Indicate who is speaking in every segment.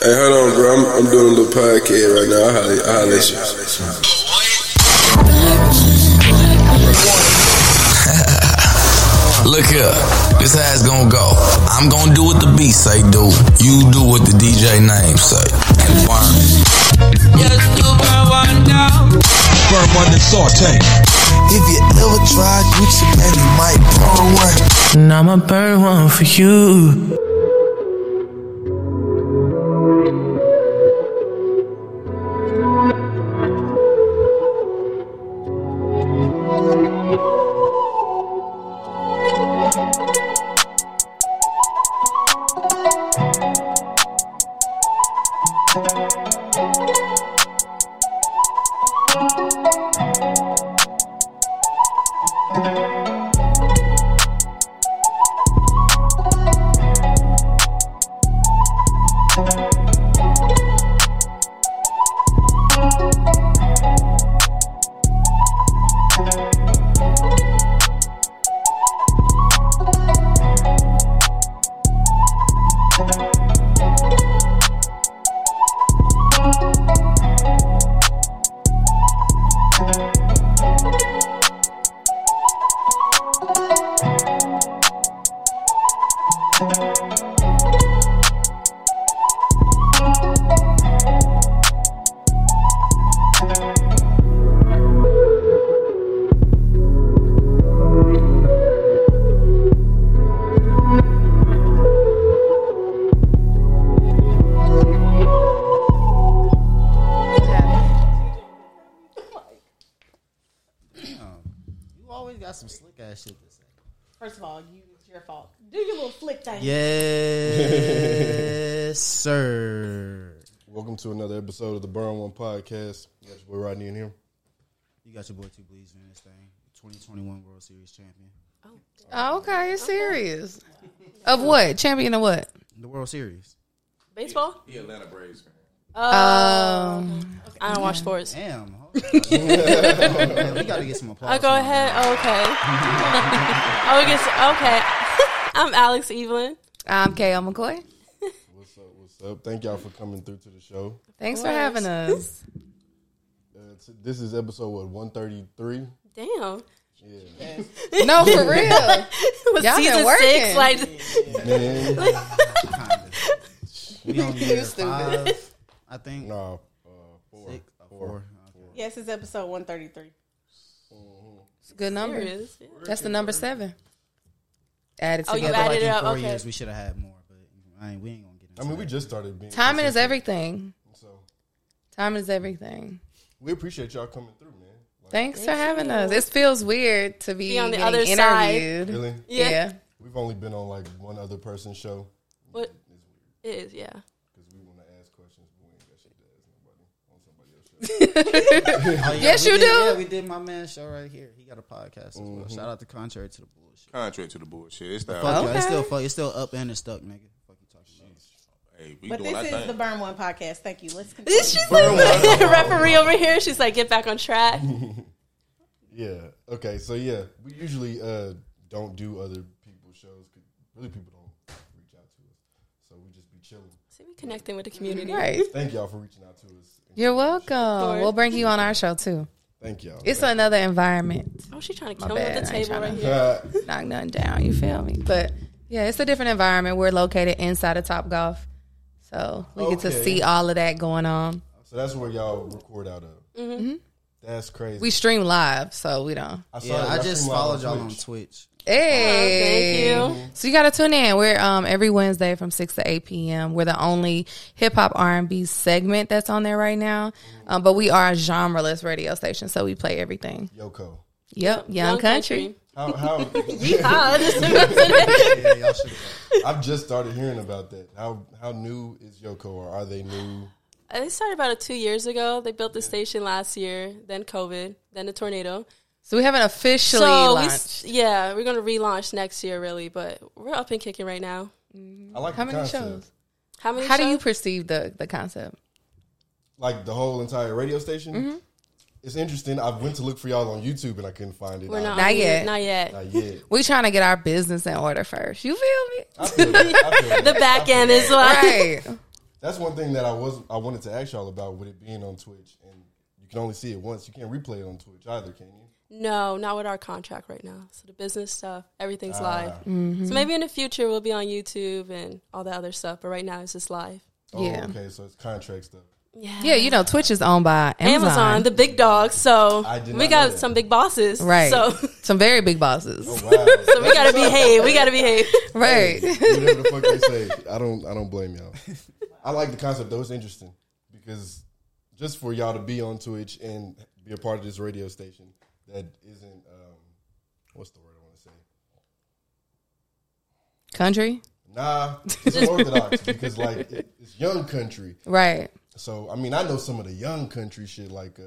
Speaker 1: Hey, hold on, bro. I'm, I'm doing a little podcast right now. I'll holler, I'll holler at you.
Speaker 2: Look here, this how it's gonna go. I'm gonna do what the beat say do. You do what the DJ name say. And burn.
Speaker 3: Burn one and saute.
Speaker 4: If you ever try Gucci, man, you might burn one.
Speaker 5: And I'ma burn one for you.
Speaker 6: You always got some slick ass shit to say.
Speaker 7: First of all, you it's your fault. Do your little flick thing.
Speaker 6: Yes, sir.
Speaker 1: Welcome to another episode of the Burn One Podcast. That's your boy Rodney in here.
Speaker 6: You got your boy Two Bleeds in this thing. 2021 World Series champion.
Speaker 8: Oh, okay, it's serious. Of what? Champion of what?
Speaker 6: The World Series.
Speaker 7: Baseball? Oh.
Speaker 9: He Atlanta Braves fan.
Speaker 8: Um,
Speaker 7: I don't watch sports.
Speaker 6: Damn. hold up. Man, we got to get some applause.
Speaker 7: I go
Speaker 6: man.
Speaker 7: ahead. okay. oh, guess, okay. I'm Alex Evelyn.
Speaker 8: I'm KL McCoy.
Speaker 1: What's up? What's up? Thank y'all for coming through to the show.
Speaker 8: Thanks for having us.
Speaker 1: Uh, t- this is episode what 133.
Speaker 7: Damn.
Speaker 8: No, for real.
Speaker 7: Was
Speaker 8: Y'all been
Speaker 7: season
Speaker 8: working.
Speaker 7: six like
Speaker 1: Man,
Speaker 6: We on year five, I think.
Speaker 1: nah, uh, four.
Speaker 6: Six, four. Okay.
Speaker 10: Yes, it's episode 133.
Speaker 8: It's a good number.
Speaker 7: serious?
Speaker 8: That's the number seven. Added
Speaker 7: Oh, you
Speaker 8: together.
Speaker 7: added
Speaker 6: like
Speaker 7: it
Speaker 6: in
Speaker 7: up,
Speaker 6: four
Speaker 7: okay.
Speaker 6: years, we should have had more, but I ain't, we ain't gonna get. Into
Speaker 1: I mean, we
Speaker 6: that.
Speaker 1: just started being
Speaker 8: Timing is everything.
Speaker 1: So
Speaker 8: Time is everything.
Speaker 1: we appreciate y'all coming through, man. Like,
Speaker 8: Thanks for having us. It feels weird to be,
Speaker 7: Be on the
Speaker 8: getting
Speaker 7: other side.
Speaker 8: interviewed.
Speaker 1: really,
Speaker 8: Yeah.
Speaker 7: Yeah.
Speaker 1: we've only been on like one other person's show
Speaker 7: what it is, yeah.
Speaker 1: because we want to ask questions. But we ain't got shit to ask nobody on somebody else's show.
Speaker 6: Oh, yeah,
Speaker 8: Yes,
Speaker 6: we
Speaker 8: you
Speaker 6: did,
Speaker 8: do.
Speaker 6: Yeah, we did my man's show right here. He got a podcast as well. Shout out to Contrary to the Bullshit.
Speaker 9: Contrary to the bullshit, it's
Speaker 6: Fuck
Speaker 9: that.
Speaker 6: y'all. It's
Speaker 8: Okay.
Speaker 6: still fuck. It's still up and it's stuck, nigga. Fuck you talking about.
Speaker 9: Hey, we
Speaker 10: But
Speaker 9: doing our
Speaker 10: this is
Speaker 9: thing.
Speaker 10: the Burn One podcast. Thank you. Let's continue.
Speaker 7: She's like the referee over here. She's like, get back on track.
Speaker 1: Yeah. Okay. So yeah, we usually uh, don't do other people's shows 'cause really people don't reach out to us, so we just be chilling.
Speaker 7: See, we connecting with the community.
Speaker 8: Right.
Speaker 1: Thank y'all for reaching out to us.
Speaker 8: You're welcome.
Speaker 7: course.
Speaker 8: We'll bring you on our show too.
Speaker 1: Thank y'all.
Speaker 8: It's another environment.
Speaker 7: Oh, she trying to
Speaker 8: My
Speaker 7: kill me
Speaker 8: bad.
Speaker 7: at the
Speaker 8: I ain't
Speaker 7: table
Speaker 8: tryna-
Speaker 7: right
Speaker 1: Uh,
Speaker 7: here.
Speaker 8: knock nothing down. You feel me? But yeah, it's a different environment. We're located inside of Top Golf, so we get to
Speaker 1: Okay.
Speaker 8: see all of that going on.
Speaker 1: so that's where y'all record out of. Mm-hmm. That's crazy.
Speaker 8: We stream live, so we don't.
Speaker 7: Oh,
Speaker 1: I, saw
Speaker 6: Yeah,
Speaker 1: that
Speaker 6: I
Speaker 1: y'all
Speaker 6: just
Speaker 1: stream live
Speaker 6: followed y'all on
Speaker 1: Twitch.
Speaker 6: Twitch.
Speaker 8: Hey,
Speaker 7: Oh, thank you.
Speaker 8: So you got to tune in. We're um every Wednesday from six to eight p.m. We're the only hip hop R and B segment that's on there right now, um, but we are a genreless radio station, so we play everything.
Speaker 1: Yoko.
Speaker 8: Yep, Young,
Speaker 7: Young
Speaker 8: Country.
Speaker 1: How, how
Speaker 6: Yeah, y'all should.
Speaker 1: I've just started hearing about that. How how new is Yoko, or are they new?
Speaker 7: Uh, They started about uh, two years ago. They built the station last year, then COVID, then the tornado.
Speaker 8: So we haven't officially
Speaker 7: so we,
Speaker 8: launched.
Speaker 7: s- yeah, we're gonna relaunch next year, really. But we're up and kicking right now.
Speaker 1: I like
Speaker 8: How
Speaker 1: the
Speaker 8: many
Speaker 1: concept.
Speaker 8: shows?
Speaker 7: How many?
Speaker 8: How do
Speaker 7: shows?
Speaker 8: you perceive the the concept?
Speaker 1: Like the whole entire radio station.
Speaker 8: Mm-hmm.
Speaker 1: It's interesting. I went to look for y'all on YouTube and I couldn't find it.
Speaker 7: We're not,
Speaker 1: I,
Speaker 8: Not
Speaker 7: on
Speaker 8: yet.
Speaker 7: yet. Not yet.
Speaker 1: not yet.
Speaker 8: We trying to get our business in order first. You feel me?
Speaker 1: I feel that. I feel that.
Speaker 7: the back end is like
Speaker 8: Right.
Speaker 1: That's one thing that I was I wanted to ask y'all about with it being on Twitch, and you can only see it once. You can't replay it on Twitch either, can you?
Speaker 7: No, not with our contract right now. So the business stuff, everything's
Speaker 1: Ah.
Speaker 7: live.
Speaker 8: Mm-hmm.
Speaker 7: So maybe in the future we'll be on YouTube and all that other stuff. But right now it's just live.
Speaker 8: Yeah.
Speaker 1: Oh, okay, so it's contract stuff.
Speaker 7: Yeah.
Speaker 8: Yeah, you know, Twitch is owned by Amazon.
Speaker 7: Amazon, the big dogs. So
Speaker 1: I did
Speaker 7: we
Speaker 1: not know
Speaker 7: got
Speaker 1: that.
Speaker 7: some big bosses.
Speaker 8: right.
Speaker 7: So,
Speaker 8: Some very big bosses.
Speaker 1: Wow.
Speaker 7: so we gotta behave. We gotta behave.
Speaker 8: Right.
Speaker 1: Whatever the fuck they say, I don't I don't blame y'all. I like the concept though; it's interesting because just for y'all to be on Twitch and be a part of this radio station that isn't um, what's the word I want to say?
Speaker 8: Country.
Speaker 1: Nah, it's orthodox because like it, it's young country.
Speaker 8: Right.
Speaker 1: So I mean, I know some of the young country shit like uh,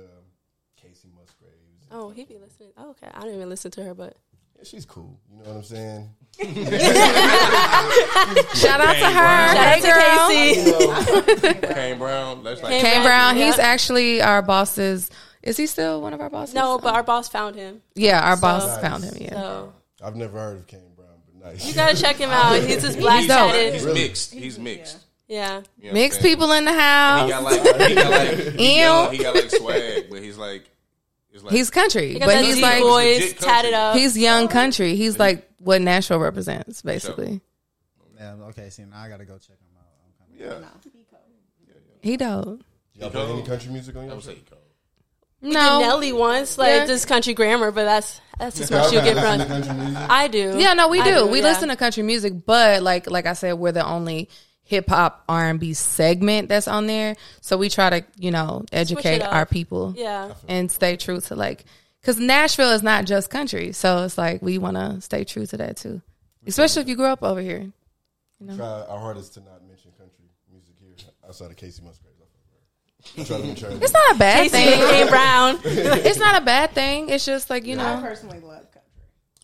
Speaker 1: Casey Musgraves.
Speaker 7: Oh, he be listening. Oh, okay. I didn't even listen to her, but
Speaker 1: Yeah, she's cool. You know what I'm saying?
Speaker 8: Shout out to her. hey, girl.
Speaker 7: Casey.
Speaker 9: Kane Brown, that's like
Speaker 7: Kane
Speaker 8: Cam Brown,
Speaker 7: Brown,
Speaker 8: he's
Speaker 7: yeah.
Speaker 8: actually our boss's. Is he still one of our bosses?
Speaker 7: No, but our boss found him.
Speaker 8: yeah, our boss
Speaker 7: Nice.
Speaker 8: found him. Yeah,
Speaker 7: So
Speaker 1: I've never heard of Kane Brown, but nice.
Speaker 7: you gotta check him out. He's just black
Speaker 8: dope.
Speaker 9: he's
Speaker 7: headed.
Speaker 9: mixed. He's mixed.
Speaker 7: Yeah.
Speaker 9: You know
Speaker 8: mixed
Speaker 9: what I'm
Speaker 8: people in the
Speaker 9: saying?
Speaker 8: house.
Speaker 9: He got like he got like he
Speaker 8: Ew.
Speaker 9: got, he got like swag, but he's like it's like
Speaker 8: he's country,
Speaker 7: He got
Speaker 8: but
Speaker 7: that
Speaker 8: he's
Speaker 7: deep
Speaker 8: like
Speaker 7: voice,
Speaker 9: Legit country.
Speaker 7: tatted up.
Speaker 8: he's young country. He's like what Nashville represents, basically.
Speaker 6: Yeah, okay, see, now I gotta go check him out. I'm coming.
Speaker 9: yeah.
Speaker 8: He don't.
Speaker 1: Y'all play any country music on
Speaker 9: I'm
Speaker 1: y'all?
Speaker 9: saying he cold.
Speaker 8: No.
Speaker 7: Nelly once, like
Speaker 8: Yeah.
Speaker 7: just country grammar, but that's that's just what you get
Speaker 1: Listen to
Speaker 7: from.
Speaker 1: country music.
Speaker 7: I do.
Speaker 8: Yeah, no, we
Speaker 7: I
Speaker 8: do. We
Speaker 7: yeah.
Speaker 8: listen to country music, but like like I said, we're the only hip hop R and B segment that's on there. So we try to you know educate
Speaker 7: up.
Speaker 8: our people.
Speaker 7: Yeah.
Speaker 8: and stay true to like because Nashville is not just country, so it's like we want to stay true to that too, especially if you grew up over here.
Speaker 1: try our hardest to not mention country music here outside of Casey Musgraves. I try to make sure.
Speaker 8: It's not a bad
Speaker 7: Casey and
Speaker 8: thing.
Speaker 7: Kane Brown.
Speaker 8: It's not a bad thing. It's just like you
Speaker 10: I
Speaker 8: know,
Speaker 10: personally love country.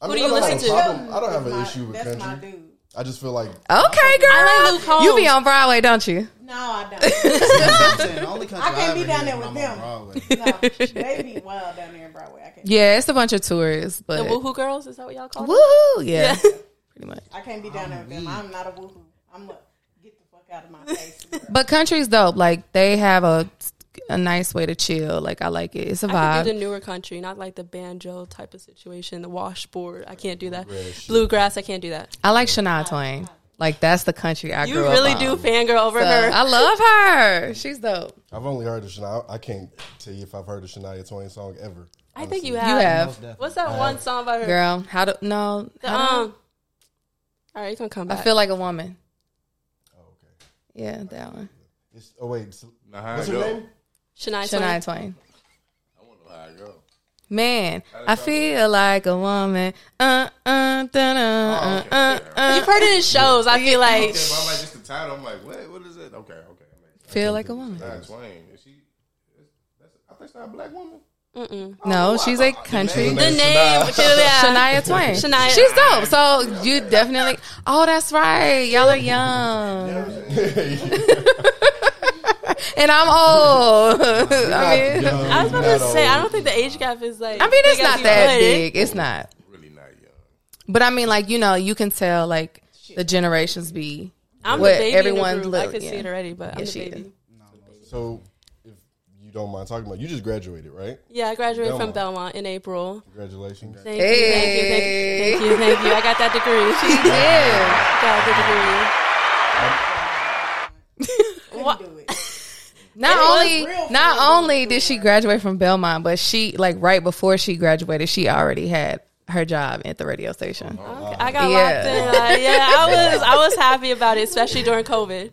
Speaker 1: I
Speaker 7: Who
Speaker 1: mean,
Speaker 7: do you
Speaker 1: I don't
Speaker 7: listen
Speaker 1: have a
Speaker 7: to?
Speaker 1: problem- I don't have an
Speaker 10: My-
Speaker 1: issue with
Speaker 10: that's
Speaker 1: country.
Speaker 10: my dude.
Speaker 1: I just feel like
Speaker 8: okay, girl,
Speaker 7: I like Luke
Speaker 8: you be
Speaker 7: Combs.
Speaker 8: on Broadway, don't you?
Speaker 10: No, I don't.
Speaker 6: I'm saying, the only country
Speaker 10: I can't
Speaker 6: ever
Speaker 10: be down
Speaker 6: hear
Speaker 10: there
Speaker 6: when
Speaker 10: with
Speaker 6: I'm on
Speaker 10: them.
Speaker 6: Broadway.
Speaker 10: no, they be wild down there in Broadway. I can't.
Speaker 8: Yeah, it's a bunch of tourists, but
Speaker 7: The Woohoo Girls, is that what y'all call them?
Speaker 8: woohoo, yeah, pretty much.
Speaker 10: I can't be down there with them. I'm not a woohoo. I'm a get the fuck out of my face. girl.
Speaker 8: But country's dope. Like they have a a nice way to chill. Like I like it. It's a
Speaker 7: I
Speaker 8: vibe.
Speaker 7: could do the newer country, not like the banjo type of situation, the washboard. I can't do that. Bluegrass, I can't do that.
Speaker 8: I like Shania Twain. Like that's the country I
Speaker 7: You
Speaker 8: grew up
Speaker 7: really
Speaker 8: on.
Speaker 7: do fangirl over
Speaker 8: So,
Speaker 7: her.
Speaker 8: I love her. She's dope.
Speaker 1: I've only heard of Shania. I can't tell you if I've heard a Shania Twain song ever.
Speaker 7: I think you
Speaker 8: You
Speaker 7: have.
Speaker 8: have.
Speaker 7: What's that one song by her?
Speaker 8: Girl, how do no?
Speaker 7: The,
Speaker 8: how do-
Speaker 7: um, all right, you can come
Speaker 8: I
Speaker 7: back.
Speaker 8: feel like a woman.
Speaker 1: Oh, okay.
Speaker 8: Yeah, that one.
Speaker 1: It's, oh wait, it's-
Speaker 9: Now how
Speaker 1: what's
Speaker 9: I
Speaker 1: her
Speaker 9: go?
Speaker 1: name?
Speaker 7: Shania,
Speaker 8: Shania
Speaker 7: Twain.
Speaker 8: Twain.
Speaker 9: I want to know how I go.
Speaker 8: Man, I feel like a woman. Uh uh da, uh uh uh.
Speaker 7: You've heard it in shows. I feel like
Speaker 9: Yeah, but I'm like just the title. I'm like, what? What is it? Okay, okay. I'm
Speaker 8: Feel like a woman.
Speaker 9: like, Shania Twain. Is she? is- That's, I think she's not a black woman. Oh,
Speaker 8: No, she's a country.
Speaker 7: the name. Yeah.
Speaker 8: Shania Twain.
Speaker 7: Shania.
Speaker 8: She's dope. So you definitely. Oh, that's right. Y'all are young, and I'm old. I mean,
Speaker 1: Young,
Speaker 7: I was about
Speaker 1: not
Speaker 7: to say, I
Speaker 1: old.
Speaker 7: don't think the age gap is like.
Speaker 8: I mean, it's
Speaker 7: big as
Speaker 8: not
Speaker 7: you
Speaker 8: that
Speaker 7: would.
Speaker 8: big. It's not.
Speaker 9: Really not young.
Speaker 8: But I mean, like you know, you can tell like the generations be.
Speaker 7: I'm
Speaker 8: What
Speaker 7: the baby
Speaker 8: everyone
Speaker 7: in the group. I
Speaker 8: look-
Speaker 7: could
Speaker 8: yeah.
Speaker 7: see it already, but I'm
Speaker 8: Yeah,
Speaker 7: the
Speaker 8: she
Speaker 7: baby.
Speaker 8: is.
Speaker 1: So, if you don't mind talking about, you just graduated, right?
Speaker 7: Yeah, I graduated
Speaker 1: Belmont.
Speaker 7: from Belmont in April.
Speaker 1: Congratulations.
Speaker 7: Thank you, thank you, thank you, thank you, thank you. I got that degree. She
Speaker 8: Yeah.
Speaker 7: got the degree. What?
Speaker 10: Do it.
Speaker 8: Not
Speaker 7: was
Speaker 8: only
Speaker 10: real
Speaker 8: not
Speaker 10: fun.
Speaker 8: only did she graduate from Belmont, but she like right before she graduated, she already had her job at the radio station.
Speaker 7: I got
Speaker 8: Yeah.
Speaker 7: locked in. Like, yeah, I was I was happy about it, especially during COVID.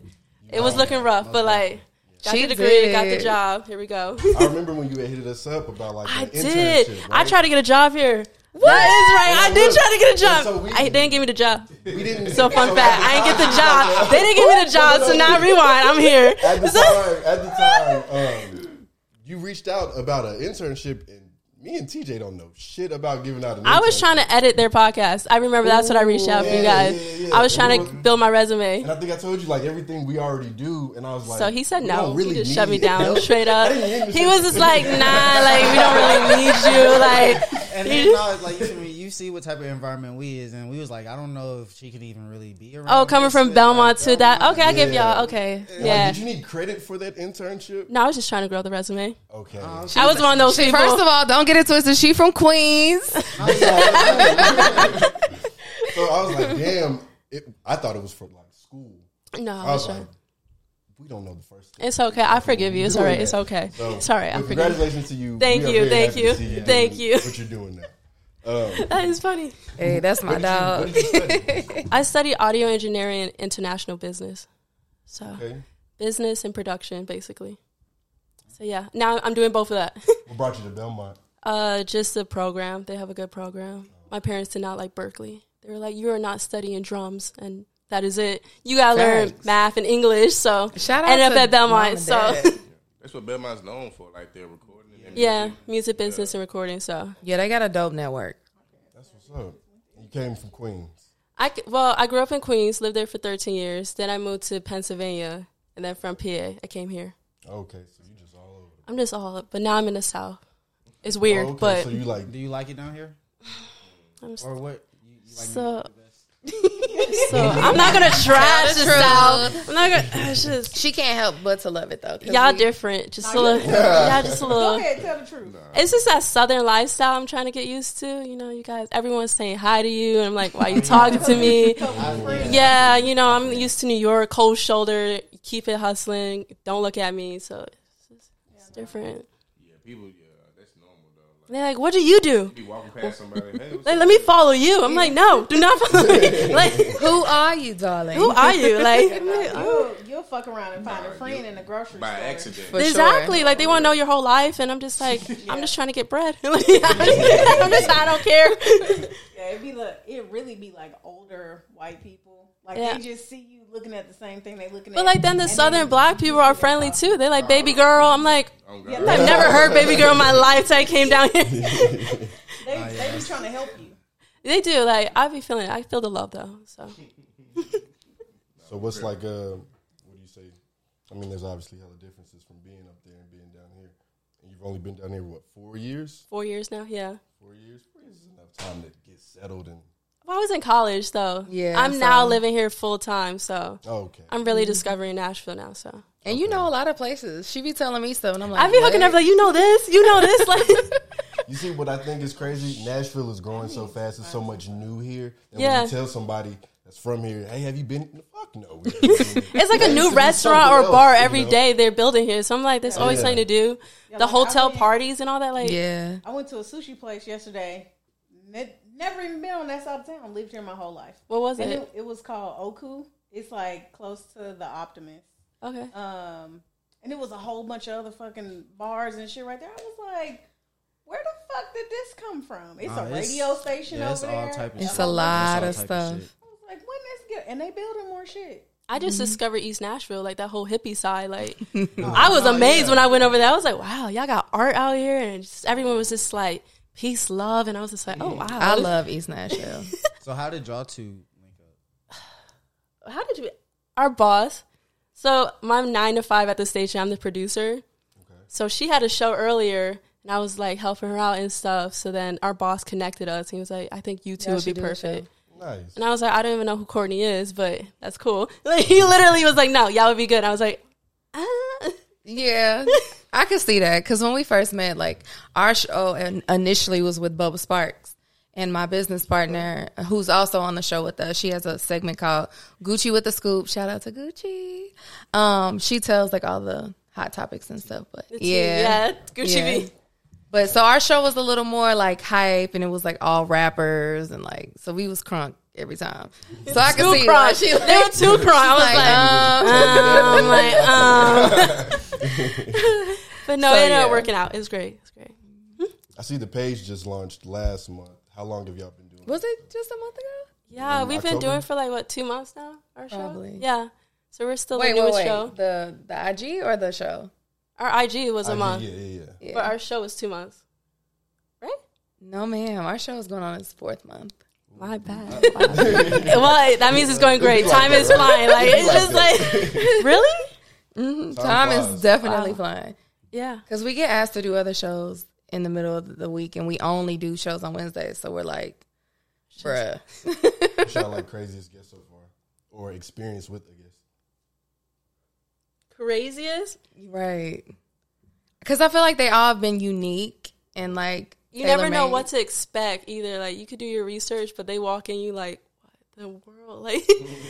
Speaker 7: It was looking rough, but like got
Speaker 8: She
Speaker 7: the degree, got the
Speaker 8: did.
Speaker 7: job. Here we go.
Speaker 1: I remember when you had hit us up about like
Speaker 7: I
Speaker 1: an
Speaker 7: did.
Speaker 1: internship,
Speaker 7: I
Speaker 1: right?
Speaker 7: tried to get a job here. That is right. I did try to get a job.
Speaker 1: so we-
Speaker 7: I, they didn't give me the job.
Speaker 1: We didn't.
Speaker 7: So fun fact, I didn't get the job. They didn't give me the job. So now rewind. I'm here.
Speaker 1: at the time, at the time, um, you reached out about an internship, and me and TJ don't know shit about giving out an.
Speaker 7: I was trying to edit their podcast. I remember that's what I reached out for you
Speaker 1: yeah,
Speaker 7: guys.
Speaker 1: yeah, yeah.
Speaker 7: I was trying to
Speaker 1: Mhm.
Speaker 7: build my resume.
Speaker 1: and I think I told you like everything we already do, and I was like,
Speaker 7: So he said
Speaker 1: we
Speaker 7: no.
Speaker 1: don't really
Speaker 7: he just
Speaker 1: need
Speaker 7: shut me down
Speaker 1: help.
Speaker 7: straight
Speaker 1: I
Speaker 7: up.
Speaker 1: didn't hear you
Speaker 7: He
Speaker 1: say-
Speaker 7: was just like, nah, like we don't really need you. Like
Speaker 6: And then, no, it's like, you, see me, you you see what type of environment we is, and we was like, I don't know if she can even really be around.
Speaker 7: Oh, coming
Speaker 6: this
Speaker 7: from
Speaker 6: shit,
Speaker 7: Belmont
Speaker 6: like,
Speaker 7: to that. Okay, I give
Speaker 1: Yeah.
Speaker 7: y'all. Okay,
Speaker 1: Like,
Speaker 7: yeah.
Speaker 1: did you need credit for that internship?
Speaker 7: No, I was just trying to grow the resume.
Speaker 1: Okay.
Speaker 7: I was one of those
Speaker 8: She,
Speaker 7: Oh, people.
Speaker 8: first of all, don't get it twisted. She from Queens.
Speaker 1: so I was like, damn. It, I thought it was for like school.
Speaker 7: no,
Speaker 1: I
Speaker 7: I was
Speaker 1: was
Speaker 7: trying.
Speaker 1: like, we don't know the first thing.
Speaker 7: It's okay. I forgive you. It's all right. It's okay.
Speaker 1: So,
Speaker 7: Sorry, I
Speaker 1: but
Speaker 7: forgive you.
Speaker 1: congratulations to you.
Speaker 7: Thank
Speaker 1: We are very
Speaker 7: you, thank
Speaker 1: happy to
Speaker 7: you,
Speaker 1: see doing
Speaker 7: thank you.
Speaker 1: What you're doing now. Um,
Speaker 7: That is funny.
Speaker 8: hey, that's my
Speaker 1: what
Speaker 8: dog.
Speaker 1: did you study?
Speaker 7: I studied audio engineering and international business. So
Speaker 1: Okay.
Speaker 7: business and production, basically. So yeah, now I'm doing both of that.
Speaker 1: What brought you to Belmont?
Speaker 7: uh, just the program. They have a good program. My parents did not like Berkeley. They were like, "You are not studying drums, and that is it. You gotta learn
Speaker 8: Facts.
Speaker 7: math and English." So
Speaker 8: Shout out to
Speaker 7: ended up
Speaker 8: Mom
Speaker 7: at Belmont.
Speaker 8: and
Speaker 7: So
Speaker 8: Dad.
Speaker 9: That's what Belmont's known for, like they're recording. And
Speaker 7: yeah, music business and recording. So
Speaker 8: yeah, they got a dope network.
Speaker 1: That's what's up. You came from Queens.
Speaker 7: I c- well, I grew up in Queens, lived there for 13 years. Then I moved to Pennsylvania, and then from PA, I came here.
Speaker 1: Okay, so you just all over.
Speaker 7: I'm just all up, but now I'm in the South. It's
Speaker 1: the-
Speaker 7: weird,
Speaker 1: Okay,
Speaker 7: but
Speaker 1: so you like
Speaker 6: Do you like it down here,
Speaker 7: I'm so,
Speaker 6: or what? You, you like
Speaker 7: so I'm not gonna trash the South. I'm not gonna. It's just
Speaker 8: She can't help but to love it though. 'cause
Speaker 7: y'all
Speaker 8: we-
Speaker 7: different. Just a little. Y'all just a
Speaker 10: Go
Speaker 7: little.
Speaker 10: ahead, tell the truth.
Speaker 7: It's just that Southern lifestyle I'm trying to get used to. You know, you guys, everyone's saying hi to you, and I'm like, why are you talking to me? Yeah, you know, I'm used to New York, cold shoulder, keep it hustling, don't look at me. So it's, just, it's different.
Speaker 9: people, yeah, that's normal though. Like,
Speaker 7: They're like, what do you do?
Speaker 9: you walking past somebody, hey, what's
Speaker 7: Like, let me follow you. I'm like, no, do not follow me. Like,
Speaker 8: Who are you, darling?
Speaker 7: who are you? Like, I'm like, oh.
Speaker 10: You'll, you'll fuck around and find a friend in the grocery
Speaker 9: by
Speaker 10: store.
Speaker 9: accident?
Speaker 8: For sure.
Speaker 7: exactly. Like, they want to know your whole life, and I'm just like, I'm just trying to get bread. Like, I'm just, I don't care.
Speaker 10: Yeah, it be like it really be like older white people. Like
Speaker 7: Yeah.
Speaker 10: they just see you looking at the same thing they looking at.
Speaker 7: But like, then the
Speaker 10: and
Speaker 7: Southern black people are friendly too. They're like, baby girl. I'm like,
Speaker 9: Oh, God.
Speaker 7: I've never heard baby girl in my life till I came down here.
Speaker 10: They,
Speaker 6: Ah,
Speaker 10: they be trying to help you.
Speaker 7: they do. Like, I be feeling it. I feel the love though. So,
Speaker 1: So what's like uh what do you say? I mean, there's obviously hella differences from being up there and being down here. And you've only been down here what four years?
Speaker 7: four years now. Yeah.
Speaker 1: Four years? Four years is enough time to get settled and
Speaker 7: Well, I was in college though.
Speaker 8: Yeah,
Speaker 7: I'm now
Speaker 8: so-
Speaker 7: living here full time. So,
Speaker 1: oh, okay.
Speaker 7: I'm really discovering Nashville now. So,
Speaker 8: And you know a lot of places. She be telling me stuff, and I'm like,
Speaker 7: I be hooking
Speaker 8: what?
Speaker 7: up like, you know this, you know this. Like,
Speaker 1: You see what I think is crazy? Nashville is growing so fast. There's so much new here. And when
Speaker 7: Yeah.
Speaker 1: you tell somebody that's from here, hey, have you been? Fuck no. we haven't been.
Speaker 7: it's like a new
Speaker 1: be
Speaker 7: restaurant
Speaker 1: something
Speaker 7: or
Speaker 1: else,
Speaker 7: bar
Speaker 1: you
Speaker 7: every
Speaker 1: know?
Speaker 7: day they're building here. So I'm like, there's always
Speaker 1: Yeah.
Speaker 7: something to do. the
Speaker 10: like, I
Speaker 7: hotel
Speaker 10: went-
Speaker 7: parties and all that. Like,
Speaker 8: Yeah,
Speaker 10: I went to a sushi place yesterday. Ne- never even been on that side of town. Lived here my whole life.
Speaker 7: what was
Speaker 10: And
Speaker 7: it?
Speaker 10: it, it was called Oku. It's like close to the Optimist.
Speaker 7: Okay.
Speaker 10: Um, and it was a whole bunch of other fucking bars and shit right there. I was like, where the fuck did this come from? It's
Speaker 6: Nah,
Speaker 10: a
Speaker 6: Ah, it's-
Speaker 10: radio station
Speaker 6: yeah,
Speaker 10: over
Speaker 6: it's
Speaker 10: there.
Speaker 6: all type of
Speaker 8: it's
Speaker 6: shit.
Speaker 8: a
Speaker 10: I was
Speaker 8: lot
Speaker 6: all
Speaker 8: of
Speaker 6: type
Speaker 8: stuff.
Speaker 6: shit.
Speaker 10: like, when this get and they building more shit.
Speaker 7: I just
Speaker 8: Mm-hmm.
Speaker 7: discovered East Nashville, like that whole hippie side. Like,
Speaker 8: Oh,
Speaker 7: I was amazed when I went over there. I was like, wow, y'all got art out here. And just, everyone was just like, peace, love. And I was just like, oh, wow.
Speaker 8: I love East Nashville.
Speaker 6: So how did y'all two link up?
Speaker 7: How did you, our boss? So, my nine to five at the station, I'm the producer. So, she had a show earlier. And I was like helping her out and stuff. So then our boss connected us. He was like, I think you two
Speaker 8: Yeah,
Speaker 7: would
Speaker 8: she do
Speaker 7: be
Speaker 8: a
Speaker 7: perfect.
Speaker 8: show.
Speaker 1: Nice.
Speaker 7: And I was like, I don't even know who Courtney is, but that's cool. Like, he literally was like, no, y'all would be good. I was like, ah.
Speaker 8: yeah, I could see that because when we first met, like our show in- initially was with Bubba Sparks. And my business partner, who's also on the show with us, she has a segment called Gucci with the Scoop. Shout out to Gucci. Um, she tells like all the hot topics and stuff. But
Speaker 7: yeah, Gucci
Speaker 8: Yeah.
Speaker 7: Mane.
Speaker 8: But so our show was a little more like hype, and it was like all rappers, and like so we was crunk every time. So I could
Speaker 7: Two
Speaker 8: see like,
Speaker 7: crimes.
Speaker 8: she
Speaker 7: there were two crimes. I was like,
Speaker 8: like, "Oh um,
Speaker 7: um, like, um. but no,
Speaker 8: um." So,
Speaker 7: it ended
Speaker 8: yeah.
Speaker 7: up working out. It was great. It's great.
Speaker 1: I see the page just launched last month. How long have y'all been doing?
Speaker 8: was it just a month ago?
Speaker 7: Yeah, we've been
Speaker 1: October?
Speaker 7: doing for like what two months now. Our show.
Speaker 8: Probably.
Speaker 7: Yeah. So we're still
Speaker 8: Wait,
Speaker 7: the
Speaker 8: wait,
Speaker 7: newest
Speaker 8: wait.
Speaker 7: show.
Speaker 8: The the IG or the show?
Speaker 7: Our IG was a
Speaker 1: IG,
Speaker 7: month,
Speaker 1: Yeah, yeah, yeah.
Speaker 8: Yeah.
Speaker 7: but our show was two months. Right?
Speaker 8: no, ma'am. Our show is going on its fourth month.
Speaker 7: My bad. well, that means it's going great. Time is flying. Like it's just like really. Mm-hmm.
Speaker 8: Time
Speaker 1: flies.
Speaker 8: is definitely flying
Speaker 7: Yeah.
Speaker 8: because we get asked to do other shows in the middle of the week, and we only do shows on Wednesdays. So we're like, Bruh.
Speaker 1: What's y'all like craziest guest so far, or experience with a guest?
Speaker 7: Craziest?
Speaker 8: Right. Because I feel like they all have been unique and like.
Speaker 7: You never know
Speaker 8: tailor-made.
Speaker 7: what to expect either. Like you could do your research, but they walk in, you like, what the world? Like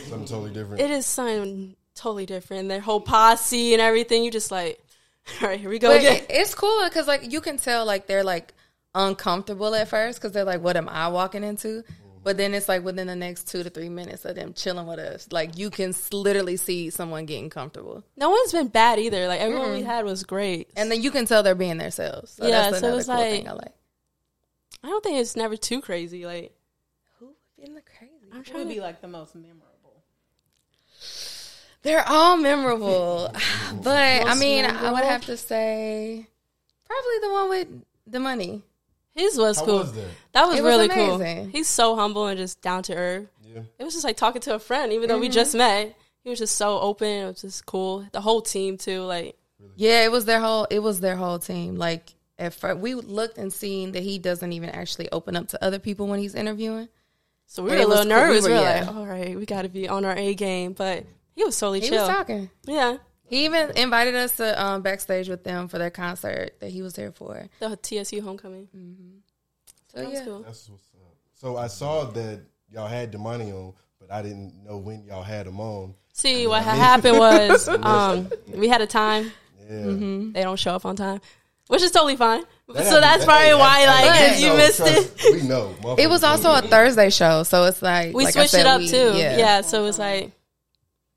Speaker 1: Something totally different.
Speaker 7: it is something totally different. Their whole posse and everything. You just like, all right, here we go
Speaker 8: But
Speaker 7: again.
Speaker 8: it- it's cool because like you can tell like they're like uncomfortable at first because they're like, "What am I walking into?" But then it's like within the next two to three minutes of them chilling with us, like you can s- literally see someone getting comfortable,
Speaker 7: No one's been bad either. Like everyone we had was great.
Speaker 8: and then you can tell they're being themselves. So that's
Speaker 7: Yeah, so it
Speaker 8: another
Speaker 7: was
Speaker 8: cool
Speaker 7: like-
Speaker 8: thing I like.
Speaker 7: I don't think it's never too crazy. Like
Speaker 8: Who would be in the crazy?
Speaker 7: I'm
Speaker 10: It would
Speaker 7: trying
Speaker 10: be
Speaker 7: to.
Speaker 10: like the most memorable.
Speaker 8: They're all memorable, but I
Speaker 7: Most
Speaker 8: mean, I would
Speaker 7: memorable?
Speaker 8: have to say probably the one with the money.
Speaker 7: His was
Speaker 1: How
Speaker 7: cool.
Speaker 1: was that?
Speaker 7: That was
Speaker 8: It was
Speaker 7: really cool.
Speaker 8: amazing.
Speaker 7: He's so humble and just down to earth.
Speaker 1: Yeah.
Speaker 7: It was just like talking to a friend, even though
Speaker 8: Mm-hmm.
Speaker 7: we just met. He was just so open. It was just cool. The whole team too. Like
Speaker 8: Yeah, it was their whole it was their whole team. Like at first, we looked and seen that he doesn't even actually open up to other people when he's interviewing.
Speaker 7: so we
Speaker 8: But
Speaker 7: were a
Speaker 8: it was
Speaker 7: little
Speaker 8: cool. We
Speaker 7: nervous. We
Speaker 8: were-
Speaker 7: were
Speaker 8: yeah.
Speaker 7: like, all right, we got to be on our A game. But he was totally
Speaker 8: He
Speaker 7: chill.
Speaker 8: was talking.
Speaker 7: Yeah,
Speaker 8: He even invited us to um, backstage with them for their concert that he was there for.
Speaker 7: the TSU homecoming.
Speaker 8: So
Speaker 7: That was
Speaker 8: yeah,
Speaker 7: cool.
Speaker 1: That's what's up. So I saw that y'all had Damani on, but I didn't know when y'all had him on.
Speaker 7: See what ha- happened was um, we had a time.
Speaker 1: Yeah.
Speaker 7: They don't show up on time, which is totally fine.
Speaker 1: That
Speaker 7: Mm-hmm. so that's
Speaker 1: happens.
Speaker 7: probably
Speaker 1: That-
Speaker 7: why,
Speaker 1: that-
Speaker 7: like,
Speaker 1: that-
Speaker 7: if you
Speaker 1: no,
Speaker 7: missed it,
Speaker 1: trust- we know.
Speaker 8: it was
Speaker 1: Motherfuckers
Speaker 8: also a
Speaker 1: know.
Speaker 8: Thursday show, so it's like
Speaker 7: we
Speaker 8: like I
Speaker 7: switched
Speaker 8: said,
Speaker 7: it up
Speaker 8: we-
Speaker 7: too. Yeah. so it was like,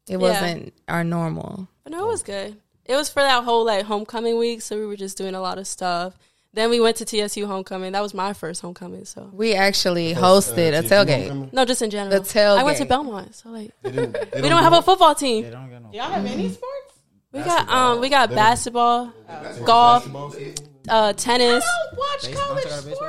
Speaker 8: it wasn't our normal.
Speaker 7: but no, it was good. It was for that whole like homecoming week, so we were just doing a lot of stuff. Then we went to TSU homecoming. That was my first homecoming, so
Speaker 8: We actually
Speaker 1: Uh,
Speaker 8: hosted a
Speaker 1: TSU
Speaker 8: tailgate.
Speaker 1: homecoming?
Speaker 7: no, just in general.
Speaker 8: The
Speaker 7: I went to
Speaker 8: tailgate.
Speaker 7: Belmont, so like
Speaker 1: They didn't- they
Speaker 7: we don't have
Speaker 1: do
Speaker 7: a football
Speaker 6: They
Speaker 7: team.
Speaker 6: don't get no.
Speaker 10: Do y'all have
Speaker 6: Mm-hmm.
Speaker 10: any sports?
Speaker 7: We got um, we got basketball, golf,
Speaker 1: basketball season?
Speaker 7: uh, tennis.
Speaker 10: I don't watch college sports.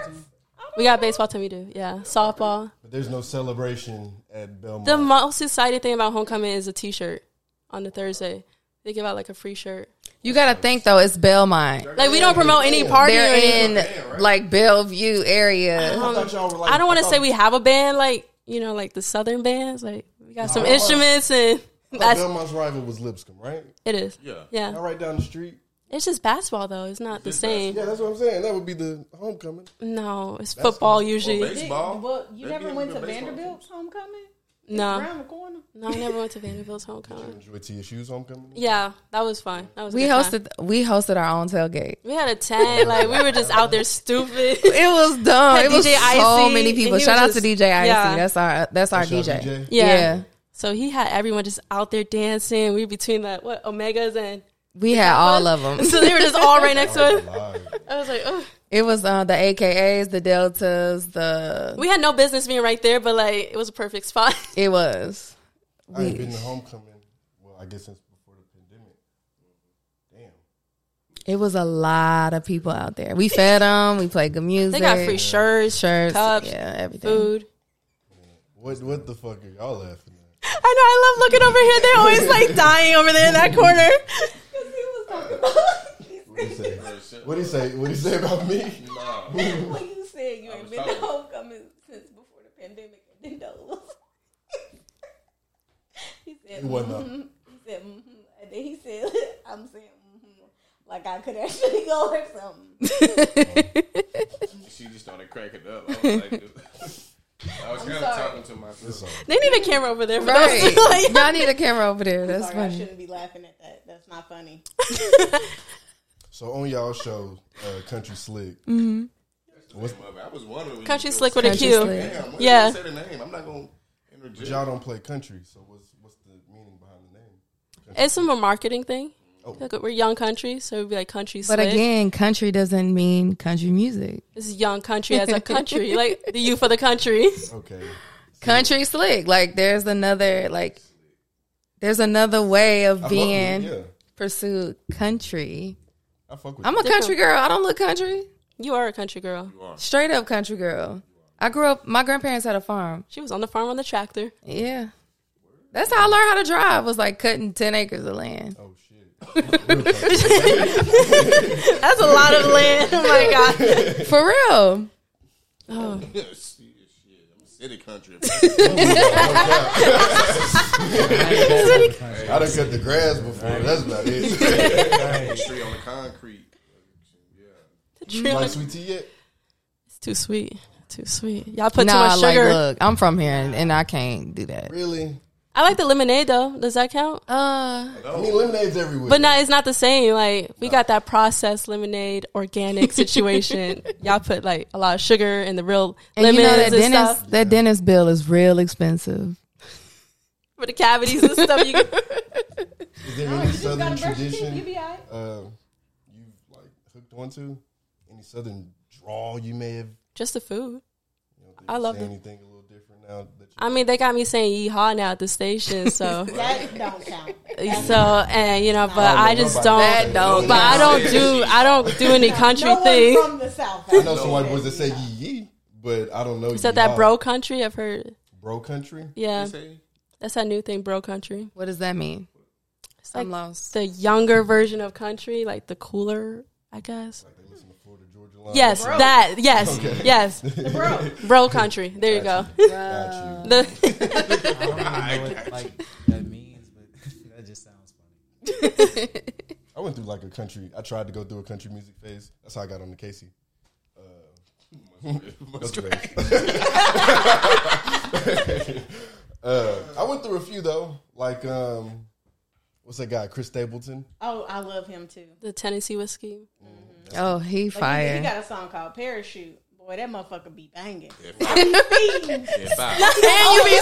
Speaker 10: I don't
Speaker 7: We got
Speaker 10: know.
Speaker 7: baseball team. We do, yeah, softball.
Speaker 1: But there's no celebration at Belmont.
Speaker 7: The most exciting thing about homecoming is a T-shirt on the Thursday. They give out like a free shirt.
Speaker 8: You got to think though, it's Belmont.
Speaker 7: Like we don't promote any party. or
Speaker 8: They're
Speaker 7: anything.
Speaker 8: in like Bellevue area.
Speaker 7: Uh-huh.
Speaker 1: I thought y'all were like- um,
Speaker 7: I don't want to
Speaker 1: thought-
Speaker 7: say we have a band like you know like the Southern bands. Like we got some instruments
Speaker 1: I
Speaker 7: and
Speaker 1: thought
Speaker 7: that's
Speaker 1: Belmont's rival was Lipscomb, right?
Speaker 7: it is.
Speaker 9: Yeah.
Speaker 7: yeah.
Speaker 1: Not right down the street.
Speaker 7: It's just basketball though. It's not the
Speaker 9: just
Speaker 7: same.
Speaker 1: Yeah, that's what I'm saying. That would be the homecoming.
Speaker 7: No, it's football
Speaker 1: Oh,
Speaker 7: usually.
Speaker 9: Well, baseball.
Speaker 10: Well, you
Speaker 9: They
Speaker 10: never
Speaker 9: be
Speaker 10: went to
Speaker 9: having baseball
Speaker 10: Vanderbilt's homecoming?
Speaker 7: no,
Speaker 10: Around the corner?
Speaker 7: no, I never went to Vanderbilt's homecoming.
Speaker 1: Enjoy TSU's homecoming.
Speaker 7: Yeah, that was fun. That was a
Speaker 8: We
Speaker 7: good time.
Speaker 8: hosted we hosted our own tailgate.
Speaker 7: We had a tent. Like we were just out there stupid.
Speaker 8: It was dumb.
Speaker 7: Had
Speaker 8: It was
Speaker 7: DJ
Speaker 8: so
Speaker 7: Icy,
Speaker 8: many
Speaker 7: and
Speaker 8: people.
Speaker 7: he
Speaker 8: Shout
Speaker 7: was
Speaker 8: out to
Speaker 7: just-
Speaker 8: DJ Icy.
Speaker 7: yeah.
Speaker 8: That's our that's our
Speaker 1: Shout
Speaker 8: DJ.
Speaker 1: out DJ.
Speaker 7: Yeah.
Speaker 8: Yeah.
Speaker 7: So he had everyone just out there dancing. We between the what omegas and
Speaker 8: We had all of them.
Speaker 7: so they were just all right next to us.
Speaker 1: Live.
Speaker 7: I was like, oh,
Speaker 8: It was uh, the AKAs, the Deltas, the
Speaker 7: we had no business being right there, but like it was a perfect spot.
Speaker 8: it was.
Speaker 1: I ain't been to homecoming. Well, I guess since before the pandemic. Damn.
Speaker 8: It was a lot of people out there. We fed them. We played good music.
Speaker 7: They got free shirts,
Speaker 8: shirts,
Speaker 7: cups,
Speaker 8: yeah, everything.
Speaker 7: food.
Speaker 1: What what the fuck are y'all laughing at?
Speaker 7: I know. I love looking over here. They're always like dying over there in that corner.
Speaker 1: What do you say? What do you say? What do you say about me?
Speaker 10: Well, you said you ain't been to homecoming since before the pandemic. And then those. he said,
Speaker 1: It wasn't
Speaker 10: "Mhm." he said, hmm and then he said, "I'm saying hmm like I could actually go or something."
Speaker 9: She just started cracking up. I was like, dude. I was kind of talking to myself.
Speaker 7: They need a camera over there. For right.
Speaker 8: Right.
Speaker 7: Those like,
Speaker 8: Y'all need a camera over there. That's
Speaker 10: Sorry, I
Speaker 8: funny.
Speaker 10: shouldn't be laughing at that. That's not funny.
Speaker 1: So on y'all show, uh, Country Slick.
Speaker 7: Mm-hmm.
Speaker 9: I was wondering.
Speaker 7: country slick with a
Speaker 8: Country
Speaker 7: Q.
Speaker 8: Slick.
Speaker 9: Damn,
Speaker 7: Yeah.
Speaker 9: yeah. Say the name. I'm not gonna
Speaker 1: But
Speaker 9: interject.
Speaker 1: y'all don't play country, so what's what's the meaning behind the name?
Speaker 7: It's some a marketing thing.
Speaker 1: Oh.
Speaker 7: Like, we're young country, so it'd be like country
Speaker 8: But
Speaker 7: slick.
Speaker 8: again, country doesn't mean country music.
Speaker 7: this is young country as a country, like the youth of the country.
Speaker 1: Okay.
Speaker 8: Country slick. Like there's another like there's another way of
Speaker 1: I fuck with
Speaker 8: being
Speaker 1: it, yeah.
Speaker 8: pursued country.
Speaker 1: I fuck with
Speaker 8: I'm
Speaker 1: it.
Speaker 8: a country girl. I don't look country.
Speaker 7: You are a country girl.
Speaker 1: Oh.
Speaker 8: Straight up country girl. I grew up. My grandparents had a farm.
Speaker 7: She was on the farm on the tractor.
Speaker 8: Yeah, that's how I learned how to drive. Was like cutting ten acres of land.
Speaker 1: Oh shit. Real country.
Speaker 7: That's a lot of land. Oh my god.
Speaker 8: For real.
Speaker 9: Yes, yes, yes. city country.
Speaker 1: I done cut the grass before. That's about it.
Speaker 9: tree on the concrete.
Speaker 8: Mm.
Speaker 1: like sweet tea yet?
Speaker 7: It's too sweet. Too sweet. Y'all put
Speaker 8: nah,
Speaker 7: too much sugar.
Speaker 8: like, look, I'm from here and, and I can't do that.
Speaker 1: Really?
Speaker 7: I like the lemonade though. Does that count?
Speaker 8: Uh,
Speaker 1: I mean, lemonade's everywhere.
Speaker 7: But no, it's not the same. Like we got that processed lemonade, organic situation. Y'all put like a lot of sugar and the real
Speaker 8: and
Speaker 7: lemons
Speaker 8: you know that
Speaker 7: and stuff
Speaker 8: dentist, that dentist bill is real expensive.
Speaker 7: for the cavities and stuff. You can,
Speaker 1: Is there any southern
Speaker 10: gotta brush your teeth, you
Speaker 1: tradition
Speaker 10: be all right.
Speaker 1: uh, you like hooked onto? Any southern drawl you may have?
Speaker 7: just the food.
Speaker 1: You know,
Speaker 7: I love
Speaker 1: say
Speaker 7: it.
Speaker 1: anything a little different now. That you,
Speaker 7: I mean, they got me saying yeehaw now at the station. So,
Speaker 10: That don't count.
Speaker 7: so and you know, but I just don't.
Speaker 8: That don't
Speaker 7: But I
Speaker 8: count.
Speaker 7: don't do. I don't do any country
Speaker 10: No one
Speaker 7: thing.
Speaker 10: from the south.
Speaker 1: I know some white boys that say yee yee, but I don't know.
Speaker 7: Is that
Speaker 1: yee-haw.
Speaker 7: that bro country? I've heard.
Speaker 1: bro country?
Speaker 7: Yeah,
Speaker 9: Say,
Speaker 7: that's that new thing, bro country.
Speaker 8: What does that mean?
Speaker 7: It's like
Speaker 8: I'm lost.
Speaker 7: the younger version of country, like the cooler, I guess.
Speaker 1: Like they listen to Florida Georgia line.
Speaker 7: Yes, that. Yes, yes.
Speaker 10: Bro,
Speaker 7: Bro country. There you go. Uh,
Speaker 1: Got you.
Speaker 7: The-
Speaker 6: I don't really know what like that means, but that just sounds funny.
Speaker 1: I went through like a country. I tried to go through a country music phase. That's how I got on the Casey. Uh, I went through a few though. Like um, what's that guy? Chris Stapleton.
Speaker 10: oh, I love him too.
Speaker 7: the Tennessee whiskey.
Speaker 8: Oh, he
Speaker 10: He, he
Speaker 8: fire.
Speaker 10: got a song called Parachute. Boy, that motherfucker be banging.
Speaker 9: yeah, bye.
Speaker 8: And you be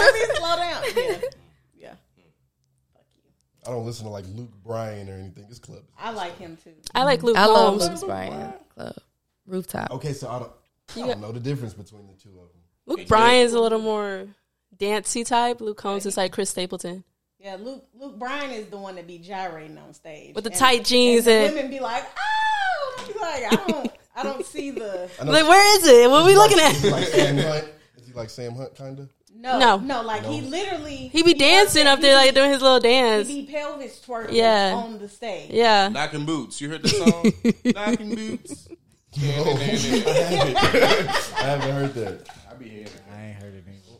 Speaker 8: speeding.
Speaker 10: Slow down. Yeah. yeah,
Speaker 1: I don't listen to like Luke Bryan or anything. It's club.
Speaker 10: I like him too.
Speaker 7: I like Luke
Speaker 8: I love
Speaker 7: Combs.
Speaker 8: Luke Bryan Club rooftop.
Speaker 1: Okay, so I don't. I don't know the difference between the two of them.
Speaker 7: Luke Bryan's a little more dancey type. Luke Combs is like Chris Stapleton
Speaker 10: Yeah, Luke Luke Bryan is the one that be gyrating on stage
Speaker 7: with the
Speaker 10: And-
Speaker 7: tight jeans
Speaker 10: the
Speaker 7: and.
Speaker 10: women be like, oh, they be like, I don't, I don't see the
Speaker 7: Like, where is it? What we looking
Speaker 1: Is he
Speaker 7: at?
Speaker 1: like Sam Hunt? Is he like Sam Hunt kind of?
Speaker 10: no,
Speaker 7: No.
Speaker 10: no, Like he literally
Speaker 7: He be dancing up there, like doing his little dance.
Speaker 10: he be pelvis twerking
Speaker 7: Yeah.
Speaker 10: on the stage.
Speaker 7: Yeah.
Speaker 9: Knocking boots. You heard the song? Knocking boots.
Speaker 1: I haven't heard that.
Speaker 9: I be hearing. it.
Speaker 6: I ain't heard it before.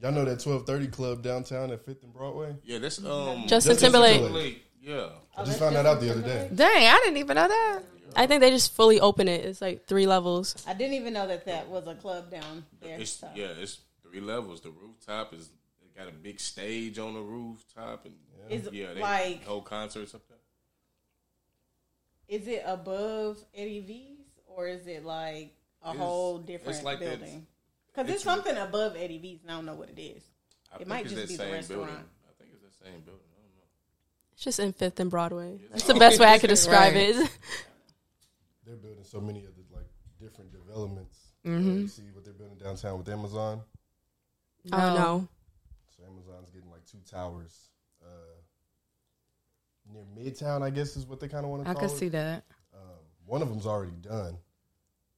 Speaker 1: Y'all know that twelve thirty club downtown at Fifth and Broadway.
Speaker 9: Yeah, that's um.
Speaker 7: Justin
Speaker 1: Justin
Speaker 7: Timberlake.
Speaker 1: Timberlake.
Speaker 9: Timberlake. Yeah.
Speaker 1: I just found that out the other day.
Speaker 8: Dang, I didn't even know that.
Speaker 7: I think they just fully open it. It's like three levels.
Speaker 10: I didn't even know that that was a club down there.
Speaker 9: It's
Speaker 10: so.
Speaker 9: yeah. It's three levels. The rooftop is it got a big stage on the rooftop and
Speaker 10: Is it
Speaker 9: yeah, they
Speaker 10: like-
Speaker 9: whole concerts up there.
Speaker 10: Is it above Eddie V's or is it like a
Speaker 9: It's-
Speaker 10: whole
Speaker 9: it's
Speaker 10: different
Speaker 9: like that-
Speaker 10: building? Because
Speaker 9: it's-
Speaker 10: it's something above Eddie V's, and I don't know what it is.
Speaker 9: I
Speaker 10: It might
Speaker 9: it's
Speaker 10: just be the restaurant.
Speaker 9: building. I think it's the same building. I don't know.
Speaker 7: It's just in Fifth and Broadway. That's the best way I could describe
Speaker 8: Right.
Speaker 7: it.
Speaker 1: They're building so many of the like different developments.
Speaker 8: Mm-hmm.
Speaker 1: Uh, You see what they're building downtown with Amazon.
Speaker 7: I don't know.
Speaker 1: So Amazon's getting like two towers uh, near Midtown, I guess is what they kind of want to
Speaker 8: I
Speaker 1: call
Speaker 8: could
Speaker 1: it. Um,
Speaker 8: see that.
Speaker 1: One of them's already done,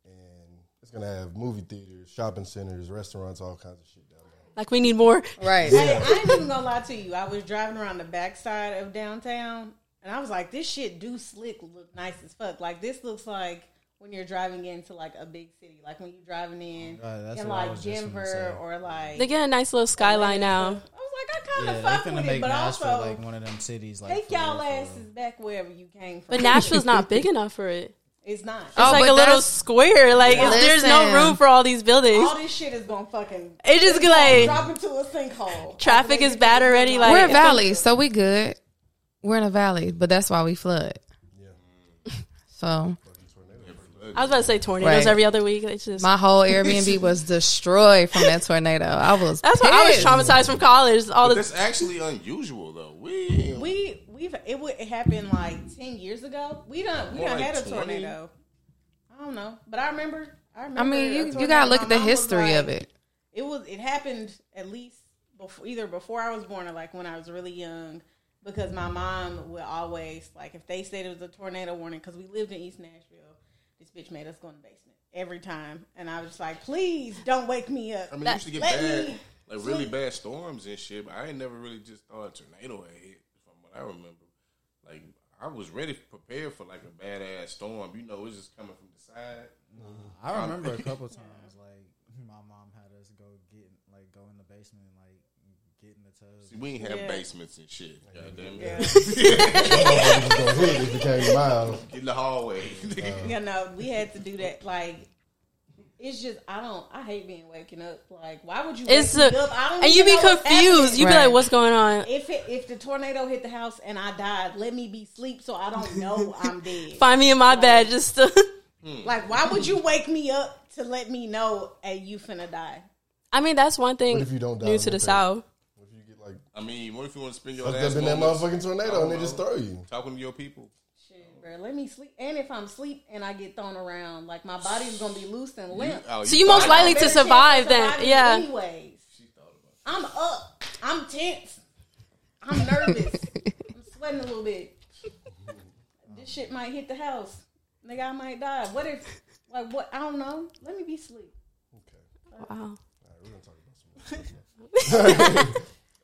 Speaker 1: and it's gonna have movie theaters, shopping centers, restaurants, all kinds of shit down there.
Speaker 7: Like we need more.
Speaker 8: Right.
Speaker 10: Hey, I ain't even gonna lie to you. I was driving around the backside of downtown, and I was like, "This shit do slick look nice as fuck. Like this looks like when you're driving into like a big city, like when you're driving in
Speaker 6: Oh God, that's
Speaker 10: in
Speaker 6: what I
Speaker 10: like
Speaker 6: was just gonna
Speaker 10: Denver
Speaker 6: say.
Speaker 10: or like."
Speaker 7: They get a nice little skyline
Speaker 10: I
Speaker 7: now.
Speaker 10: was like, I kind
Speaker 6: Yeah,
Speaker 10: of
Speaker 6: they
Speaker 10: fuck
Speaker 6: finna
Speaker 10: with
Speaker 6: make
Speaker 10: it, but
Speaker 6: Nashville
Speaker 10: also
Speaker 6: like one of them cities. Like
Speaker 10: take
Speaker 6: for real,
Speaker 10: y'all
Speaker 6: for real.
Speaker 10: asses back wherever you came from.
Speaker 7: But Nashville's not big enough for it. It's
Speaker 10: it's not.
Speaker 8: Oh,
Speaker 7: like
Speaker 8: but
Speaker 7: a little
Speaker 8: that's-
Speaker 7: square. Like it's- there's no
Speaker 8: Listen.
Speaker 7: room for all these buildings.
Speaker 10: All this shit is gonna fucking
Speaker 7: It just like
Speaker 10: drop into a sinkhole.
Speaker 7: traffic is bad already. Like
Speaker 8: We're a valley, so we good. We're in a valley, but that's why we flood. So
Speaker 7: I was about to say tornadoes
Speaker 8: Right.
Speaker 7: every other week. It's just
Speaker 8: my whole Airbnb was destroyed from that tornado. I was
Speaker 7: that's why I was
Speaker 8: pissed.
Speaker 7: traumatized from college. All the
Speaker 9: But that's actually unusual though. We,
Speaker 10: We we've it would it happened like ten years ago. We done we
Speaker 9: More
Speaker 10: done
Speaker 9: like
Speaker 10: had a
Speaker 9: 20.
Speaker 10: tornado. I don't know, but I remember. I remember.
Speaker 8: I mean,
Speaker 10: a
Speaker 8: you, you
Speaker 10: tornado.
Speaker 8: gotta look
Speaker 10: My
Speaker 8: at the
Speaker 10: mom was
Speaker 8: history
Speaker 10: like-
Speaker 8: of it.
Speaker 10: It was it happened at least before either before I was born or like when I was really young. Because my mom would always like if they said it was a tornado warning because we lived in East Nashville, this bitch made us go in the basement every time, and I was just like, please don't wake me up.
Speaker 9: I mean, you
Speaker 10: Let-
Speaker 9: used to get
Speaker 10: let
Speaker 9: bad,
Speaker 10: me
Speaker 9: like really
Speaker 10: sleep.
Speaker 9: bad storms and shit. But I ain't never really just thought a tornado had hit, from what I remember. Like I was ready, prepared for like a badass storm. You know, it's just coming from the side.
Speaker 6: I remember a couple times, like my mom us go get like go in the basement and like get in the tub.
Speaker 9: See, we ain't have
Speaker 10: Yeah.
Speaker 9: basements and shit. God damn it.
Speaker 10: Yeah.
Speaker 1: It became mild.
Speaker 9: Get in the hallway.
Speaker 6: Uh,
Speaker 10: you know, we had to do that. Like, it's just I don't. I hate being waking up. Like, why would you?
Speaker 7: It's
Speaker 10: wake
Speaker 7: a,
Speaker 10: me up? I don't
Speaker 7: and you
Speaker 10: even know
Speaker 7: be
Speaker 10: what's
Speaker 7: confused. You be
Speaker 8: Right.
Speaker 7: like, what's going on?
Speaker 10: happening. If it, if the tornado hit the house and I died, let me be sleep so I don't know I'm dead.
Speaker 7: Find me in my bed just to.
Speaker 10: Like, why would you wake me up to let me know hey, you finna die?
Speaker 7: I mean, that's one thing
Speaker 1: What if you don't die
Speaker 7: new
Speaker 1: in
Speaker 7: to
Speaker 1: the
Speaker 7: the
Speaker 1: bed?
Speaker 7: South.
Speaker 1: If you get like
Speaker 9: I mean, what if you want to spend your
Speaker 1: fucked
Speaker 9: last
Speaker 1: up in that
Speaker 9: moments
Speaker 1: motherfucking tornado and they just throw you.
Speaker 9: talking to your people?
Speaker 10: Shit, bro, let me sleep. And if I'm sleep and I get thrown around, like my body's gonna be loose and
Speaker 9: You-
Speaker 10: limp.
Speaker 9: oh,
Speaker 7: So you most
Speaker 9: thought-
Speaker 7: likely to
Speaker 10: Better chance
Speaker 7: survive
Speaker 10: of
Speaker 7: then.
Speaker 10: surviving
Speaker 7: Yeah.
Speaker 10: Anyways, I'm up. I'm tense. I'm nervous. I'm sweating a little bit. This shit might hit the house. Nigga, I might die. What if? Like what? I don't know. Let me be sleep.
Speaker 7: Wow.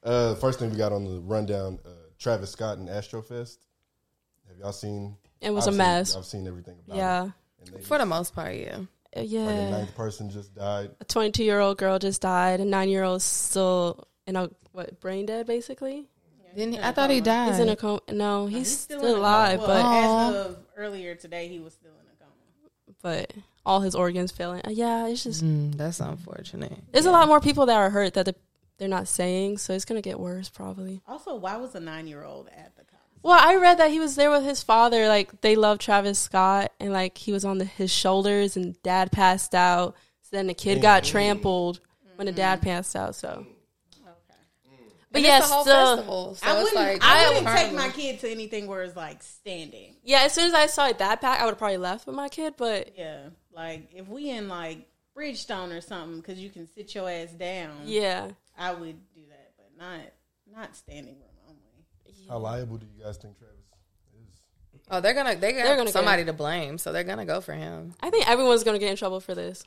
Speaker 1: Uh, first thing we got on the rundown: uh, Travis Scott and Astrofest. Have y'all seen?
Speaker 7: It was
Speaker 1: I've
Speaker 7: a
Speaker 1: seen-
Speaker 7: mess.
Speaker 1: I've seen everything about it.
Speaker 7: Yeah.
Speaker 1: And they
Speaker 8: For the most part, yeah.
Speaker 7: Uh,
Speaker 1: like a
Speaker 7: Yeah.
Speaker 1: ninth person just died.
Speaker 7: A 22 year old girl just died. A nine year old still in a, what, brain dead basically?
Speaker 8: Then I thought he died.
Speaker 7: He's in a coma. No, he's, still,
Speaker 10: in a coma.
Speaker 7: alive,
Speaker 10: Well,
Speaker 7: but,
Speaker 10: as of earlier today, he was still in a coma.
Speaker 7: but all his organs failing. Uh, yeah, it's just,
Speaker 8: Mm, that's unfortunate.
Speaker 7: there's a lot more people that are hurt that the, they're not saying, so it's going to get worse probably.
Speaker 10: Also, why was a nine-year-old at the concert?
Speaker 7: Well, I read that he was there with his father. Like they love Travis Scott, and like he was on the, his shoulders, and dad passed out. So then the kid got trampled when the
Speaker 10: Mm-hmm.
Speaker 7: dad passed out. So, but yeah,
Speaker 8: It's the whole
Speaker 7: still,
Speaker 8: festival. So
Speaker 10: I
Speaker 8: it's
Speaker 10: wouldn't.
Speaker 8: like,
Speaker 10: I wouldn't take my kid to anything where it's like standing.
Speaker 7: yeah. As soon as I saw it that pack, I would have probably left with my kid. But
Speaker 10: Yeah, like if we in like Bridgestone or something, because you can sit your ass down.
Speaker 7: yeah,
Speaker 10: I would do that, but not not standing room only.
Speaker 1: How liable do you guys think Travis is?
Speaker 8: Oh, they're gonna they got
Speaker 7: They're gonna
Speaker 8: somebody to blame, so they're gonna go for him.
Speaker 7: I think everyone's gonna get in trouble for this.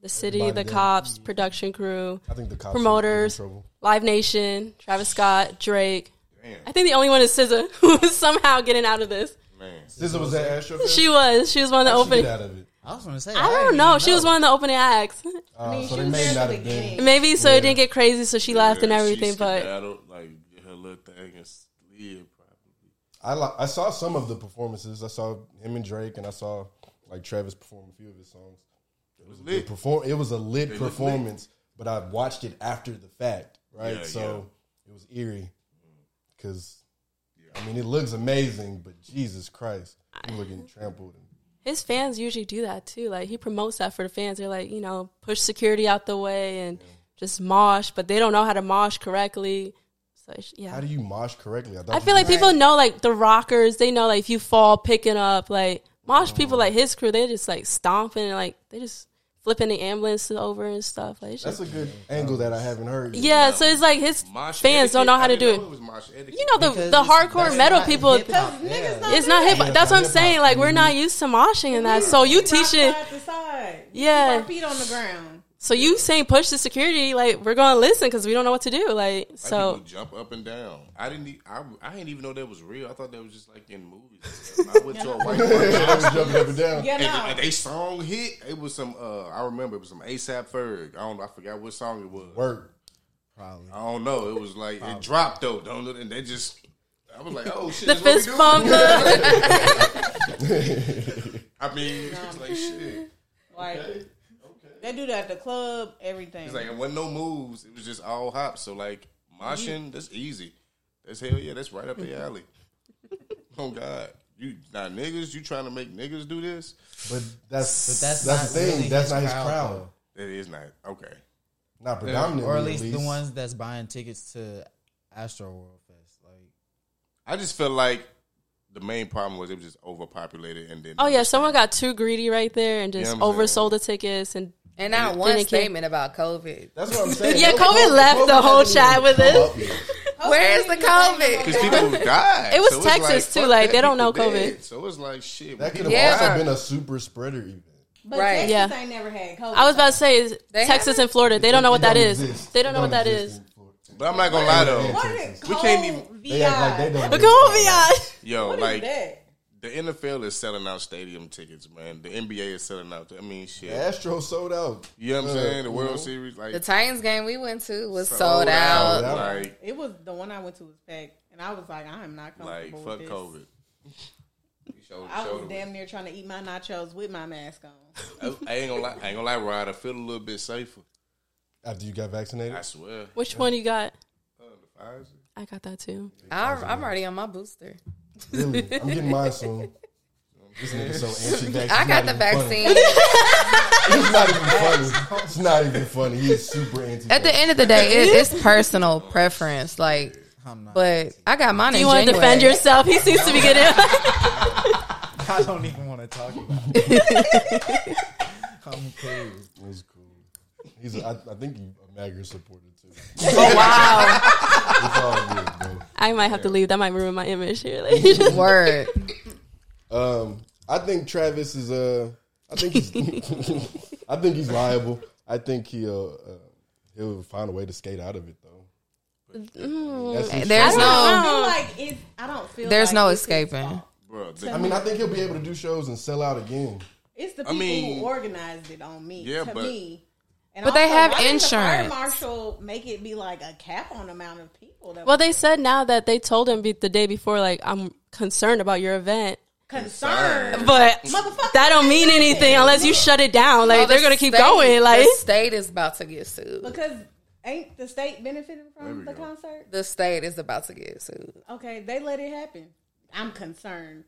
Speaker 7: The city,
Speaker 1: Everybody
Speaker 7: the
Speaker 1: did.
Speaker 7: cops, production crew,
Speaker 1: I think the cops are
Speaker 7: Promoters.
Speaker 1: in trouble.
Speaker 7: Live Nation, Travis Scott, Drake.
Speaker 9: Damn,
Speaker 7: I think the only one is SZA who is somehow getting out of this.
Speaker 9: man.
Speaker 1: SZA was at Astrofest.
Speaker 7: She was, she was one of the
Speaker 1: How'd she
Speaker 7: opening.
Speaker 1: get out of it.
Speaker 6: I was gonna say
Speaker 7: I don't know. She was one of the opening acts.
Speaker 1: Uh,
Speaker 10: I mean,
Speaker 1: so
Speaker 10: she
Speaker 1: they
Speaker 10: was
Speaker 1: may
Speaker 10: there
Speaker 1: not
Speaker 10: for
Speaker 1: have
Speaker 10: the
Speaker 1: been.
Speaker 10: game.
Speaker 7: Maybe so
Speaker 1: Yeah.
Speaker 7: it didn't get crazy, so she laughed and
Speaker 9: Yeah, she
Speaker 7: everything. But
Speaker 9: skedaddled, like her little thing and slid probably.
Speaker 1: I li- I saw some of the performances. I saw him and Drake, and I saw like Travis perform a few of his songs. It was,
Speaker 9: was lit.
Speaker 1: A perform- it was a lit
Speaker 9: looked lit.
Speaker 1: performance, but I watched it after the fact, right?
Speaker 9: Yeah,
Speaker 1: so it was eerie because I mean it looks amazing, but Jesus Christ, you looking trampled. And,
Speaker 7: his fans usually do that too. Like he promotes that for the fans. They're like, you know, push security out the way and just mosh, but they don't know how to mosh correctly. So it's-
Speaker 1: how
Speaker 7: yeah,
Speaker 1: do you mosh correctly? thought
Speaker 7: I
Speaker 1: you
Speaker 7: feel like
Speaker 1: did.
Speaker 7: people know like the rockers. They know like if you fall picking up, like mosh people like his crew, they're just like stomping and like they just flipping the ambulance over and stuff. Like it's
Speaker 1: that's
Speaker 7: just,
Speaker 1: a good angle that I haven't heard. yet.
Speaker 7: yeah, so it's like his
Speaker 9: Mosh
Speaker 7: fans don't
Speaker 9: etiquette?
Speaker 7: know how
Speaker 9: I
Speaker 7: to
Speaker 9: didn't
Speaker 7: do
Speaker 9: know
Speaker 7: it.
Speaker 9: was mosh etiquette.
Speaker 7: You know the the hardcore metal people.
Speaker 10: Niggas
Speaker 7: It's not hip.
Speaker 1: Yeah,
Speaker 7: that's what I'm
Speaker 1: hip-hop.
Speaker 7: saying. Like we're not used to moshing and that. So you teaching,
Speaker 10: side to side.
Speaker 7: Yeah.
Speaker 10: Keep our feet on the ground.
Speaker 7: so you saying push the security. Like we're going to listen because we don't know what to do. Like
Speaker 9: Like
Speaker 7: so,
Speaker 9: people jump up and down. I didn't. e- I I didn't even know that was real. I thought that was just like in movies. I went to a white
Speaker 1: I was jumping up and down.
Speaker 10: Yeah,
Speaker 9: And,
Speaker 10: no.
Speaker 9: and they song hit. It was some. Uh, I remember it was some ASAP Ferg. I don't. I forgot what song it was.
Speaker 1: Work.
Speaker 6: probably.
Speaker 9: I don't know. It was like it dropped though. Don't look. And they just. I was like, oh shit.
Speaker 7: the
Speaker 9: that's what we
Speaker 7: fist
Speaker 9: doing?
Speaker 7: bump. uh,
Speaker 9: I mean, it's like shit.
Speaker 10: Like they do that at the club. Everything.
Speaker 9: It's like it wasn't no moves. It was just all hops. So like moshing, that's easy. That's hell yeah. That's right up
Speaker 7: Mm-hmm.
Speaker 9: the alley. oh God, you not niggas. You trying to make niggas do this?
Speaker 1: But
Speaker 6: But
Speaker 1: that's that's,
Speaker 6: that's not
Speaker 1: the thing.
Speaker 6: really
Speaker 1: that's
Speaker 6: his
Speaker 1: not his crowd.
Speaker 6: crowd,
Speaker 9: That is not okay.
Speaker 1: Not predominantly,
Speaker 6: or at least, the ones that's buying tickets to Astro World Fest. Like
Speaker 9: I just feel like the main problem was it was just overpopulated and then
Speaker 7: oh yeah, someone got too greedy right there and just
Speaker 9: Yeah, I'm saying.
Speaker 7: oversold the tickets and
Speaker 8: And not one
Speaker 7: again-
Speaker 8: statement about COVID.
Speaker 1: That's what I'm saying.
Speaker 7: Yeah,
Speaker 1: Those
Speaker 7: COVID left the whole
Speaker 1: hasn't
Speaker 7: chat
Speaker 1: even
Speaker 7: with
Speaker 1: come
Speaker 7: it.
Speaker 1: up yet.
Speaker 8: Where is the COVID?
Speaker 9: because people died.
Speaker 7: It was
Speaker 9: it's
Speaker 7: Texas, too,
Speaker 9: fuck
Speaker 7: like,
Speaker 9: that,
Speaker 7: they don't know
Speaker 9: people
Speaker 7: COVID.
Speaker 9: dead. So it's like shit.
Speaker 1: That could have
Speaker 8: Yeah.
Speaker 1: also been a super spreader event.
Speaker 10: but
Speaker 8: Right.
Speaker 10: Texas
Speaker 7: Yeah.
Speaker 10: ain't never had COVID.
Speaker 7: I was about to say is
Speaker 8: They
Speaker 7: Texas
Speaker 8: haven't?
Speaker 7: and Florida. They don't know what
Speaker 1: It
Speaker 7: that is.
Speaker 1: exist.
Speaker 7: They don't
Speaker 1: It
Speaker 7: know what that
Speaker 1: exist
Speaker 7: is.
Speaker 1: in Florida.
Speaker 9: but I'm not gonna lie
Speaker 10: What
Speaker 9: though.
Speaker 10: is
Speaker 9: Oh, We
Speaker 10: we
Speaker 9: can't
Speaker 10: can't
Speaker 9: even-
Speaker 10: even.
Speaker 1: They act like they don't.
Speaker 7: But Come on, Vion.
Speaker 9: Yo,
Speaker 10: What is
Speaker 9: like
Speaker 10: that?
Speaker 9: The NFL is selling out stadium tickets, man. The NBA is selling out. I mean, shit.
Speaker 1: The Astros sold out.
Speaker 9: You know what I'm
Speaker 1: Uh,
Speaker 9: saying? The
Speaker 1: you
Speaker 9: World
Speaker 1: know?
Speaker 9: Series, like
Speaker 8: The Titans game we went to was sold out.
Speaker 9: Like,
Speaker 10: It was the one I went to was packed, and I was like, I am not
Speaker 9: like
Speaker 10: comfortable
Speaker 9: fuck
Speaker 10: with this.
Speaker 9: COVID.
Speaker 10: I was damn near trying to eat my nachos with my mask on.
Speaker 9: I, I ain't gonna lie. I ain't gonna lie, Rod. I feel a little bit safer.
Speaker 1: After you got vaccinated?
Speaker 9: I swear.
Speaker 7: Which one you got?
Speaker 9: Uh, the Pfizer.
Speaker 7: I got that too.
Speaker 8: I, I'm already on my booster.
Speaker 1: Really? I'm getting mine soon. This nigga so anti-vax.
Speaker 8: I
Speaker 1: It's not
Speaker 8: got the
Speaker 1: even funny.
Speaker 8: vaccine.
Speaker 1: It's not even funny. It's not even funny. He's super anti.
Speaker 8: At the end of the day, it, it's personal preference. Like, but I got mine in
Speaker 7: You want to
Speaker 8: January.
Speaker 7: defend yourself? He seems to be getting.
Speaker 6: I don't even want to talk about it. I'm cool.
Speaker 1: That's cool. He's. A, I, I think you a MAGA supporter too.
Speaker 7: Oh, wow.
Speaker 1: It's all good, bro.
Speaker 7: I might have to leave. That might ruin my image here. Like,
Speaker 8: Word.
Speaker 1: Um, I think Travis is. Uh, I think he's. I think he's liable. I think he'll. Uh, he'll find a way to skate out of it though.
Speaker 7: Mm.
Speaker 1: That's his
Speaker 8: There's
Speaker 1: shit.
Speaker 8: no,
Speaker 10: I feel like it's, I don't feel
Speaker 8: there's
Speaker 10: like
Speaker 8: no
Speaker 10: it's his
Speaker 8: escaping.
Speaker 10: fault.
Speaker 9: Bro, the-
Speaker 1: I mean, I think he'll be able to do shows and sell out again.
Speaker 10: It's the people
Speaker 9: mean-
Speaker 10: who organized it on me.
Speaker 9: Yeah,
Speaker 10: to
Speaker 9: but-
Speaker 10: me. And
Speaker 8: But they have
Speaker 10: why didn't the fire
Speaker 8: insurance.
Speaker 10: marshal make it be like a cap on the amount of people that
Speaker 7: well, they said now that they told him be- the day before, like, I'm concerned about your event.
Speaker 10: were concerned.
Speaker 7: But
Speaker 10: Motherfucker,
Speaker 7: that don't mean anything unless you shut it down. Like,
Speaker 8: Well,
Speaker 7: they're
Speaker 8: the
Speaker 7: going to keep
Speaker 8: state-
Speaker 7: going. Like,
Speaker 8: the state is about to get sued.
Speaker 10: Because ain't the state benefiting from the concert?
Speaker 8: The state is about to get sued.
Speaker 10: Okay, they let it happen. I'm concerned.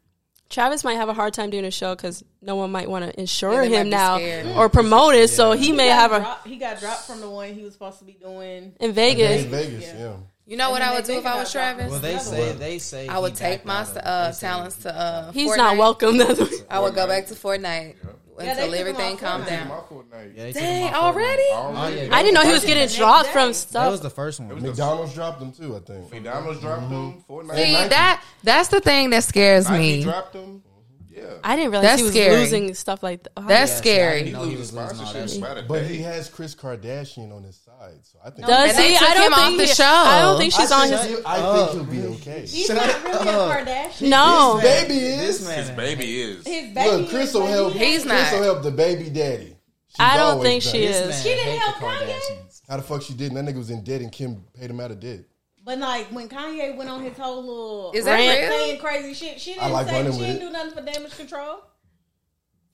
Speaker 7: Travis might have a hard time doing a show because no one might want to insure
Speaker 8: Yeah, they might
Speaker 7: him
Speaker 8: be
Speaker 7: now
Speaker 8: scared.
Speaker 7: or promote it. So he may
Speaker 10: He
Speaker 7: have
Speaker 10: got,
Speaker 7: a
Speaker 10: dropped, he got dropped from the one he was supposed to be doing.
Speaker 7: in Vegas.
Speaker 1: In Vegas, yeah.
Speaker 8: You know what
Speaker 10: then
Speaker 8: I
Speaker 10: they
Speaker 8: would do
Speaker 10: think
Speaker 8: if I was
Speaker 10: about dropping
Speaker 8: Travis?
Speaker 10: the
Speaker 6: Well, they
Speaker 10: other
Speaker 6: say
Speaker 10: one.
Speaker 6: they say
Speaker 8: I would
Speaker 6: he
Speaker 8: take
Speaker 6: backed
Speaker 8: my
Speaker 6: out of-
Speaker 8: uh,
Speaker 6: they say-
Speaker 8: talents to uh,
Speaker 7: He's
Speaker 8: Fortnite.
Speaker 7: not welcome. That's what-
Speaker 8: I would go back to Fortnite
Speaker 10: Yeah, they
Speaker 8: until
Speaker 10: took him
Speaker 8: everything
Speaker 10: off
Speaker 8: calmed
Speaker 10: Fortnite.
Speaker 8: down.
Speaker 9: my Fortnite.
Speaker 6: Yeah, they took him
Speaker 8: Dang,
Speaker 6: off Fortnite.
Speaker 8: already?
Speaker 6: Oh, yeah.
Speaker 7: I didn't know he was getting
Speaker 10: next
Speaker 7: dropped
Speaker 10: day.
Speaker 7: from
Speaker 6: That was
Speaker 7: stuff.
Speaker 6: the first one.
Speaker 1: McDonald's dropped them too. I think.
Speaker 9: McDonald's dropped
Speaker 6: Mm-hmm.
Speaker 9: them. Fortnite.
Speaker 8: See
Speaker 1: Nike.
Speaker 8: that that's the thing that scares
Speaker 9: Nike
Speaker 8: me.
Speaker 9: dropped them.
Speaker 10: Mm-hmm.
Speaker 9: Yeah.
Speaker 7: I didn't realize
Speaker 8: That's
Speaker 7: he was
Speaker 8: scary.
Speaker 7: losing stuff like that. Oh,
Speaker 8: That's
Speaker 6: Yeah, see, I
Speaker 8: scary.
Speaker 6: didn't know he was losing all that shit.
Speaker 1: But he has Chris Kardashian on his side, so I think.
Speaker 7: Does
Speaker 8: And they
Speaker 7: he?
Speaker 8: took
Speaker 7: I don't
Speaker 8: him off
Speaker 7: think
Speaker 8: the
Speaker 7: he-
Speaker 8: show.
Speaker 7: I don't think
Speaker 1: I
Speaker 7: she's on
Speaker 1: think
Speaker 7: his. Oh.
Speaker 1: he'll- I think he'll be okay.
Speaker 10: He's not really a Kardashian.
Speaker 7: No,
Speaker 1: Baby is.
Speaker 9: His baby is.
Speaker 10: His baby
Speaker 1: Look, Chris
Speaker 10: is
Speaker 1: will
Speaker 10: what he
Speaker 1: help.
Speaker 10: is.
Speaker 8: He's not.
Speaker 1: Chris will help the baby daddy. She's
Speaker 7: I don't
Speaker 1: always
Speaker 7: think
Speaker 1: done
Speaker 7: she
Speaker 1: it.
Speaker 7: is.
Speaker 10: She didn't help
Speaker 1: How the fuck she didn't? That nigga was in debt and Kim paid him out of debt.
Speaker 10: But like when Kanye went on his whole little
Speaker 8: Is that
Speaker 7: Rant.
Speaker 8: real?
Speaker 10: saying crazy shit, she
Speaker 1: I
Speaker 10: didn't
Speaker 1: like running
Speaker 10: say she
Speaker 1: with
Speaker 10: didn't
Speaker 1: it.
Speaker 10: do nothing for damage control.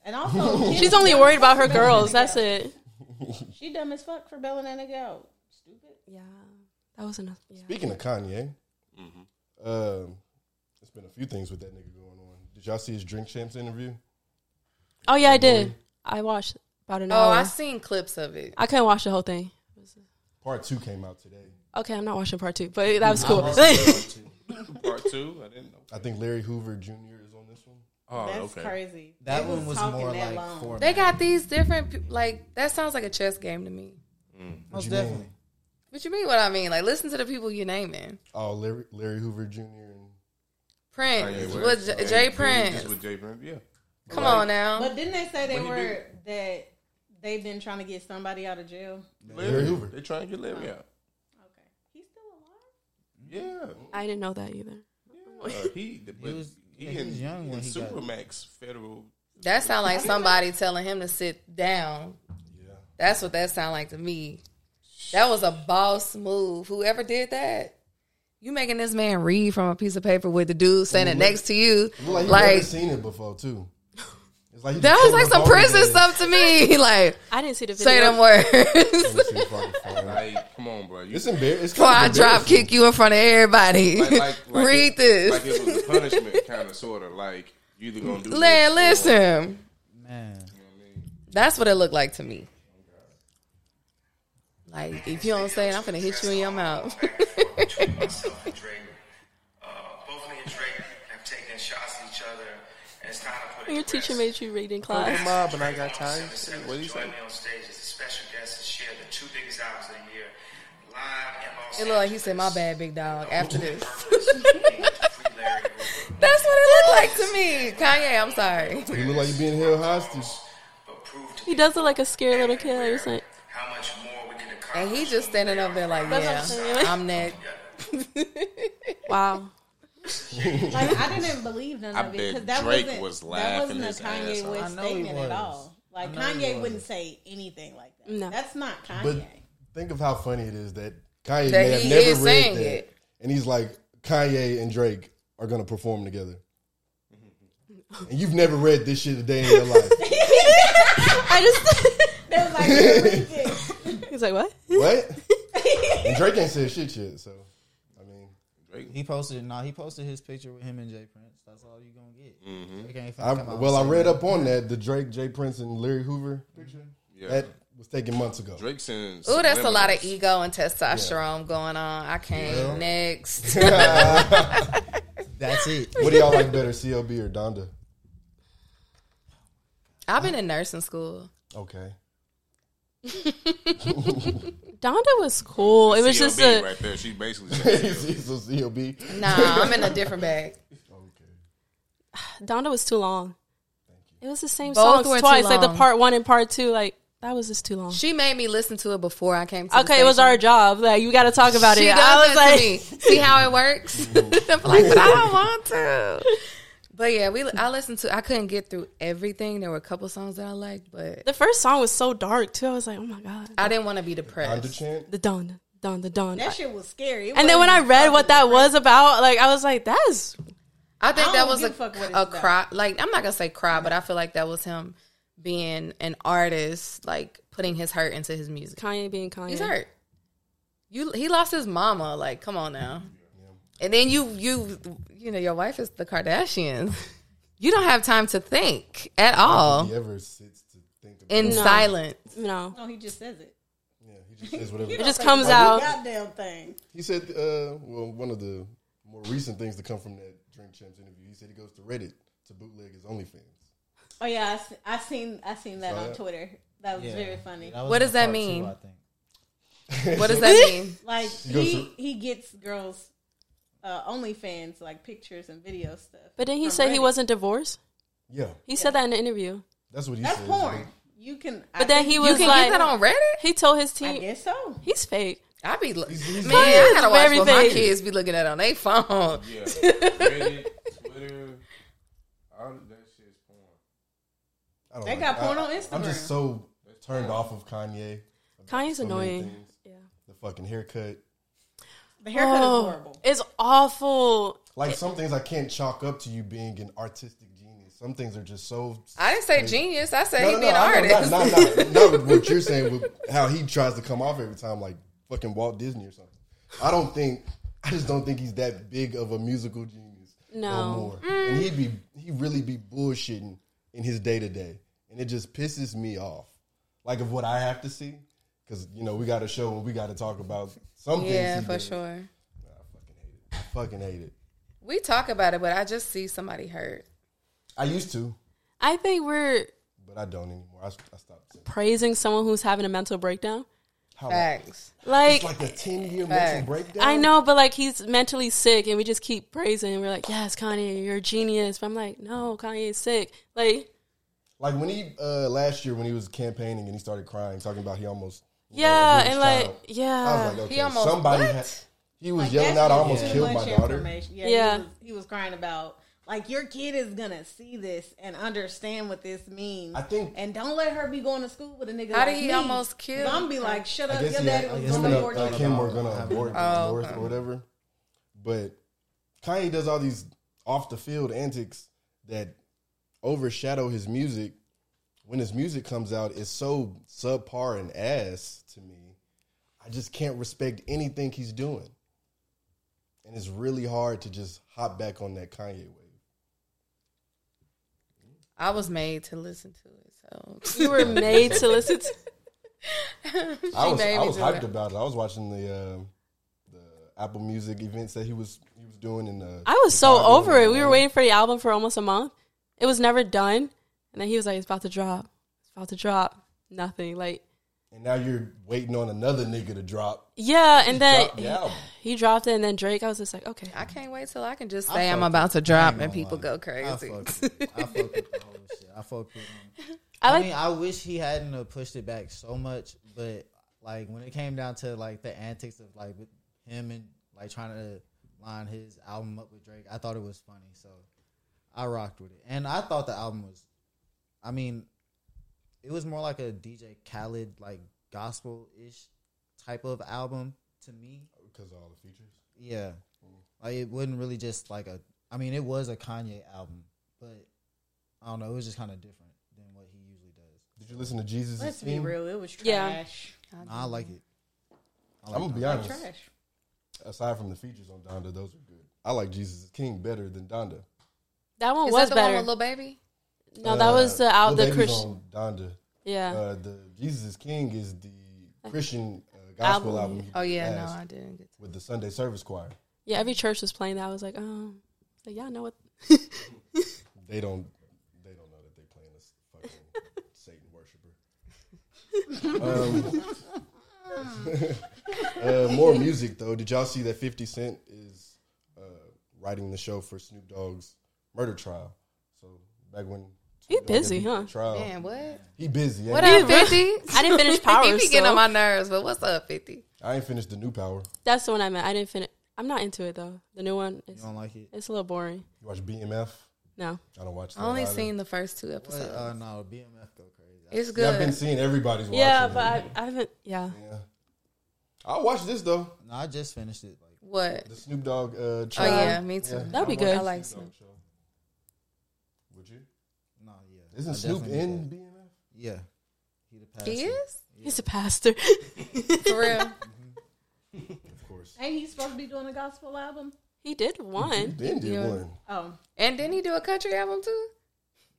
Speaker 10: And also,
Speaker 7: She's only worried about her girls. That's it.
Speaker 10: She dumb as fuck for bailing that nigga out. Stupid.
Speaker 7: Yeah, that was enough. Yeah.
Speaker 1: Speaking of Kanye, um, there's been a few things with that nigga going on. Did y'all see his Drink Champs interview?
Speaker 7: Oh yeah, I did. I watched about an
Speaker 8: Oh,
Speaker 7: hour.
Speaker 8: I seen clips of it.
Speaker 7: I couldn't watch the whole thing.
Speaker 1: Part two came out today.
Speaker 7: Okay, I'm not watching part two, but that was cool.
Speaker 9: Part two. I didn't know.
Speaker 1: I think Larry Hoover Jr. is on this one.
Speaker 9: Oh,
Speaker 10: That's
Speaker 9: okay.
Speaker 10: crazy.
Speaker 6: That
Speaker 10: They
Speaker 6: one was
Speaker 10: talking
Speaker 6: more
Speaker 10: that
Speaker 6: like
Speaker 10: long.
Speaker 6: four.
Speaker 8: They got these different pe- like that sounds like a chess game to me.
Speaker 6: most
Speaker 1: you mean?
Speaker 6: definitely.
Speaker 8: What you mean? What I mean? Like listen to the people you naming.
Speaker 1: Oh, Larry, Larry Hoover Jr. and
Speaker 8: Prince
Speaker 9: Kanye
Speaker 8: with
Speaker 9: West.
Speaker 8: J-
Speaker 9: Yeah,
Speaker 8: Jay
Speaker 9: yeah,
Speaker 8: Prince.
Speaker 9: Just with Jay Prince. Yeah.
Speaker 8: Come on now.
Speaker 10: But didn't they say they
Speaker 9: What he
Speaker 10: were that they've been trying to get somebody out of jail?
Speaker 9: Larry
Speaker 1: Hoover.
Speaker 9: They trying to get Larry out.
Speaker 10: Okay, he's still alive.
Speaker 9: Yeah.
Speaker 7: I didn't know that either.
Speaker 9: Uh, he, but
Speaker 6: was-
Speaker 9: he,
Speaker 6: yeah, he
Speaker 9: in,
Speaker 6: was young
Speaker 9: in
Speaker 6: when he got-
Speaker 9: Supermax federal.
Speaker 8: That sound like somebody telling him to sit down. That's what that sound like to me. That was a boss move. Whoever did that, you making this man read from a piece of paper with the dude standing next to you.
Speaker 1: Look like you
Speaker 8: Like
Speaker 1: never seen it before too. It's like he
Speaker 8: that
Speaker 1: just pulled
Speaker 8: was like
Speaker 1: up
Speaker 8: some
Speaker 1: on
Speaker 8: prison
Speaker 1: his ass.
Speaker 8: stuff to me. Like
Speaker 7: I didn't see the video.
Speaker 8: say them words.
Speaker 1: Let's see if I can find it.
Speaker 9: Like, come on, bro. You
Speaker 1: It's embarrassing. It's
Speaker 8: Before I
Speaker 1: kind of
Speaker 8: drop kick you in front of everybody.
Speaker 9: like, like, like
Speaker 8: read
Speaker 9: it,
Speaker 8: this.
Speaker 9: Like it was a punishment, kind of, sort of. Like you either gonna do.
Speaker 8: Man,
Speaker 9: this or-
Speaker 8: listen.
Speaker 6: Man,
Speaker 8: That's what it looked like to me. Like if you don't say it, I'm gonna hit you in your mouth.
Speaker 11: between myself and Drake. Uh, both me and Drake have taken shots at each other, and it's time to put it
Speaker 7: Your
Speaker 11: to rest.
Speaker 7: teacher made you read in class.
Speaker 9: Come on, but I got tired.
Speaker 11: Seven
Speaker 9: What do you say?
Speaker 11: join me on stage as a special guest to share the two biggest albums of the year, live in Los
Speaker 8: It looked like he said, "My bad, big dog." After this,
Speaker 11: Angeles.
Speaker 8: that's what it looked like to me. Kanye, I'm sorry.
Speaker 1: You look like you being held hostage.
Speaker 11: but proved to
Speaker 7: He does look like a scared little kid. I was like,
Speaker 11: how much more we can accomplish.
Speaker 8: And he just standing up there like,
Speaker 7: what I'm
Speaker 8: "Yeah,
Speaker 7: saying.
Speaker 8: I'm next."
Speaker 7: wow.
Speaker 10: like I didn't believe none of
Speaker 9: I
Speaker 10: it because
Speaker 9: bet
Speaker 10: that
Speaker 9: Drake
Speaker 10: wasn't
Speaker 9: was
Speaker 10: that wasn't
Speaker 9: laughing
Speaker 10: a
Speaker 9: his ass
Speaker 10: Kanye
Speaker 9: off.
Speaker 10: West
Speaker 9: I know he
Speaker 10: statement
Speaker 9: was.
Speaker 10: at all. Like
Speaker 9: I know he
Speaker 10: Kanye
Speaker 9: was.
Speaker 10: wouldn't say anything like that.
Speaker 7: No,
Speaker 10: that's not Kanye.
Speaker 1: But think of how funny it is that Kanye
Speaker 10: That
Speaker 1: may have
Speaker 10: he
Speaker 1: never
Speaker 10: is
Speaker 1: read
Speaker 10: saying
Speaker 1: that,
Speaker 10: it.
Speaker 1: and he's like, Kanye and Drake are gonna perform together. And you've never read this shit a day in your life.
Speaker 7: I just.
Speaker 10: they was like, "You're
Speaker 7: He's like, what?
Speaker 1: what? And Drake ain't said shit yet, so
Speaker 6: He posted nah, he posted his picture with him and Jay Prince. That's all you gonna get. Drake ain't finna
Speaker 1: I,
Speaker 6: come out
Speaker 1: well, I
Speaker 6: and say
Speaker 1: read
Speaker 6: that.
Speaker 1: up on that the Drake, Jay Prince, and Larry Hoover picture.
Speaker 9: Yeah.
Speaker 1: That was taken months ago.
Speaker 9: Drake sends.
Speaker 8: Ooh, that's a lot of
Speaker 9: subliminals.
Speaker 8: ego and testosterone going on. I can't.
Speaker 1: Yeah.
Speaker 8: Next.
Speaker 1: That's
Speaker 6: it.
Speaker 1: What do y'all like better, CLB or Donda?
Speaker 8: I've been in nursing school.
Speaker 1: Okay.
Speaker 7: Donda was cool. It was just
Speaker 9: CLB
Speaker 7: a.
Speaker 9: right there. She basically
Speaker 1: She's a CLB.
Speaker 8: Nah, I'm in a different bag.
Speaker 7: Donda was too long. It was the same
Speaker 8: Both were
Speaker 7: songs
Speaker 8: too
Speaker 7: twice, like the
Speaker 8: long.
Speaker 7: part one and part two. Like that was just too long.
Speaker 8: She made me listen to it before I came. to the
Speaker 7: okay, it was
Speaker 8: station.
Speaker 7: our job. Like you got to talk about
Speaker 8: She
Speaker 7: it.
Speaker 8: does
Speaker 7: I was
Speaker 8: that
Speaker 7: like,
Speaker 8: to me. See how it works? I'm like, but I don't want to. But yeah, we. I listened to. I couldn't get through everything. There were a couple songs that I liked, but
Speaker 7: the first song was so dark too. I was like, oh my god.
Speaker 8: I didn't want to be depressed.
Speaker 7: The Donda, Donda, Donda.
Speaker 10: That shit was scary. It
Speaker 7: and then when I
Speaker 10: wasn't
Speaker 7: read what that was about, like I was like, that's
Speaker 8: I think
Speaker 10: I
Speaker 8: that
Speaker 10: don't
Speaker 8: was
Speaker 10: give
Speaker 8: a,
Speaker 10: a fuck what it's
Speaker 8: a
Speaker 10: about.
Speaker 8: cry. Like I'm not gonna say cry, but I feel like that was him being an artist, like putting his hurt into his music.
Speaker 7: Kanye being Kanye.
Speaker 8: He's hurt. You he lost his mama. Like come on now. And then you you you know your wife is the Kardashians. You don't have time to think at all
Speaker 1: He ever sits to think about
Speaker 8: in
Speaker 1: it.
Speaker 8: silence.
Speaker 7: no.
Speaker 10: No, he just says it.
Speaker 1: He just says whatever.
Speaker 10: He don't
Speaker 7: just
Speaker 10: say
Speaker 7: comes
Speaker 10: one
Speaker 7: out.
Speaker 10: Goddamn thing.
Speaker 1: He said, uh, well, one of the more recent things to come from that Drink Champs interview, he said he goes to Reddit to bootleg his OnlyFans.
Speaker 10: Oh yeah, I, se- I seen I seen that
Speaker 1: Saw
Speaker 10: on
Speaker 1: that?
Speaker 10: Twitter. That was
Speaker 1: Yeah.
Speaker 10: very funny.
Speaker 1: That
Speaker 8: was What in does that part two, mean? I What does
Speaker 1: So-
Speaker 8: that mean?
Speaker 10: Like
Speaker 1: He goes
Speaker 10: he
Speaker 1: to-
Speaker 10: he gets girls uh, OnlyFans like pictures and video stuff.
Speaker 7: But didn't he
Speaker 10: from
Speaker 7: say he
Speaker 10: Reddit.
Speaker 7: wasn't divorced?
Speaker 1: Yeah.
Speaker 7: He said that in the interview.
Speaker 1: That's what he
Speaker 10: That's
Speaker 1: said.
Speaker 10: porn. You can.
Speaker 7: But
Speaker 10: I
Speaker 7: then
Speaker 10: think
Speaker 7: he
Speaker 10: you
Speaker 7: was
Speaker 10: can get
Speaker 7: like,
Speaker 10: that on-
Speaker 8: Reddit?
Speaker 7: He told his team,
Speaker 10: I guess so.
Speaker 7: He's fake.
Speaker 8: I be look- man.
Speaker 7: he's-
Speaker 8: I gotta watch
Speaker 7: Very
Speaker 8: what my
Speaker 7: vague.
Speaker 8: kids be looking at on their phone.
Speaker 9: Yeah. Reddit, Twitter, all of that shit's porn.
Speaker 1: I don't
Speaker 10: They got porn
Speaker 1: I-
Speaker 10: on
Speaker 1: I'm just
Speaker 10: Instagram.
Speaker 1: so turned off of Kanye.
Speaker 7: Kanye's
Speaker 1: So many
Speaker 7: annoying.
Speaker 1: things. The fucking haircut.
Speaker 10: The haircut
Speaker 7: Oh,
Speaker 10: is horrible.
Speaker 7: It's awful.
Speaker 1: Like some things I can't chalk up to you being an artistic genius. Some things are just so.
Speaker 8: I didn't say genius. I said
Speaker 1: No,
Speaker 8: he
Speaker 1: no,
Speaker 8: be an
Speaker 1: no,
Speaker 8: artist.
Speaker 1: No, no, no, no, with what you're saying with how he tries to come off every time like fucking Walt Disney or something. I don't think. I just don't think he's that big of a musical genius.
Speaker 7: No.
Speaker 1: more.
Speaker 8: Mm.
Speaker 1: And he'd be he really be bullshitting in his day to day, and it just pisses me off. Like of what I have to see, because you know we got a show and we got to talk about some things.
Speaker 8: yeah,
Speaker 1: he
Speaker 8: for
Speaker 1: did.
Speaker 8: sure.
Speaker 1: I fucking hate it.
Speaker 8: We talk about it, but I just see somebody hurt.
Speaker 1: I used to,
Speaker 7: I think we're
Speaker 1: but I don't anymore. I, I stopped.
Speaker 7: praising someone who's having a mental breakdown.
Speaker 1: How
Speaker 8: Facts.
Speaker 1: it's
Speaker 7: Like,
Speaker 1: like a ten year
Speaker 7: Facts.
Speaker 1: mental breakdown.
Speaker 7: I know, but like he's mentally sick, and we just keep praising. him. We're like, "Yes, Kanye, you're a genius." But I'm like, "No, Kanye's sick."
Speaker 1: Oh,
Speaker 7: Like,
Speaker 1: Like when he uh, last year when he was campaigning and he started crying, talking about he almost you
Speaker 7: Yeah,
Speaker 1: abused
Speaker 7: and,
Speaker 1: child.
Speaker 7: like, yeah.
Speaker 1: I was like, okay,
Speaker 8: He almost-
Speaker 1: somebody
Speaker 8: what?
Speaker 1: had- he was
Speaker 10: Like,
Speaker 1: yelling out,
Speaker 10: that's
Speaker 1: I
Speaker 10: just
Speaker 1: almost
Speaker 10: too
Speaker 1: killed my
Speaker 10: much
Speaker 1: daughter.
Speaker 10: information. Yeah,
Speaker 7: Yeah.
Speaker 10: He, was, he was crying about like your kid is gonna see this and understand what this means.
Speaker 1: I think-
Speaker 10: and don't let her be going to school with a nigga.
Speaker 8: How
Speaker 10: like
Speaker 8: did he
Speaker 10: me.
Speaker 8: almost kill
Speaker 10: I'm gonna be
Speaker 8: her?
Speaker 10: like, shut
Speaker 1: I
Speaker 10: up,
Speaker 1: guess
Speaker 10: your
Speaker 1: he had,
Speaker 10: daddy
Speaker 1: I
Speaker 10: was
Speaker 1: guess him
Speaker 10: going
Speaker 1: and
Speaker 10: to
Speaker 1: uh,
Speaker 10: abort you.
Speaker 1: Kim were gonna abort
Speaker 8: Oh,
Speaker 1: divorce
Speaker 8: okay.
Speaker 1: or whatever. But Kanye does all these off the field antics that overshadow his music. When his music comes out, it's so subpar and ass to me. I just can't respect anything he's doing. And it's really hard to just hop back on that Kanye wave.
Speaker 8: I was made to listen to it, so
Speaker 7: you were made to listen to.
Speaker 8: She
Speaker 1: I was,
Speaker 8: made
Speaker 1: I
Speaker 8: me
Speaker 1: was
Speaker 8: do
Speaker 1: hyped
Speaker 8: it.
Speaker 1: about it. I was watching the uh, the Apple Music events that he was he was doing in uh,
Speaker 7: I was so
Speaker 1: Chicago.
Speaker 7: over it. We were waiting for the album for almost a month. It was never done, and then he was like, "It's about to drop. It's about to drop." Nothing. Like,
Speaker 1: and now you're waiting on another nigga to drop.
Speaker 7: yeah, and then
Speaker 1: dropped the album.
Speaker 7: he dropped it, and then Drake. I was just like, "Okay."
Speaker 8: I can't wait till I can just
Speaker 6: I
Speaker 8: say I'm
Speaker 6: fuck
Speaker 8: about to
Speaker 6: with- I
Speaker 8: drop
Speaker 6: ain't
Speaker 8: and
Speaker 6: gonna
Speaker 8: people
Speaker 6: lie.
Speaker 8: go
Speaker 6: I
Speaker 8: crazy.
Speaker 6: fuck with it. I fuck with the whole shit. I fuck with
Speaker 12: um,
Speaker 6: him.
Speaker 7: I
Speaker 6: I,
Speaker 7: like-
Speaker 6: mean, I wish he hadn't have pushed it back so much, but like when it came down to like the antics of like with him and like trying to
Speaker 12: line his album up with Drake. I thought it was funny, so I rocked with it. And I thought the album was, I mean, it was more like a DJ Khaled like gospel ish type of album to me.
Speaker 1: Because of all the features.
Speaker 12: Yeah, like it wasn't really just like a. I mean, it was a Kanye album, but I don't know. It was just kind of different than what he usually does.
Speaker 1: Did you listen to Jesus?
Speaker 10: Let's be real, it was trash.
Speaker 12: Yeah. Nah, I like it. I
Speaker 1: I'm gonna be
Speaker 12: it.
Speaker 1: honest.
Speaker 10: Trash.
Speaker 1: Aside from the features on Donda, those are good. I like Jesus is King better than Donda.
Speaker 7: That one
Speaker 8: Is
Speaker 7: Oh, was
Speaker 8: that the
Speaker 7: better.
Speaker 8: one with Lil Baby?
Speaker 7: No, that was the out
Speaker 1: Lil
Speaker 7: the
Speaker 1: Baby's
Speaker 7: Christian.
Speaker 1: on Donda.
Speaker 7: Yeah.
Speaker 1: Uh, the Jesus is King is the Christian uh, gospel
Speaker 7: Album.
Speaker 1: album.
Speaker 7: Oh, yeah,
Speaker 1: Last
Speaker 7: no, I didn't get
Speaker 1: with the Sunday service choir.
Speaker 7: Yeah, every church was playing that. I was like, um, like, y'all know what?
Speaker 1: They don't. They don't know that they playing this fucking Satan worshiper. Um, uh, more music though. Did y'all see that Fifty Cent is uh, writing the show for Snoop Dogg's murder trial? So back when
Speaker 7: He
Speaker 1: Snoop Dogg
Speaker 7: busy,
Speaker 1: had the
Speaker 7: huh?
Speaker 1: Trial.
Speaker 8: Damn, what?
Speaker 1: He busy. ain't
Speaker 8: What
Speaker 1: he?
Speaker 8: up, 50?
Speaker 7: I didn't finish Power
Speaker 8: you be getting
Speaker 7: still.
Speaker 8: on my nerves, but what's up, 50?
Speaker 1: I ain't finished the new Power.
Speaker 7: That's the one I meant. I didn't finish. I'm not into it though. The new one. Is,
Speaker 1: don't like it?
Speaker 7: It's a little boring.
Speaker 1: You watch BMF?
Speaker 7: No.
Speaker 1: I don't watch.
Speaker 8: I only
Speaker 1: that either.
Speaker 8: seen the first two episodes.
Speaker 12: Uh, no, BMF go crazy.
Speaker 8: It's good.
Speaker 1: Yeah, I've been seeing everybody's watching.
Speaker 7: yeah,
Speaker 1: it.
Speaker 7: but I, I haven't. Yeah.
Speaker 1: I'll watch this though.
Speaker 12: No, I just finished it. Like
Speaker 8: What?
Speaker 1: The Snoop Dogg uh,
Speaker 8: Oh,
Speaker 1: trial.
Speaker 8: yeah, me too.
Speaker 1: Yeah.
Speaker 7: That'd be
Speaker 1: I'll
Speaker 7: good.
Speaker 1: watch
Speaker 7: I like
Speaker 1: Snoop Dogg show. Would you?
Speaker 12: No, yeah.
Speaker 1: Isn't
Speaker 12: I
Speaker 1: Snoop
Speaker 12: definitely
Speaker 1: in
Speaker 12: would.
Speaker 1: BMF?
Speaker 12: Yeah. He the
Speaker 8: He
Speaker 12: pastor.
Speaker 8: is?
Speaker 7: He's a pastor.
Speaker 8: For real.
Speaker 1: Of course.
Speaker 10: Ain't he supposed to be doing a gospel album?
Speaker 7: He did one.
Speaker 1: Ben did
Speaker 8: Yeah.
Speaker 1: one.
Speaker 10: Oh,
Speaker 8: And didn't he do a country album too?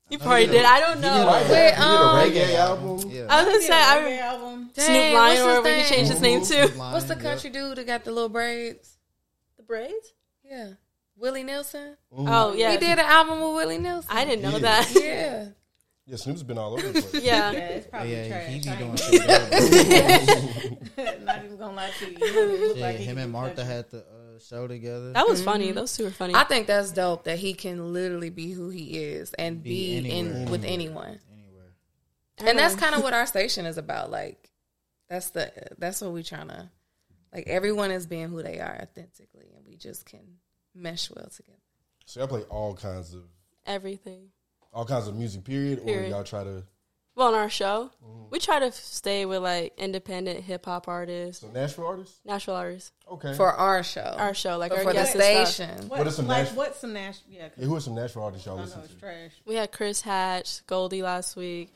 Speaker 7: He probably did. I don't know.
Speaker 1: He
Speaker 8: Wait,
Speaker 1: did a
Speaker 8: um,
Speaker 1: reggae album.
Speaker 12: Yeah.
Speaker 7: I was gonna
Speaker 10: he
Speaker 7: say
Speaker 10: did a
Speaker 7: I
Speaker 10: reggae
Speaker 7: re-
Speaker 10: album.
Speaker 7: Snoop
Speaker 8: Dang,
Speaker 7: Lion
Speaker 8: what's
Speaker 7: or
Speaker 8: his
Speaker 7: whatever he
Speaker 8: name?
Speaker 7: changed his name too.
Speaker 8: What's the country dude that got the little braids?
Speaker 7: The braids.
Speaker 8: Yeah. Willie Nelson?
Speaker 7: Oh yeah.
Speaker 8: He did an album with Willie Nelson.
Speaker 7: I didn't know
Speaker 1: Yeah.
Speaker 7: that.
Speaker 8: Yeah.
Speaker 1: Yeah, Snoop's been all over the place.
Speaker 7: Yeah.
Speaker 10: Yeah, it's probably
Speaker 12: Yeah,
Speaker 10: trash.
Speaker 12: he be
Speaker 10: I ain't
Speaker 12: doing
Speaker 10: gonna-
Speaker 12: shit. good.
Speaker 10: Not even gonna lie to you. you. look
Speaker 12: yeah,
Speaker 10: like he
Speaker 12: him
Speaker 10: could
Speaker 12: and
Speaker 10: do
Speaker 12: Martha
Speaker 10: country.
Speaker 12: had the uh, show together.
Speaker 7: That was funny. Those two were funny.
Speaker 8: I think that's dope that he can literally be who he is and
Speaker 12: Be
Speaker 8: be, in
Speaker 12: anywhere.
Speaker 8: with anyone.
Speaker 12: Anywhere.
Speaker 8: And
Speaker 7: Mm-hmm.
Speaker 8: that's kind of what our station is about. Like that's the that's what we trying to like everyone is being who they are authentically and we just can mesh well together.
Speaker 1: So y'all play all kinds of
Speaker 7: everything.
Speaker 1: all kinds of music. Period.
Speaker 7: Period.
Speaker 1: Or y'all try to.
Speaker 7: Well, on our show,
Speaker 12: Mm-hmm.
Speaker 7: we try to f- stay with like independent hip hop artists,
Speaker 1: So Nashville artists.
Speaker 7: Nashville artists.
Speaker 1: Okay.
Speaker 8: For our show.
Speaker 7: Mm-hmm.
Speaker 12: Oh.
Speaker 7: Our show, like
Speaker 8: But
Speaker 7: our
Speaker 8: for the
Speaker 7: guest and stuff.
Speaker 8: station.
Speaker 10: What,
Speaker 1: What is some
Speaker 10: like,
Speaker 1: Nash-
Speaker 10: what's some Nash? Yeah, 'cause
Speaker 1: Yeah, who are some Nashville artists y'all
Speaker 10: I
Speaker 1: listen
Speaker 10: know it's
Speaker 1: to?
Speaker 10: trash.
Speaker 7: We had Chris Hatch, Goldie last week,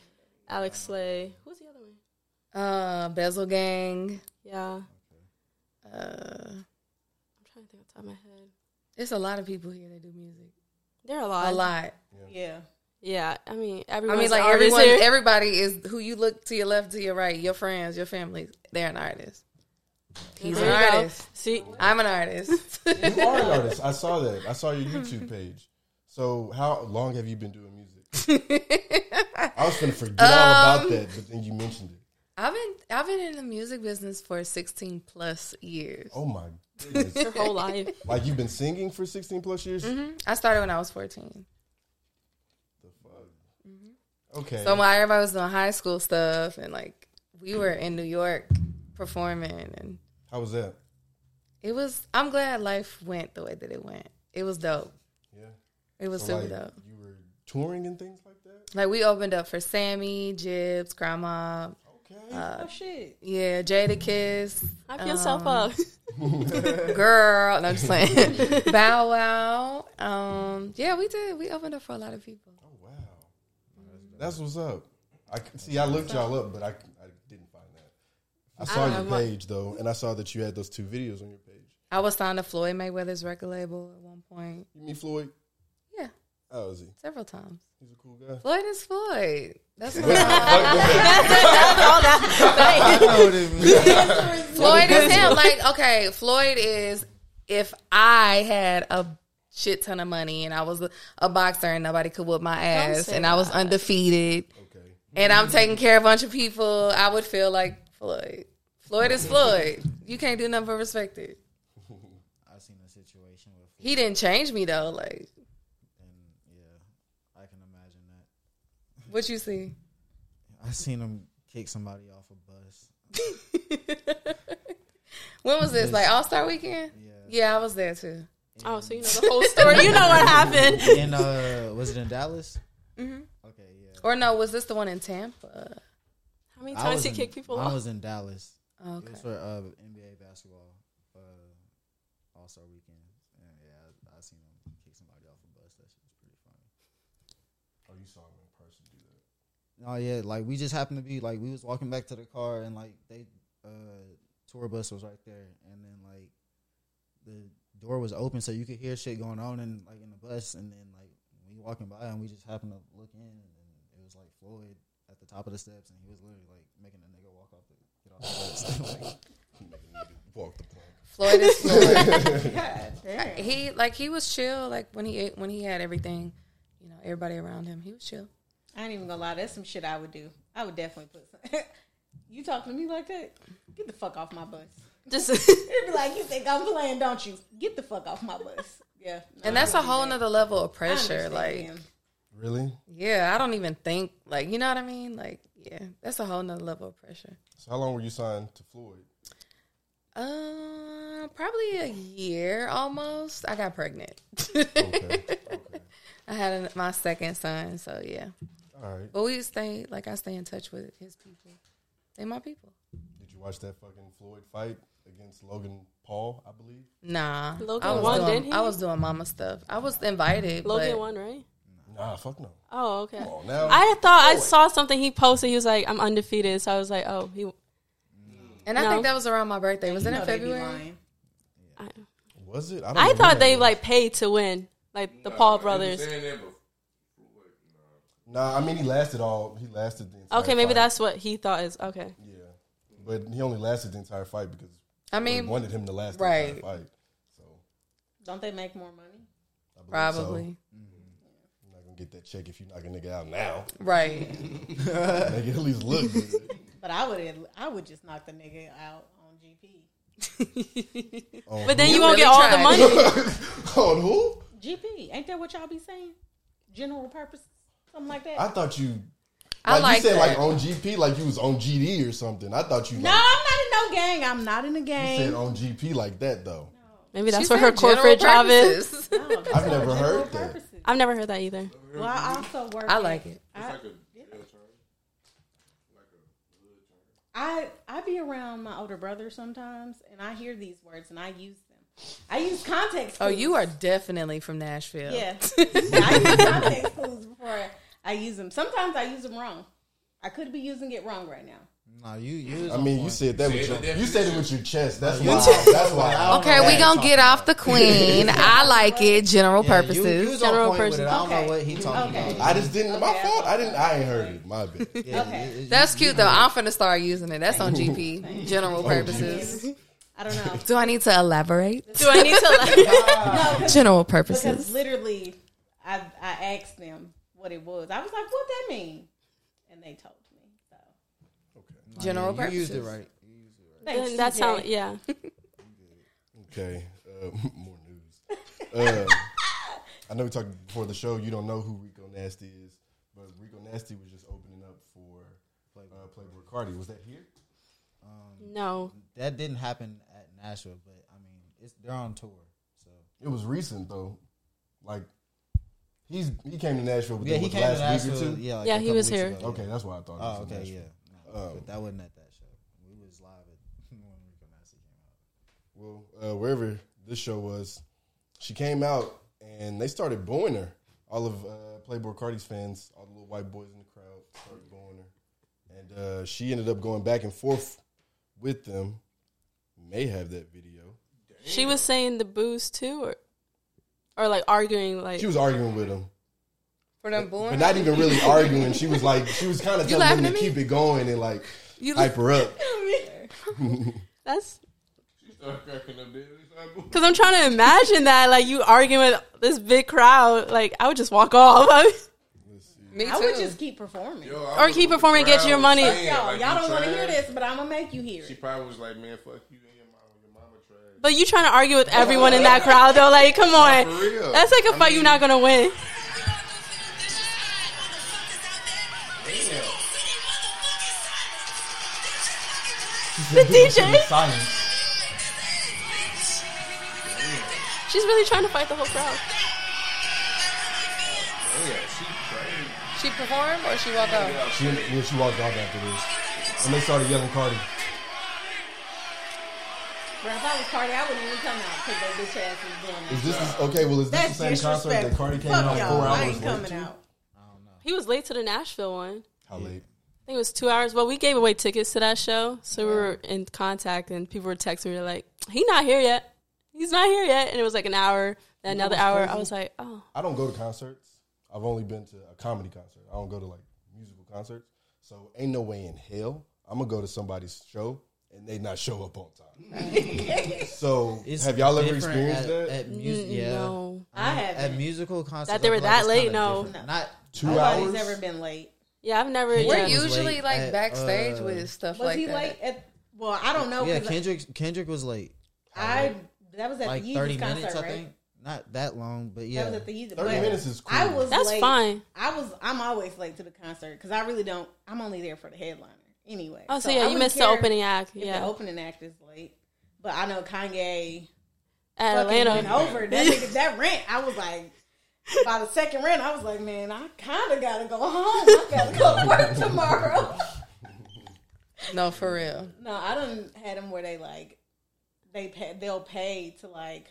Speaker 7: Alex Slay. Who's the other one?
Speaker 8: Uh Bezel Gang.
Speaker 7: Yeah, I'm
Speaker 8: Uh
Speaker 7: trying to think off the top of my head.
Speaker 8: it's a lot of people here that do music.
Speaker 7: There are a
Speaker 8: A
Speaker 7: lot.
Speaker 8: lot.
Speaker 10: Yeah,
Speaker 7: Yeah, I mean,
Speaker 8: I
Speaker 7: everyone's
Speaker 8: mean like
Speaker 7: an artist
Speaker 8: everyone
Speaker 7: here.
Speaker 8: everybody is who you look to your left, to your right, your friends, your family, they're an artist. He's
Speaker 7: There
Speaker 8: an
Speaker 7: you go.
Speaker 8: artist.
Speaker 7: See,
Speaker 8: I'm an artist.
Speaker 1: You are an artist. I saw that. I saw your YouTube page. So how long have you been doing music? I was gonna forget all
Speaker 8: Um,
Speaker 1: about that, but then you mentioned it.
Speaker 8: I've been I've been in the music business for 16 plus years.
Speaker 1: Oh my goodness!
Speaker 7: your whole life.
Speaker 1: like you've been singing for sixteen plus years.
Speaker 8: I started when I was 14.
Speaker 1: Okay.
Speaker 8: So while everybody was doing high school stuff and like we were in New York performing and
Speaker 1: how was that?
Speaker 8: it was I'm glad life went the way that it went. It was dope.
Speaker 1: Yeah.
Speaker 8: It was
Speaker 1: So,
Speaker 8: super
Speaker 1: like,
Speaker 8: dope.
Speaker 1: You were touring and things like that.
Speaker 8: Like we opened up for Sammy, Jibs, Grandma,
Speaker 1: Okay.
Speaker 10: oh shit.
Speaker 8: yeah, Jada Kiss,
Speaker 7: Hype
Speaker 8: Um,
Speaker 7: yourself up.
Speaker 8: Girl. No, I'm just playing. Bow Wow. Um, yeah, we did. We opened up for a lot of people.
Speaker 1: oh wow. That's what's up. I c- see. I looked y'all up, but I, c- I didn't find that. I saw
Speaker 8: don't
Speaker 1: your
Speaker 8: know, my-
Speaker 1: page though, and I saw that you had those two videos on your page.
Speaker 8: I was signed to Floyd Mayweather's record label at one point.
Speaker 1: You mean Floyd?
Speaker 8: Yeah,
Speaker 1: How is he?
Speaker 8: several times.
Speaker 1: He's a cool guy.
Speaker 8: Floyd is Floyd. That's what Floyd is him. Like, okay, Floyd is if I had a shit ton of money and I was a, a boxer and nobody could whoop my ass
Speaker 7: say
Speaker 8: and I was undefeated
Speaker 1: Okay.
Speaker 8: and I'm taking care of a bunch of people, I would feel like Floyd. Floyd is Floyd. You can't do nothing but respect it.
Speaker 12: I've seen a situation with,
Speaker 8: He didn't change me though. Like,
Speaker 12: and yeah, I can imagine that.
Speaker 8: what you see?
Speaker 12: I seen him kick somebody off a bus.
Speaker 8: When was this? Like All Star Weekend?
Speaker 12: Yeah.
Speaker 8: Yeah, I was there too.
Speaker 7: Oh, so you know the whole story. you know what happened.
Speaker 12: And uh, was it in Dallas?
Speaker 8: Mhm.
Speaker 12: Okay, yeah.
Speaker 8: Or no, was this the one in Tampa?
Speaker 7: How many
Speaker 12: I
Speaker 7: times
Speaker 12: was
Speaker 7: he
Speaker 12: in-
Speaker 7: kicked people
Speaker 12: I
Speaker 7: off?
Speaker 12: was in Dallas.
Speaker 8: Okay.
Speaker 12: It was for uh, NBA basketball uh, All Star Weekend. And yeah, I, I seen him kick somebody off a bus. That shit was pretty funny.
Speaker 1: Oh, you saw him in person do that.
Speaker 12: Oh yeah, like we just happened to be like we was walking back to the car and like they uh tour bus was right there and then like the door was open so you could hear shit going on and like in the bus and then like we walking by and we just happened to look in and it was like Floyd at the top of the steps and he was literally like making a nigga walk off the get off the bus.
Speaker 1: Walk the plank.
Speaker 8: Floyd is Floyd.
Speaker 10: God damn.
Speaker 8: he like he was chill. Like when he when he had everything, you know, everybody around him, he was chill.
Speaker 10: I ain't even gonna lie. That's some shit I would do. I would definitely put some. you talk to me like that? Get the fuck off my bus.
Speaker 7: Just
Speaker 10: It'd be like you think I'm playing, don't you? Get the fuck off my bus. Yeah, no,
Speaker 8: and that's
Speaker 10: I
Speaker 8: a
Speaker 10: wouldn't do
Speaker 8: whole
Speaker 10: that.
Speaker 8: nother level of
Speaker 10: I
Speaker 8: pressure.
Speaker 10: understand
Speaker 8: Like,
Speaker 10: him.
Speaker 1: Really?
Speaker 8: yeah, I don't even think like you know what I mean. Like, yeah, that's a whole nother level of pressure.
Speaker 1: So how long were you signed to Floyd?
Speaker 8: Uh, probably a year almost. I got pregnant. I had an- my second son, so yeah.
Speaker 1: All right.
Speaker 8: But we stay like I stay in touch with his people. They my people.
Speaker 1: Did you watch that fucking Floyd fight against Logan Paul? I believe.
Speaker 8: Nah,
Speaker 7: Logan
Speaker 8: I was
Speaker 7: won,
Speaker 8: doing,
Speaker 7: didn't he?
Speaker 8: I was doing mama stuff. I was invited.
Speaker 7: Logan
Speaker 8: but
Speaker 7: won, right?
Speaker 1: Nah, fuck no.
Speaker 7: Oh, okay.
Speaker 1: on now.
Speaker 7: I had thought I saw something he posted. He was like, "I'm undefeated," so I was like, "Oh, he."
Speaker 8: and I
Speaker 7: No.
Speaker 8: think that was around my birthday. Was
Speaker 10: You
Speaker 8: it
Speaker 10: know
Speaker 8: in
Speaker 10: they be
Speaker 8: February?
Speaker 10: lying.
Speaker 7: I,
Speaker 1: Was it? I,
Speaker 7: I
Speaker 1: know
Speaker 7: thought
Speaker 1: who
Speaker 7: they
Speaker 1: that was.
Speaker 7: like paid to win, like the Paul brothers.
Speaker 1: Nah, I mean he lasted all. He lasted the entire.
Speaker 7: Okay, maybe
Speaker 1: fight.
Speaker 7: that's what he thought is okay.
Speaker 1: Yeah, but he only lasted the entire fight because
Speaker 8: I
Speaker 1: we
Speaker 8: mean,
Speaker 1: wanted him to last the
Speaker 8: right.
Speaker 1: entire fight. So
Speaker 10: Don't they make more money?
Speaker 1: I believe
Speaker 8: Probably.
Speaker 1: So. You're not gonna get that check if you knock a nigga out now.
Speaker 8: Right.
Speaker 1: Make it at least look. good.
Speaker 10: But I would, I would just knock the nigga out on GP.
Speaker 1: On
Speaker 7: But then
Speaker 1: who?
Speaker 7: you won't
Speaker 8: really
Speaker 7: get all the
Speaker 8: tried.
Speaker 1: on
Speaker 7: money.
Speaker 1: who?
Speaker 10: GP, ain't that what y'all be saying? General purpose, something like that.
Speaker 1: I thought you.
Speaker 8: I like
Speaker 1: you said, like
Speaker 12: oh,
Speaker 8: that.
Speaker 1: on GP, like you was on GD or something. I thought you.
Speaker 10: no,
Speaker 1: like,
Speaker 10: I'm not in no gang. I'm not in a
Speaker 1: you said
Speaker 10: gang.
Speaker 1: on GP like that though.
Speaker 7: Maybe that's
Speaker 8: She
Speaker 7: what her
Speaker 8: said general
Speaker 7: corporate job is.
Speaker 8: purposes.
Speaker 10: No, I'm just
Speaker 1: I've
Speaker 10: saying
Speaker 1: never
Speaker 10: general
Speaker 1: heard that.
Speaker 10: purposes.
Speaker 7: I've never heard that either.
Speaker 10: Well, I also work.
Speaker 8: I
Speaker 10: at-
Speaker 8: like it.
Speaker 10: I,
Speaker 9: Like a jail term.
Speaker 10: I I be around my older brother sometimes, and I hear these words and I use them. I use context.
Speaker 8: Oh,
Speaker 10: clues.
Speaker 8: you are definitely from Nashville.
Speaker 10: Yeah, I use context clues before I use them. Sometimes I use them wrong. I could be using it wrong right now.
Speaker 12: No, you you. was
Speaker 1: I
Speaker 12: on
Speaker 1: mean, you
Speaker 12: point.
Speaker 1: said that with
Speaker 9: Say the
Speaker 1: your. You said it with your chest. That's
Speaker 12: You
Speaker 1: why.
Speaker 12: said-
Speaker 1: That's why. I
Speaker 8: Okay, we gonna get off the queen. I like it. General
Speaker 12: Yeah,
Speaker 8: purposes.
Speaker 12: You, you was
Speaker 7: General
Speaker 12: on point with
Speaker 7: purpose.
Speaker 12: it. I don't
Speaker 10: Okay.
Speaker 12: know what he talking
Speaker 10: Okay.
Speaker 12: about.
Speaker 1: I just didn't. My
Speaker 10: Okay.
Speaker 1: fault. I didn't. I ain't heard it. My bad.
Speaker 12: Yeah,
Speaker 10: Okay.
Speaker 12: it- it-
Speaker 8: That's cute though. I'm finna start using it. That's on GP.
Speaker 12: Oh,
Speaker 8: General purposes.
Speaker 10: I don't know.
Speaker 8: Do I need to elaborate?
Speaker 7: Do I need to? Like,
Speaker 8: General
Speaker 10: Because
Speaker 8: purposes.
Speaker 10: literally, I I asked them what it was. I was like, "What that mean?" And they told me. So
Speaker 8: General
Speaker 12: you used it
Speaker 8: purposes.
Speaker 12: right.
Speaker 10: Thanks,
Speaker 7: that
Speaker 10: TJ.
Speaker 7: sound yeah.
Speaker 1: Okay. Uh, more news. Uh, I know we talked before the show. You don't know who Rico Nasty is, but Rico Nasty was just opening up for uh, Playboy Cardi. Was that here?
Speaker 7: No,
Speaker 12: That didn't happen at Nashville, but I mean, it's they're on tour, so
Speaker 1: It was recent though. Like he's he came to Nashville. But yeah, he
Speaker 12: came
Speaker 1: last
Speaker 12: to
Speaker 1: week or
Speaker 12: Nashville.
Speaker 1: two.
Speaker 12: Yeah, like
Speaker 7: Yeah,
Speaker 12: a
Speaker 7: he
Speaker 12: couple
Speaker 7: was
Speaker 12: weeks
Speaker 7: here.
Speaker 12: ago, yeah.
Speaker 1: Okay, that's why I thought.
Speaker 12: Oh,
Speaker 1: it was
Speaker 12: okay,
Speaker 1: Nashville.
Speaker 12: yeah. No, but that wasn't at that show. We was live at when Rico Nasty came
Speaker 1: Well, uh, wherever this show was, she came out and they started booing her. All of uh, Playboy Cardi's fans, all the little white boys in the crowd, started booing her, and uh, she ended up going back and forth with them. May have that video.
Speaker 7: she was saying the booze too, or or like arguing like
Speaker 1: She was arguing with them,
Speaker 8: For them booing.
Speaker 1: but not even really arguing. She was like, she was kind of telling
Speaker 8: laughing
Speaker 1: them to
Speaker 8: at me?
Speaker 1: keep it going and like
Speaker 8: You
Speaker 1: hype her up.
Speaker 7: that's
Speaker 9: She started cracking up there. It's like, boom.
Speaker 7: because I'm trying to imagine that like you arguing with this big crowd. Like I would just walk off
Speaker 8: Me
Speaker 10: I would
Speaker 8: too.
Speaker 10: just keep performing.
Speaker 9: Yo,
Speaker 10: Yo,
Speaker 9: I
Speaker 7: or
Speaker 9: was
Speaker 7: keep
Speaker 9: with the
Speaker 7: performing, get
Speaker 9: crowd
Speaker 7: your money.
Speaker 9: saying,
Speaker 10: y'all
Speaker 9: like, you
Speaker 10: don't want to
Speaker 9: trash.
Speaker 10: hear this, but I'm gonna make you hear
Speaker 9: She
Speaker 10: it.
Speaker 9: probably was like, man, fuck you and your mama. Your mama trash.
Speaker 7: but you trying to argue with everyone in that crowd though. Like come on,
Speaker 9: For real.
Speaker 7: that's like a
Speaker 9: I
Speaker 7: fight you're
Speaker 9: mean-
Speaker 7: not gonna win. The DJ.
Speaker 12: out. Silence.
Speaker 7: She's really trying to fight the whole crowd.
Speaker 8: She performed or she walked out?
Speaker 1: She, yeah, she walked off after this, and they started yelling Cardi.
Speaker 10: Bro, if I was Cardi, I wouldn't even come out because that bitch ass is doing that.
Speaker 1: Is this is, okay? Well, is this
Speaker 10: That's
Speaker 1: the same concert that
Speaker 10: disrespectful.
Speaker 1: Cardi came
Speaker 10: Fuck
Speaker 1: out
Speaker 10: y'all.
Speaker 1: four
Speaker 10: I
Speaker 1: hours
Speaker 10: ain't
Speaker 1: late
Speaker 10: coming
Speaker 1: to?
Speaker 10: out.
Speaker 7: He was late to the Nashville one.
Speaker 1: How late?
Speaker 7: I think it was two hours. Well, we gave away tickets to that show, so we were in contact, and people were texting me like, "He not here yet. He's not here yet." And it was like an hour, then
Speaker 1: You know
Speaker 7: another
Speaker 1: what's
Speaker 7: hour. I
Speaker 1: crazy?
Speaker 7: was like, "Oh,
Speaker 1: I don't go to concerts. I've only been to a comedy concert. I don't go to like musical concerts. So ain't no way in hell I'm gonna go to somebody's show and they not show up on time. so
Speaker 12: It's
Speaker 1: have y'all ever
Speaker 12: different
Speaker 1: experienced
Speaker 12: at-
Speaker 1: that?
Speaker 12: at music- Mm, yeah. no. I haven't. at musical concerts,
Speaker 7: that they
Speaker 12: I
Speaker 7: were
Speaker 12: feel like
Speaker 7: that
Speaker 12: it's
Speaker 7: late?
Speaker 12: kinda
Speaker 7: No,
Speaker 12: different. No. Not-
Speaker 1: Two
Speaker 10: Nobody's
Speaker 1: hours?
Speaker 10: ever been late.
Speaker 7: Yeah, I've never.
Speaker 8: We're
Speaker 12: yeah.
Speaker 8: usually
Speaker 12: Late
Speaker 8: like
Speaker 12: at,
Speaker 8: backstage
Speaker 12: uh,
Speaker 8: with stuff
Speaker 10: Was
Speaker 8: like
Speaker 10: he
Speaker 8: that.
Speaker 10: late at? Well, I don't know.
Speaker 12: Yeah,
Speaker 10: 'cause
Speaker 12: Kendrick Kendrick was late.
Speaker 10: I that was at
Speaker 12: like
Speaker 10: the Yeezus
Speaker 12: thirty
Speaker 10: concert,
Speaker 12: minutes,
Speaker 10: right?
Speaker 12: I think. Not that long, but yeah.
Speaker 10: That was at the Yeezus.
Speaker 12: 30
Speaker 10: but
Speaker 12: minutes is cool.
Speaker 10: I was
Speaker 7: That's
Speaker 10: late.
Speaker 7: fine.
Speaker 10: I was. I'm always late to the concert because I really don't. I'm only there for the headliner anyway.
Speaker 7: Oh, so yeah,
Speaker 10: I
Speaker 7: you
Speaker 10: wouldn't
Speaker 7: missed the
Speaker 10: care
Speaker 7: opening act,
Speaker 10: if
Speaker 7: yeah.
Speaker 10: the opening act is late, but I know Kanye
Speaker 7: At
Speaker 10: fucking
Speaker 7: Atlanta.
Speaker 10: went over that nigga, that rent. I was like. By the second rent, I was like, man, I kind of got to go home. I got to go to work tomorrow.
Speaker 8: No, for real.
Speaker 10: No, I done had them where they like they pay, they'll pay to like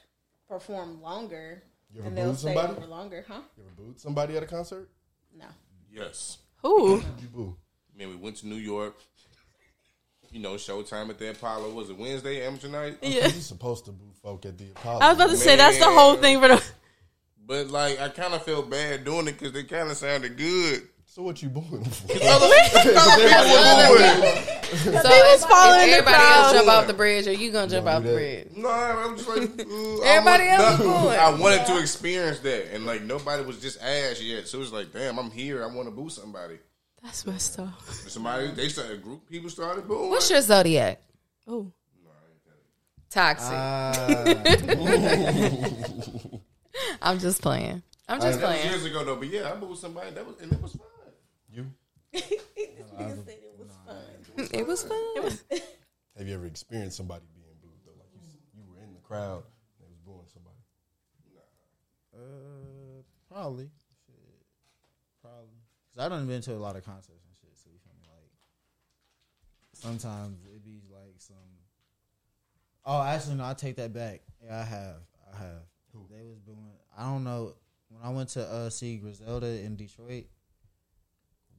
Speaker 10: perform longer
Speaker 1: You ever
Speaker 10: and they'll
Speaker 1: booed
Speaker 10: stay
Speaker 1: somebody?
Speaker 10: over longer, huh?
Speaker 1: You ever booed somebody at a concert?
Speaker 10: No.
Speaker 9: Yes.
Speaker 7: Who?
Speaker 1: You boo.
Speaker 9: Man, we went to New York. You know, showtime at the Apollo was it Wednesday amateur night?
Speaker 1: Yeah. You supposed to boo folk at the Apollo.
Speaker 7: I was about to say that's the whole
Speaker 9: Man.
Speaker 7: thing for the
Speaker 9: But like, I kind of felt bad doing it because they kind of sounded good.
Speaker 1: So what you booing?
Speaker 8: So
Speaker 7: The people's
Speaker 8: if-
Speaker 7: following
Speaker 8: if
Speaker 7: the
Speaker 8: everybody
Speaker 7: crowd.
Speaker 8: else jump off the bridge, are you gonna jump off the bridge?
Speaker 9: No, I'm just like mm,
Speaker 8: Everybody
Speaker 9: I
Speaker 8: else is
Speaker 9: no,
Speaker 8: going.
Speaker 9: I wanted to experience that, and like nobody was just ass yet. So it was like, damn, I'm here. I want to boo somebody.
Speaker 7: That's messed up.
Speaker 9: Somebody they started a group. People started booing.
Speaker 8: What's your zodiac?
Speaker 7: Oh.
Speaker 8: Toxic.
Speaker 9: Ah.
Speaker 8: I'm just playing. I'm just
Speaker 9: that was
Speaker 8: playing.
Speaker 9: years ago though, but yeah, I booed somebody. That was and it was fun.
Speaker 8: It was fun.
Speaker 1: Have you ever experienced somebody being booed though? Like you, you were in the crowd and they was booing somebody.
Speaker 12: Uh, probably. Shit. Probably. Because I done been to a lot of concerts and shit. So you feel me? Like, sometimes it be like some. Oh, actually, no, I take that back. Yeah, I have. I have. They was booing. I don't know. When I went to uh, see Griselda in Detroit,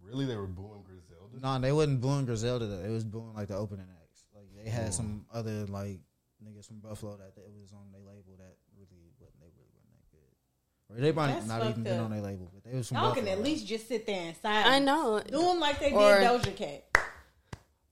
Speaker 1: Really, they were booing Griselda.
Speaker 12: no, they wasn't booing Griselda. Though. It was booing like the opening acts. Like they had
Speaker 1: Oh.
Speaker 12: some other like niggas from Buffalo that it was on their label that really wasn't they really wasn't that good. Or they might
Speaker 10: That's
Speaker 12: not even
Speaker 10: fucked
Speaker 12: been
Speaker 10: up.
Speaker 12: on their label, but they was from
Speaker 10: Y'all can
Speaker 12: Buffalo.
Speaker 10: at least just sit there and silence.
Speaker 7: I know.
Speaker 10: Do them like they
Speaker 7: Or-
Speaker 10: did Doja Cat.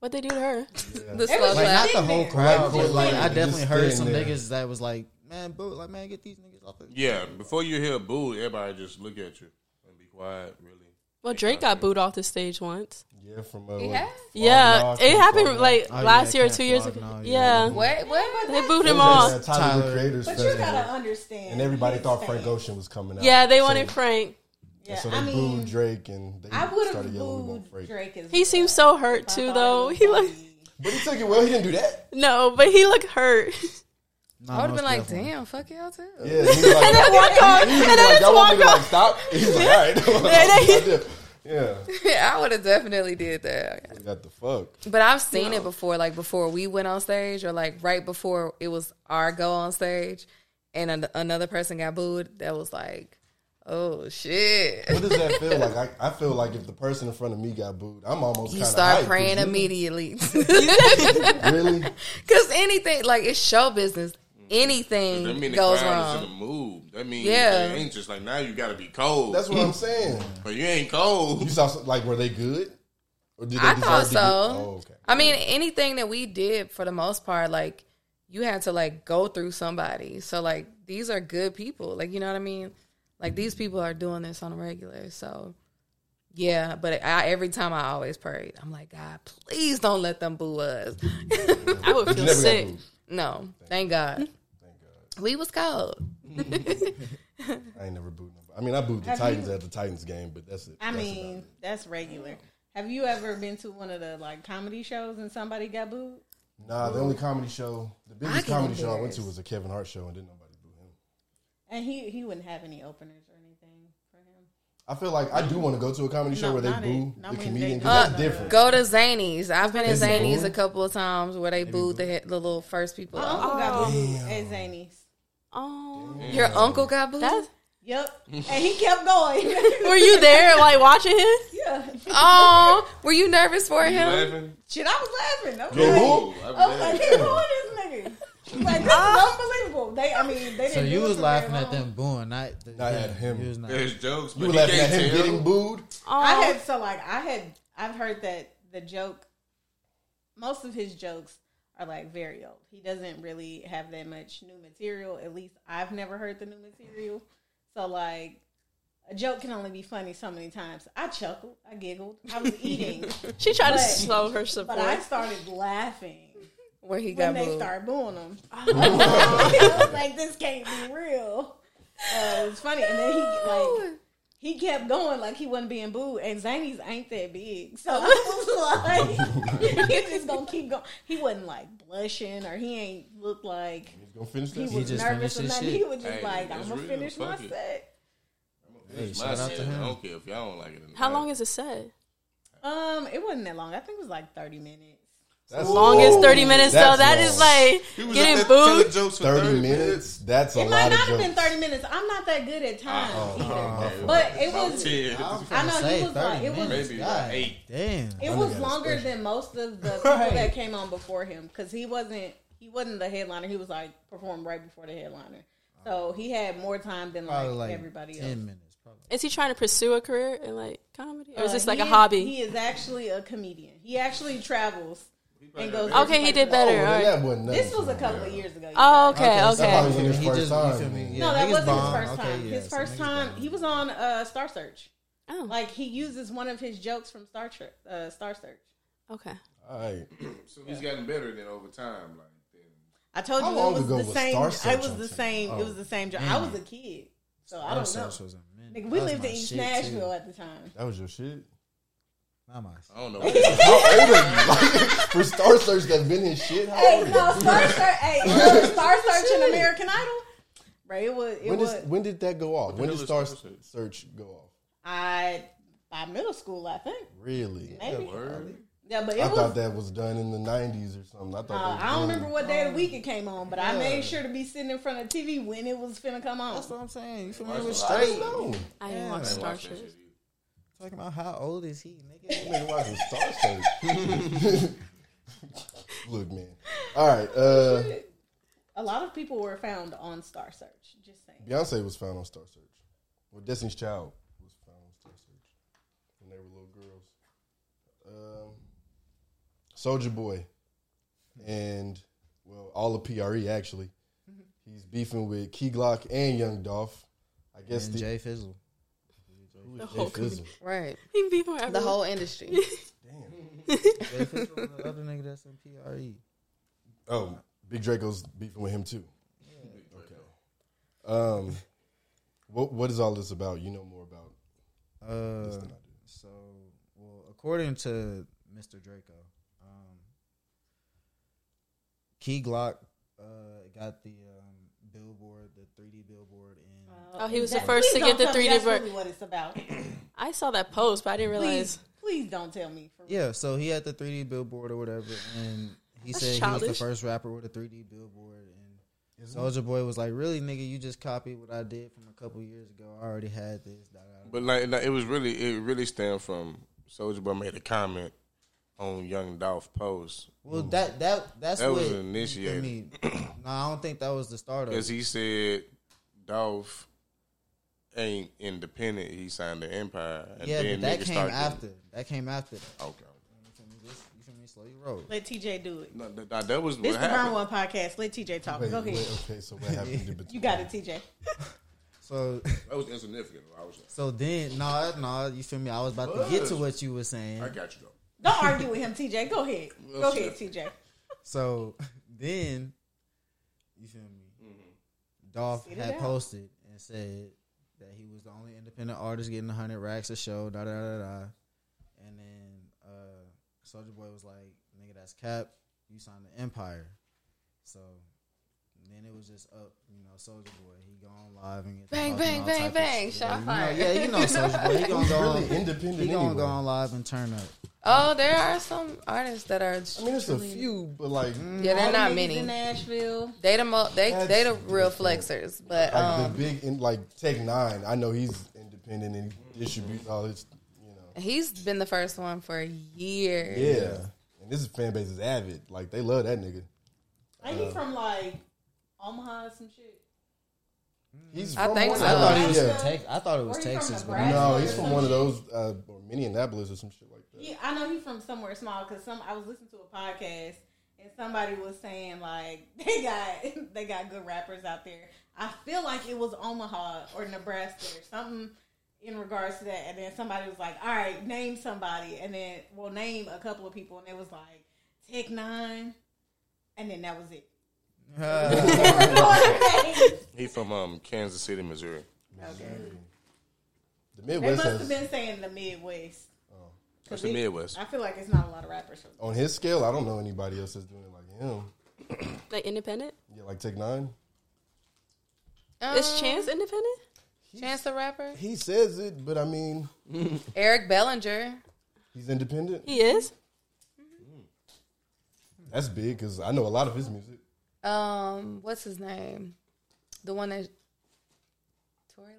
Speaker 7: what they do to her.
Speaker 8: The
Speaker 10: They was
Speaker 8: slow
Speaker 12: like
Speaker 8: clap.
Speaker 12: not the whole
Speaker 10: there.
Speaker 12: crowd,
Speaker 1: Like,
Speaker 12: but like
Speaker 1: just
Speaker 12: I definitely heard some
Speaker 1: sitting there.
Speaker 12: niggas that was like, man, boo, like man, get these niggas off the.
Speaker 9: Yeah, before you hear boo, everybody just look at you and be quiet. Really,
Speaker 7: Well, Drake got booed off the stage once.
Speaker 1: Yeah, from uh,
Speaker 8: He
Speaker 1: what,
Speaker 8: has?
Speaker 7: Yeah,
Speaker 1: Flog Knock
Speaker 7: it
Speaker 1: and
Speaker 7: happened
Speaker 1: Flog
Speaker 7: like
Speaker 12: Oh, yeah,
Speaker 7: last year or
Speaker 12: Camp
Speaker 7: two years
Speaker 12: Flog
Speaker 7: ago.
Speaker 12: Knock,
Speaker 7: yeah.
Speaker 12: yeah.
Speaker 8: What? What?
Speaker 7: They booed him
Speaker 1: Knock. Yeah, Tyler, the
Speaker 7: off.
Speaker 12: Tyler.
Speaker 1: Creator's
Speaker 10: But you
Speaker 1: Festival.
Speaker 10: gotta understand.
Speaker 1: and everybody
Speaker 10: he's
Speaker 1: thought
Speaker 10: fat.
Speaker 1: Frank Ocean was coming out.
Speaker 7: Yeah, they
Speaker 1: So-
Speaker 7: wanted Frank.
Speaker 10: Yeah,
Speaker 1: so they
Speaker 10: I mean,
Speaker 1: booed Drake, and they
Speaker 10: I would
Speaker 1: started
Speaker 10: have
Speaker 1: yelling about
Speaker 10: booed
Speaker 1: Frank.
Speaker 10: Drake as
Speaker 7: He seemed so hurt too, though. He looked
Speaker 1: But he took it well. He didn't do that.
Speaker 7: no, but he looked hurt.
Speaker 12: Nah,
Speaker 8: I would have
Speaker 12: most
Speaker 8: been like,
Speaker 12: definitely.
Speaker 8: damn, fuck y'all too.
Speaker 1: Yeah, he was like,
Speaker 7: and then walk off,
Speaker 1: he was
Speaker 7: and then
Speaker 1: like,
Speaker 7: just
Speaker 1: y'all want me to
Speaker 7: walk
Speaker 1: like
Speaker 7: off.
Speaker 1: stop? He was like, all right. yeah,
Speaker 8: I would have definitely did that.
Speaker 1: got the fuck.
Speaker 8: But I've seen it before, like before we went on stage, or like right before it was our go on stage, and an- another person got booed. That was like, oh shit!
Speaker 1: What does that feel like? I, I feel like if the person in front of me got booed, I'm almost
Speaker 8: You
Speaker 1: kinda hyped,
Speaker 8: start
Speaker 1: 'cause
Speaker 8: praying
Speaker 1: you-
Speaker 8: immediately
Speaker 1: Really?
Speaker 8: because anything like it's show business. Anything
Speaker 9: that mean the
Speaker 8: Mm, goes
Speaker 9: crowd is in
Speaker 8: wrong.
Speaker 9: the mood. That means
Speaker 8: Yeah.
Speaker 9: yeah, ain't just like now you got to be cold.
Speaker 1: That's what I'm saying.
Speaker 9: But you ain't cold.
Speaker 1: You saw some- like were they good? Or did
Speaker 8: I
Speaker 1: deserve
Speaker 8: thought
Speaker 1: to be-
Speaker 8: so.
Speaker 1: Oh, okay.
Speaker 8: I mean, anything that we did for the most part, like you had to like go through somebody. So like these are good people. Like you know what I mean? Like these people are doing this on a regular. So yeah, but I, every time I always prayed, I'm like, God, please don't let them boo us.
Speaker 7: I would
Speaker 1: You never
Speaker 7: feel
Speaker 1: got
Speaker 7: sick.
Speaker 1: booed.
Speaker 8: no, thank God. Thank God. We was cold.
Speaker 1: I ain't never booed nobody. I mean, I booed the
Speaker 10: Have
Speaker 1: Titans
Speaker 10: you-
Speaker 1: at the Titans game, but that's it.
Speaker 10: I
Speaker 1: That's
Speaker 10: mean, that's regular. Have you ever been to one of the like comedy shows and somebody got booed?
Speaker 1: about it. nah, the only comedy show, the biggest
Speaker 8: get
Speaker 1: comedy show I went
Speaker 8: embarrassed.
Speaker 1: to was a Kevin Hart show, and didn't nobody boo him.
Speaker 10: And he he wouldn't have any openers or anything for him.
Speaker 1: I feel like I do want to go to a comedy show
Speaker 10: No,
Speaker 1: where they
Speaker 10: not
Speaker 1: boo
Speaker 10: it.
Speaker 1: the
Speaker 10: Not when they-
Speaker 1: comedian. 'cause
Speaker 8: Uh,
Speaker 1: that's different.
Speaker 8: Go to Zanies. I've been at
Speaker 1: They boo
Speaker 8: Zanies a
Speaker 1: them?
Speaker 8: couple of times where they booed the, he- the little first people.
Speaker 10: My
Speaker 8: up.
Speaker 10: uncle got booed at Zany's.
Speaker 7: Oh,
Speaker 8: Your uncle got booed.
Speaker 7: That's-
Speaker 10: Yep, and he kept going.
Speaker 7: Were you there, like watching him?
Speaker 10: Yeah.
Speaker 8: Oh, were you nervous for him?
Speaker 10: Shit, I was laughing. I was
Speaker 8: Yeah,
Speaker 10: like,
Speaker 8: who?
Speaker 10: I was like,
Speaker 8: Yeah.
Speaker 10: who is this nigga? Like, this is unbelievable. They, I mean, they didn't.
Speaker 12: So you
Speaker 10: do it
Speaker 12: was
Speaker 10: for
Speaker 12: laughing
Speaker 10: very
Speaker 12: at them booing, not, the,
Speaker 1: Not at him.
Speaker 12: You was not.
Speaker 9: There's jokes,
Speaker 1: You were laughing at him getting booed.
Speaker 10: long. I had so like I had I've heard that the joke, most of his jokes are like very old. He doesn't really have that much new material. At least I've never heard the new material. So like. A joke can only be funny so many times. I chuckled, I giggled, I was eating.
Speaker 7: She tried to
Speaker 10: But-
Speaker 7: slow her support.
Speaker 10: But I started laughing
Speaker 8: Where he
Speaker 10: when
Speaker 8: got
Speaker 10: they
Speaker 8: booed.
Speaker 10: started booing him.
Speaker 1: Oh,
Speaker 10: I was like, this can't be real. Uh, it was funny, and then he like he kept going like he wasn't being booed, and Zany's ain't that big, so I was like, he's just gonna keep going. He wasn't like blushing, or he ain't looked like
Speaker 1: Gonna finish
Speaker 10: he
Speaker 1: this.
Speaker 10: was nervous or nothing. He was just
Speaker 9: Hey,
Speaker 10: like, I'm
Speaker 9: it's
Speaker 10: gonna
Speaker 9: real.
Speaker 10: finish my
Speaker 9: Fuck it.
Speaker 10: set.
Speaker 9: It's my
Speaker 12: shout out
Speaker 9: shit.
Speaker 12: to him.
Speaker 9: I don't care if y'all don't like it. or not.
Speaker 7: How long is it set?
Speaker 10: Um, it wasn't that long. I think it was like thirty minutes.
Speaker 1: That's
Speaker 7: Long as
Speaker 1: Ooh,
Speaker 7: 30 minutes, so
Speaker 1: that's
Speaker 7: that
Speaker 1: long.
Speaker 7: is like getting booed.
Speaker 1: Thirty minutes. That's a
Speaker 10: It might
Speaker 1: lot of
Speaker 10: not have been
Speaker 1: jokes.
Speaker 10: 30 minutes. I'm not that good at time
Speaker 1: Oh,
Speaker 10: either.
Speaker 1: okay.
Speaker 10: But it was,
Speaker 9: About 10.
Speaker 10: I know he was like, it was,
Speaker 9: maybe like eight.
Speaker 12: Damn.
Speaker 10: it was longer than most of the people that came on before him because he wasn't, he wasn't the headliner. He was like performed right before the headliner. So he had more time than like,
Speaker 12: Oh. Probably like
Speaker 10: everybody else.
Speaker 12: 10 minutes. Probably.
Speaker 7: Is he trying to pursue a career in like comedy, or is
Speaker 10: Uh,
Speaker 7: this like
Speaker 10: he
Speaker 7: a hobby?
Speaker 10: He is actually a comedian. He actually travels and goes.
Speaker 7: Okay, he did better.
Speaker 1: Oh,
Speaker 7: All
Speaker 1: that
Speaker 7: right.
Speaker 1: wasn't
Speaker 10: This
Speaker 1: nothing.
Speaker 10: was a couple of years ago. you
Speaker 7: Oh,
Speaker 10: guys.
Speaker 7: okay,
Speaker 1: so
Speaker 7: okay.
Speaker 1: that probably wasn't his
Speaker 12: He
Speaker 1: first
Speaker 12: just- you
Speaker 1: time.
Speaker 12: feel me?
Speaker 10: no,
Speaker 12: Yeah,
Speaker 10: that
Speaker 12: niggas
Speaker 10: wasn't
Speaker 12: bomb.
Speaker 10: his first
Speaker 12: Okay,
Speaker 10: time.
Speaker 12: yeah,
Speaker 10: his
Speaker 12: so
Speaker 10: first
Speaker 12: niggas
Speaker 10: time,
Speaker 12: bomb.
Speaker 10: he was on uh, Star Search.
Speaker 7: Oh.
Speaker 10: Like he uses one of his jokes from Star Trek, uh, Star Search.
Speaker 7: Okay.
Speaker 1: All right.
Speaker 9: So he's gotten better than over time. Like
Speaker 10: I told
Speaker 1: How
Speaker 10: you
Speaker 1: long
Speaker 10: it was
Speaker 1: ago
Speaker 10: the
Speaker 1: was
Speaker 10: same.
Speaker 1: Star
Speaker 10: it
Speaker 1: Search
Speaker 10: was
Speaker 1: on
Speaker 10: the
Speaker 1: TV?
Speaker 10: same.
Speaker 1: Oh,
Speaker 10: It was the same job. I
Speaker 1: man.
Speaker 10: was a kid, so I don't
Speaker 12: Star
Speaker 10: know.
Speaker 12: Search was a
Speaker 10: Nigga,
Speaker 12: minute.
Speaker 10: we
Speaker 12: That was
Speaker 10: lived
Speaker 12: my
Speaker 10: in East
Speaker 12: shit, too.
Speaker 10: Nashville at the time.
Speaker 1: That was your shit.
Speaker 12: Not mine.
Speaker 9: I don't know.
Speaker 1: How old are you? For Star Search, that been his shit. How
Speaker 10: Hey,
Speaker 1: old are
Speaker 10: no,
Speaker 1: you?
Speaker 10: Star Search. hey, Star Search and
Speaker 1: Shit.
Speaker 10: American Idol. Right, it was. It
Speaker 1: When,
Speaker 10: was.
Speaker 1: does, when did that go off?
Speaker 9: the
Speaker 1: When
Speaker 9: hell
Speaker 1: did
Speaker 9: is
Speaker 1: Star
Speaker 9: Star Search?
Speaker 1: Search go off?
Speaker 10: I by middle school, I think.
Speaker 1: Really?
Speaker 10: Maybe. Yeah, but it
Speaker 1: I
Speaker 10: was.
Speaker 1: thought that was done in the nineties or something. I thought.
Speaker 10: Uh,
Speaker 1: that was
Speaker 10: I don't
Speaker 1: done.
Speaker 10: remember what day of the week it came on, but I made sure to be sitting in front of TV when it was finna come on.
Speaker 12: That's what I'm saying. You familiar
Speaker 9: Watch
Speaker 12: with
Speaker 9: a lot of
Speaker 12: straight?
Speaker 1: No.
Speaker 7: I didn't
Speaker 12: Yeah. I
Speaker 7: watch
Speaker 9: I ain't
Speaker 7: Star
Speaker 9: watched that
Speaker 7: Trek.
Speaker 9: shit either.
Speaker 12: Talking about how old is he, nigga?
Speaker 1: Nigga watching Star Search. Look, man. All right. Uh,
Speaker 10: A lot of people were found on Star Search. Just saying.
Speaker 1: Beyonce was found on Star Search. Well, Destiny's Child was found on Star Search when they were little girls. Um, Soldier Boy, and well, all of PRE actually. He's beefing with Key Glock and Young Dolph. I guess
Speaker 12: And
Speaker 1: the,
Speaker 12: Jay Fizzle.
Speaker 1: who is
Speaker 7: The
Speaker 1: Jay
Speaker 7: whole
Speaker 1: Fizzle?
Speaker 8: Right.
Speaker 7: He beat her
Speaker 8: The
Speaker 7: everyone.
Speaker 8: whole industry.
Speaker 12: Jay Fizzle, was the other nigga that's in E. PRE.
Speaker 1: Oh, Big Draco's beefing with him too. Okay. Um, what what is all this about? You know more about this
Speaker 12: Uh,
Speaker 1: than I do.
Speaker 12: so, well, according to Mr. Draco, um, Key Glock uh, got the um, billboard, the 3D billboard, and
Speaker 7: Oh, he was the
Speaker 10: That-
Speaker 7: first
Speaker 10: please
Speaker 7: to get
Speaker 10: don't
Speaker 7: the
Speaker 10: tell me
Speaker 7: 3D
Speaker 10: That's
Speaker 7: work.
Speaker 10: really what it's about.
Speaker 7: I saw that post, but I didn't realize.
Speaker 10: Please, please don't tell me. For real.
Speaker 12: yeah, so he had the 3D billboard or whatever, and he
Speaker 7: That's
Speaker 12: said he
Speaker 7: childish.
Speaker 12: was the first rapper with a 3D billboard, and Soldier Boy was like, "Really, nigga, you just copied what I did from a couple years ago. I already had this." Da, da, da.
Speaker 9: But like, like, it was really it really stemmed from Soldier Boy made a comment on Young Dolph post
Speaker 12: Well, that that that's
Speaker 9: That
Speaker 12: what
Speaker 9: was initiated.
Speaker 12: I mean, no, I don't think that was the start of.
Speaker 9: because
Speaker 12: it.
Speaker 9: he said Dolph ain't independent. He signed the Empire. And
Speaker 12: Yeah, but
Speaker 9: then
Speaker 12: that
Speaker 9: niggas
Speaker 12: came
Speaker 9: started-
Speaker 12: after. That came after. You
Speaker 9: Okay.
Speaker 12: feel me? Just- You feel me? Slow your roll.
Speaker 10: Let TJ do it.
Speaker 9: No, th- th- that was
Speaker 10: This
Speaker 9: what
Speaker 10: is the Burn
Speaker 9: happened.
Speaker 10: One podcast. Let TJ talk.
Speaker 1: Wait,
Speaker 10: Go ahead.
Speaker 1: wait, okay, so what happened in between?
Speaker 10: You got it, TJ.
Speaker 12: So
Speaker 9: That was insignificant. I was.
Speaker 12: so then no I- no you feel me? I was about to get to what you were saying.
Speaker 9: I got you though.
Speaker 10: Don't argue with him, TJ. Go ahead. Go
Speaker 9: Well,
Speaker 10: ahead,
Speaker 9: shit.
Speaker 10: TJ.
Speaker 12: So then you feel me? Dolph
Speaker 10: Spit Mm-hmm. it
Speaker 12: had
Speaker 10: out.
Speaker 12: posted and said that he was the only independent artist getting 100 racks a show. Da da da da. And then uh, Soldier Boy was like, "Nigga, that's cap. You signed the Empire." So Then it was just up, you know, Soldier Boy. He gone live and get
Speaker 8: Bang,
Speaker 12: talking
Speaker 8: bang,
Speaker 12: all
Speaker 8: bang,
Speaker 12: type of
Speaker 8: bang.
Speaker 12: shit. You
Speaker 8: Shot
Speaker 12: know,
Speaker 8: fired.
Speaker 12: Yeah, you know, Soldier Boy. He gonna
Speaker 1: He's
Speaker 12: go
Speaker 1: really
Speaker 12: on-
Speaker 1: independent
Speaker 12: He gonna
Speaker 1: anyway.
Speaker 12: go on live and turn up.
Speaker 8: Oh, there are some artists that are. I
Speaker 1: mean, there's a few, but like, mm,
Speaker 8: yeah, they're
Speaker 10: All the
Speaker 8: not
Speaker 10: niggas
Speaker 8: many.
Speaker 10: in Nashville.
Speaker 8: They the mo- they
Speaker 1: That's
Speaker 8: they the real flexers, but
Speaker 1: like
Speaker 8: um,
Speaker 1: the big, in, like Tech Nine. I know he's independent and he distributes all his.
Speaker 8: um, he's been the first one for years.
Speaker 1: Yeah, and this fan base is avid. Like they love that nigga.
Speaker 10: Ain't he from like Omaha or some shit?
Speaker 1: He's
Speaker 8: I think
Speaker 1: one
Speaker 8: so.
Speaker 1: of-
Speaker 8: I thought
Speaker 10: he was
Speaker 1: yeah.
Speaker 10: from Tex- I thought it was Or he from Texas, but- Nebraska
Speaker 1: no,
Speaker 10: or
Speaker 1: he's from
Speaker 10: some
Speaker 1: one of
Speaker 10: shit.
Speaker 1: those uh, or Minneapolis or some shit like
Speaker 10: Yeah, I know he's from somewhere small because some I was listening to a podcast and somebody was saying like they got they got good rappers out there. I feel like it was Omaha or Nebraska or something in regards to that. And then somebody was like, "All right, name somebody," and then well, name a couple of people, and it was like Tech Nine, and then that was it.
Speaker 9: he from um, Kansas City, Missouri.
Speaker 10: Okay.
Speaker 1: The
Speaker 10: they must have been saying the Midwest.
Speaker 9: That's the Midwest.
Speaker 10: I feel like it's not a lot of rappers from.
Speaker 1: that. On his scale, I don't know anybody else that's doing it like him.
Speaker 7: Like independent?
Speaker 1: Yeah, like Tech Nine.
Speaker 10: Uh,
Speaker 7: Is Chance independent?
Speaker 8: Chance the rapper,
Speaker 1: He says it, but I mean,
Speaker 8: Eric Bellinger.
Speaker 1: he's independent.
Speaker 7: He is.
Speaker 1: That's big because I know a lot of his music.
Speaker 8: Um, what's his name? The one that Tory Lane.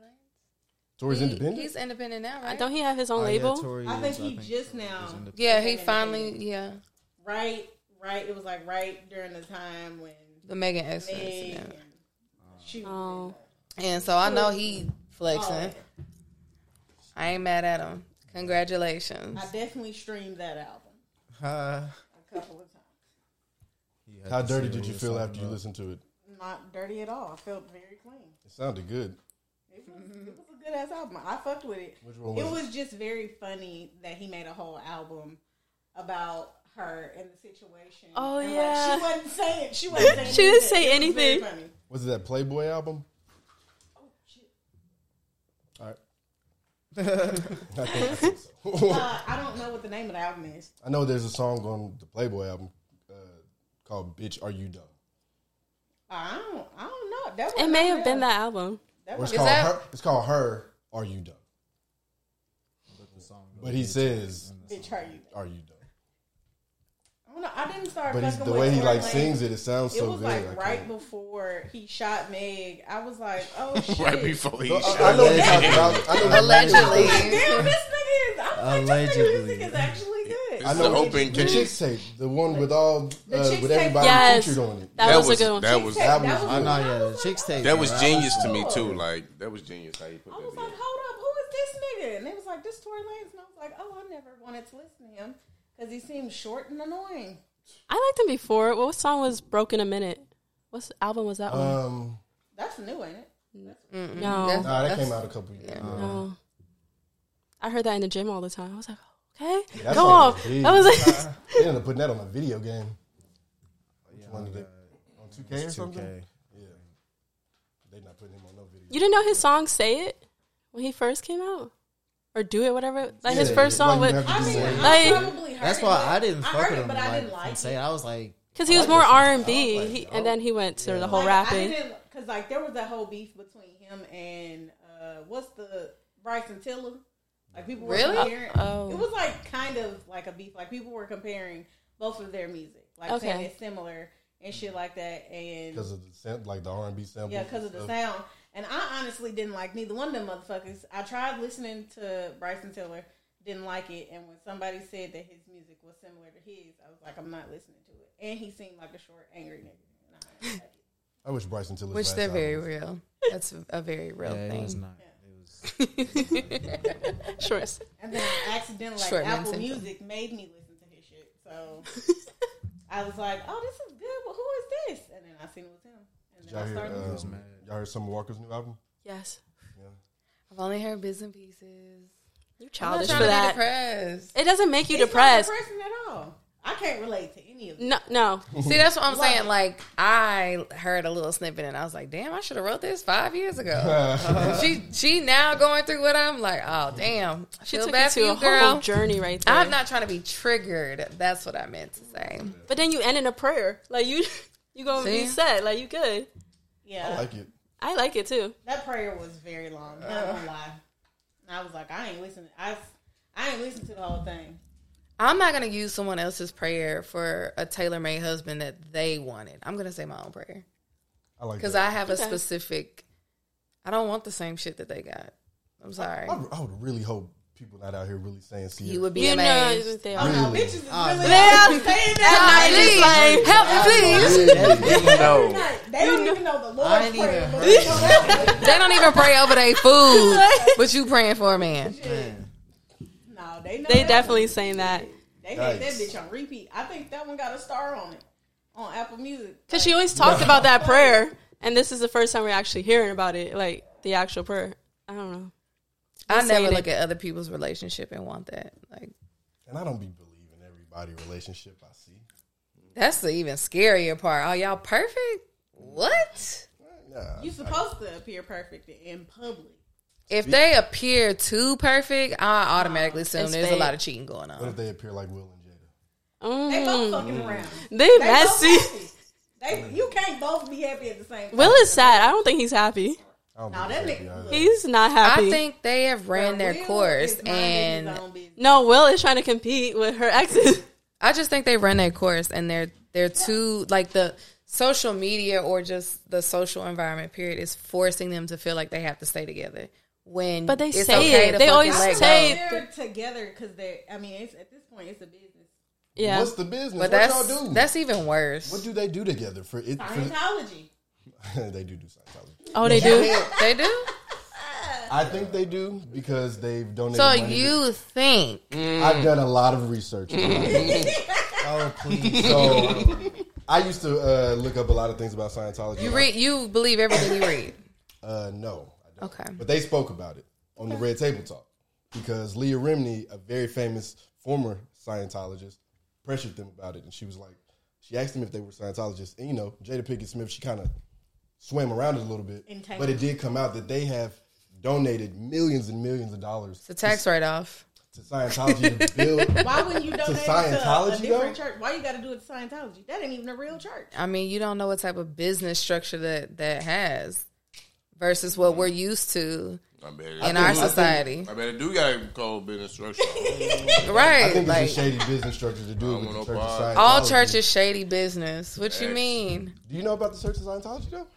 Speaker 1: Tori's
Speaker 8: He-
Speaker 1: independent.
Speaker 8: He's independent now,
Speaker 7: I
Speaker 8: right?
Speaker 7: Don't he have his own label?
Speaker 10: I think he just now.
Speaker 8: Yeah, he finally. Yeah,
Speaker 10: Right, right. It was like right during the time when
Speaker 8: the Megan X
Speaker 10: Meg
Speaker 8: incident.
Speaker 10: and she
Speaker 7: Oh.
Speaker 8: And so I know he flexing.
Speaker 10: Oh.
Speaker 8: I ain't mad at him. Congratulations.
Speaker 10: I definitely streamed that album
Speaker 12: Uh,
Speaker 10: a couple of times.
Speaker 1: How dirty did you feel after you listened to it?
Speaker 10: Not dirty at all. I felt very clean.
Speaker 1: It sounded good.
Speaker 10: It was, it was a good ass album. I fucked with it.
Speaker 1: Which one
Speaker 10: it
Speaker 1: was
Speaker 10: was just very funny that he made a whole album about her and the situation.
Speaker 7: Oh,
Speaker 10: And,
Speaker 7: yeah.
Speaker 10: like, she wasn't saying she wasn't saying
Speaker 7: She didn't say
Speaker 10: It was very
Speaker 7: anything. Oh,
Speaker 10: funny.
Speaker 1: Was it that Playboy album? All right. I, think I think so.
Speaker 10: Uh, I don't know what the name of the album is.
Speaker 1: I know there's a song on the Playboy album uh, called "Bitch Are You Dumb."
Speaker 10: I don't. I don't know. That
Speaker 7: It
Speaker 10: was
Speaker 7: may
Speaker 10: on
Speaker 7: have been
Speaker 10: there.
Speaker 7: that album.
Speaker 10: That
Speaker 1: Or it's
Speaker 10: was
Speaker 1: called her. It's called "Her Are You Dumb." But he says,
Speaker 10: bitch hurt you.
Speaker 1: "Are you dumb?"
Speaker 10: I don't know. I didn't start.
Speaker 1: But he's-
Speaker 10: fucking
Speaker 1: the
Speaker 10: with
Speaker 1: way he,
Speaker 10: Tory
Speaker 1: like,
Speaker 10: Lanez.
Speaker 1: sings it, it sounds so
Speaker 10: was
Speaker 1: good, I
Speaker 10: like
Speaker 1: can't-
Speaker 10: right before he shot Meg. I uh, was like, oh shit.
Speaker 9: Right before he
Speaker 1: I- I
Speaker 9: shot
Speaker 1: know what you're
Speaker 9: Meg.
Speaker 1: talking about. I know what you're
Speaker 8: Allegedly.
Speaker 10: Like, damn, this nigga is. I was like, this nigga music is actually good.
Speaker 1: I
Speaker 9: It's
Speaker 1: know
Speaker 9: the open
Speaker 1: the
Speaker 9: case.
Speaker 1: chicks tape, the one with all
Speaker 10: The
Speaker 1: uh,
Speaker 10: Chicks
Speaker 1: with
Speaker 10: Tape.
Speaker 1: everybody
Speaker 7: Yes.
Speaker 1: featured on it.
Speaker 7: That,
Speaker 9: That
Speaker 7: was,
Speaker 9: was-
Speaker 7: a good one.
Speaker 9: that was- oh,
Speaker 1: That
Speaker 10: That
Speaker 1: was
Speaker 10: was
Speaker 12: I
Speaker 1: good.
Speaker 12: know, yeah, the chicks take
Speaker 9: That was
Speaker 12: bro.
Speaker 9: genius to me too. Like that was genius how you put
Speaker 10: I
Speaker 9: that.
Speaker 10: was
Speaker 9: together.
Speaker 10: like, hold up, who is this nigga? And they was like, this Tory Lanez. And I was like, oh, I never wanted to listen to him because he seemed short and annoying.
Speaker 7: I liked him before. What song was Broken a Minute? What album was that one?
Speaker 1: Um,
Speaker 10: That's new, ain't it? That's,
Speaker 7: No.
Speaker 8: That's-
Speaker 1: nah, that
Speaker 8: that's-
Speaker 1: came out a couple years. ago.
Speaker 7: No. I heard that in the gym all the time. I was like, okay,
Speaker 1: That
Speaker 7: go
Speaker 1: song
Speaker 7: on.
Speaker 1: was big.
Speaker 7: That was like,
Speaker 1: They ended up putting that on a video game. Which one did they? On 2K or
Speaker 12: It's 2K.
Speaker 1: something? Yeah. They not putting him on no video.
Speaker 7: you didn't know his song "Say It" when he first came out, or "Do It," whatever. Like his
Speaker 1: Yeah,
Speaker 7: first
Speaker 1: like
Speaker 7: song
Speaker 1: you have
Speaker 7: with,
Speaker 1: to
Speaker 10: I mean, I
Speaker 7: Like-
Speaker 10: probably heard
Speaker 12: That's
Speaker 10: it,
Speaker 12: why
Speaker 10: but-
Speaker 12: I didn't
Speaker 10: I
Speaker 12: fuck
Speaker 10: heard
Speaker 12: with
Speaker 10: it,
Speaker 12: him.
Speaker 10: but I didn't
Speaker 12: like,
Speaker 10: like
Speaker 12: say
Speaker 10: it.
Speaker 12: I was like,
Speaker 7: because he was more R and B, and then he went to the whole
Speaker 10: Like, I
Speaker 7: rapping.
Speaker 10: didn't because like there was that whole beef between him and uh, what's the Bryson Tiller. Like people were
Speaker 8: Really?
Speaker 10: comparing.
Speaker 7: Oh.
Speaker 10: It was like kind of like a beef. Like people were comparing both of their music, like
Speaker 7: Okay.
Speaker 10: saying it's similar and shit like that. And
Speaker 1: Because of the sam- like the R&B sample.
Speaker 10: yeah, because of the sound. And I honestly didn't like neither one of them motherfuckers. I tried listening to Bryson Tiller, didn't like it. And when somebody said that his music was similar to his, I was like, I'm not listening to it. And he seemed like a short, angry nigga. And I didn't like it.
Speaker 1: I wish Bryson Tiller's
Speaker 8: Which
Speaker 1: last
Speaker 8: they're very
Speaker 1: album was-
Speaker 8: real. That's a very real
Speaker 12: yeah, it was
Speaker 8: thing.
Speaker 12: not.
Speaker 7: Shorts.
Speaker 10: And then I accidentally, like
Speaker 8: Short man
Speaker 10: Apple
Speaker 8: syndrome.
Speaker 10: Music made me listen to his shit. So I was like, oh, this is good. Well, who is this? And then I seen it was him. And
Speaker 1: Did
Speaker 10: then
Speaker 1: Y'all
Speaker 10: I
Speaker 1: hear,
Speaker 10: started listening.
Speaker 1: um, y'all heard Summer Walker's new album?
Speaker 7: Yes,
Speaker 8: I've only heard bits and pieces. I'm
Speaker 7: you
Speaker 8: not
Speaker 7: childish
Speaker 8: trying
Speaker 7: for
Speaker 8: to
Speaker 7: that.
Speaker 8: be depressed.
Speaker 7: It doesn't make you
Speaker 10: It's
Speaker 7: depressed.
Speaker 10: Not depressing at all. I can't relate to any of it.
Speaker 7: No, no.
Speaker 8: See, that's what I'm saying. Like, I heard a little snippet and I was like, damn, I should have wrote this five years ago. she she now going through what I'm like, oh, damn.
Speaker 7: She
Speaker 8: Feel
Speaker 7: took you
Speaker 8: bad for
Speaker 7: to
Speaker 8: you,
Speaker 7: a
Speaker 8: girl.
Speaker 7: whole journey right there.
Speaker 8: I'm not trying to be triggered. That's what I meant to say.
Speaker 7: But then you end in a prayer, like you. You gonna be
Speaker 10: See?
Speaker 7: set? Like you good?
Speaker 10: Yeah, I like
Speaker 1: it.
Speaker 7: I like it too.
Speaker 10: That prayer was very long. Not gonna lie. I was like, I ain't listening. I I ain't listening to the whole thing.
Speaker 8: I'm not gonna use someone else's prayer for a tailor-made husband that they wanted. I'm gonna say my own prayer
Speaker 1: I like
Speaker 8: because
Speaker 1: that.
Speaker 8: I have
Speaker 1: Okay.
Speaker 8: a specific. I don't want the same shit that they got. I'm sorry.
Speaker 1: I, I would really hope people not out here really saying Sierra.
Speaker 8: You would be You know, amazed. they are.
Speaker 1: Really?
Speaker 8: Bitches is
Speaker 1: Ah,
Speaker 8: really-
Speaker 1: man.
Speaker 8: They are saying that. Please, help me, please.
Speaker 9: No.
Speaker 10: They don't even know the
Speaker 8: I
Speaker 10: Lord's
Speaker 8: ain't
Speaker 10: prayer.
Speaker 8: even
Speaker 10: but
Speaker 8: heard
Speaker 10: they know that one.
Speaker 8: they don't even pray over their food, but you praying for a man.
Speaker 10: No, they know
Speaker 7: They
Speaker 10: that
Speaker 7: definitely
Speaker 10: one.
Speaker 7: saying that.
Speaker 10: They
Speaker 8: Yikes.
Speaker 10: had that bitch on repeat. I think that one got a star on it on Apple Music.
Speaker 7: Because she always talked about that prayer, and this is the first time we're actually hearing about it, like the actual prayer. I don't know.
Speaker 8: I
Speaker 7: Just saying
Speaker 8: never
Speaker 7: it.
Speaker 8: look at other people's relationship and want that. Like
Speaker 1: And I don't be believing everybody relationship I see.
Speaker 8: that's the even scarier part. Are y'all perfect? What?
Speaker 1: Nah,
Speaker 10: You supposed to appear perfect in public.
Speaker 8: If they appear too perfect, I automatically assume
Speaker 10: It's
Speaker 8: there's a
Speaker 10: fake.
Speaker 8: lot of cheating going
Speaker 1: What
Speaker 8: on.
Speaker 1: if they appear like Will and Jada?
Speaker 10: They both fucking around.
Speaker 7: Mm. They
Speaker 10: both
Speaker 7: messy.
Speaker 10: happy.
Speaker 1: Mm.
Speaker 10: They you can't both be happy at the same time.
Speaker 7: Will is sad. I don't think he's happy.
Speaker 10: no, that nigga.
Speaker 7: He's not happy.
Speaker 8: I think they have ran their course, and
Speaker 7: no, Will is trying to compete with her exes.
Speaker 8: I just think they run their course, and they're they're too like the social media or just the social environment period is forcing them to feel like they have to stay together. When
Speaker 7: But they
Speaker 8: it's
Speaker 7: say
Speaker 8: okay
Speaker 7: it.
Speaker 8: to
Speaker 7: They
Speaker 8: fucking
Speaker 7: always
Speaker 8: let
Speaker 7: say
Speaker 8: go.
Speaker 10: They're together because they. I mean, it's, at this point, it's a business.
Speaker 7: Yeah.
Speaker 1: What's the business?
Speaker 8: But
Speaker 1: what
Speaker 8: that's-
Speaker 1: y'all do?
Speaker 8: that's even worse.
Speaker 1: What do they do together for it? For,
Speaker 10: Scientology.
Speaker 1: they do do Scientology.
Speaker 7: Oh, they do.
Speaker 1: Yeah.
Speaker 8: they do.
Speaker 1: I think they do because they've donated.
Speaker 8: So
Speaker 1: money to-
Speaker 8: you think?
Speaker 1: I've done a lot of research. oh
Speaker 12: please!
Speaker 1: So I used to uh, look up a lot of things about Scientology.
Speaker 8: You read. You believe everything you read.
Speaker 1: Uh, no, I don't.
Speaker 8: Okay.
Speaker 1: But they spoke about it on the Red Table Talk because Leah Remney, a very famous former Scientologist, pressured them about it, and she was like, she asked them if they were Scientologists, and you know, Jada Pinkett Smith, she kind of swam around it a little bit,
Speaker 8: Entangled.
Speaker 1: but it did come out that they have donated millions and millions of dollars
Speaker 8: It's a tax write off.
Speaker 1: to Scientology to build.
Speaker 10: Why wouldn't you
Speaker 1: To
Speaker 10: donate it to
Speaker 1: Scientology,
Speaker 10: a different
Speaker 1: though?
Speaker 10: church? Why you got to do it to Scientology? That ain't even a real church.
Speaker 8: I mean, you don't know what type of business structure that that has versus what we're used to
Speaker 9: I bet it-
Speaker 8: in our society.
Speaker 9: I bet it do got a cold business structure.
Speaker 8: Right,
Speaker 1: I think
Speaker 8: like-
Speaker 1: it's a shady business structure to do it with the Church of Scientology.
Speaker 8: All churches shady business. What you
Speaker 1: Facts.
Speaker 8: mean?
Speaker 1: Do you know about the Church of Scientology though?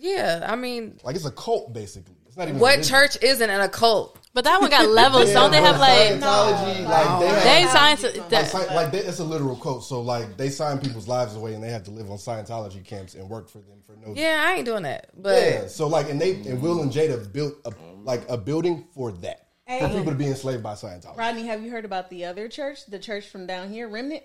Speaker 8: Yeah, I mean,
Speaker 1: Like it's a cult basically. It's not even a
Speaker 8: what
Speaker 1: religion.
Speaker 8: church isn't an occult?
Speaker 7: But that one got levels.
Speaker 1: Yeah,
Speaker 7: don't they
Speaker 1: but
Speaker 7: have like
Speaker 1: Scientology? like they,
Speaker 7: they
Speaker 1: have-
Speaker 7: science?
Speaker 1: like, sci- like they, it's a literal cult. So like they sign people's lives away and they have to live on Scientology camps and work for them for no.
Speaker 8: Yeah, I ain't doing that. But
Speaker 1: yeah. So like and they and Will and Jada built a like a building for that for
Speaker 10: Hey.
Speaker 1: people to be enslaved by Scientology.
Speaker 10: Rodney, have you heard about the other church? The church from down here, Remnant.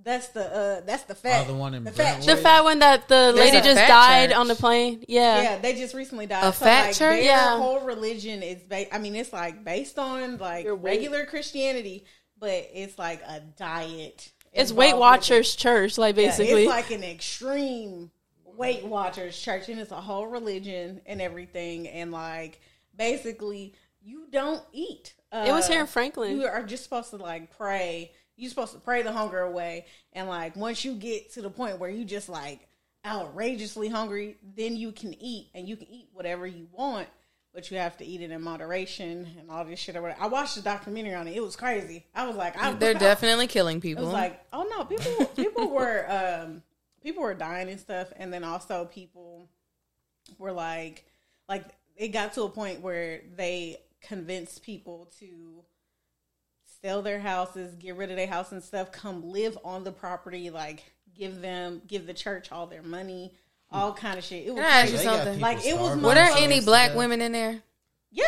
Speaker 10: That's the uh, that's the fat.
Speaker 12: Oh, the one in
Speaker 10: fat
Speaker 7: the
Speaker 10: church.
Speaker 7: fat one that the
Speaker 10: There's
Speaker 7: lady
Speaker 10: a
Speaker 7: just
Speaker 10: fat
Speaker 7: died
Speaker 10: church.
Speaker 7: on the plane. Yeah.
Speaker 10: yeah, they just recently died.
Speaker 7: A fat church?
Speaker 10: Their
Speaker 7: Yeah.
Speaker 10: whole religion is. Ba- I mean, it's like based on like
Speaker 7: weight.
Speaker 10: regular Christianity, but it's like a diet.
Speaker 7: It's
Speaker 10: involved
Speaker 7: Weight
Speaker 10: with
Speaker 7: Watchers church, like
Speaker 10: Yeah,
Speaker 7: basically.
Speaker 10: it's like an extreme Weight Watchers church, and it's a whole religion and everything. And like, basically, you don't eat. uh,
Speaker 7: It was here in Franklin.
Speaker 10: You are just supposed to like pray. You're supposed to pray the hunger away. And like, once you get to the point where you just like outrageously hungry, then you can eat and you can eat whatever you want. But you have to eat it in moderation and all this shit. Or whatever. I watched the documentary on it. It was crazy. I was like, I
Speaker 8: they're definitely killing
Speaker 10: it
Speaker 8: people.
Speaker 10: was like, oh no, people people were um people were dying and stuff, and then also people were like like it got to a point where they convinced people to sell their houses, get rid of their house and stuff, come live on the property, like give them give the church all their money, all kind of shit. It was
Speaker 8: Can I ask you
Speaker 10: crazy.
Speaker 8: something?
Speaker 10: Like it was
Speaker 8: Were there
Speaker 10: motherfuckers
Speaker 8: any black women in
Speaker 10: Um,
Speaker 8: there?
Speaker 10: yeah,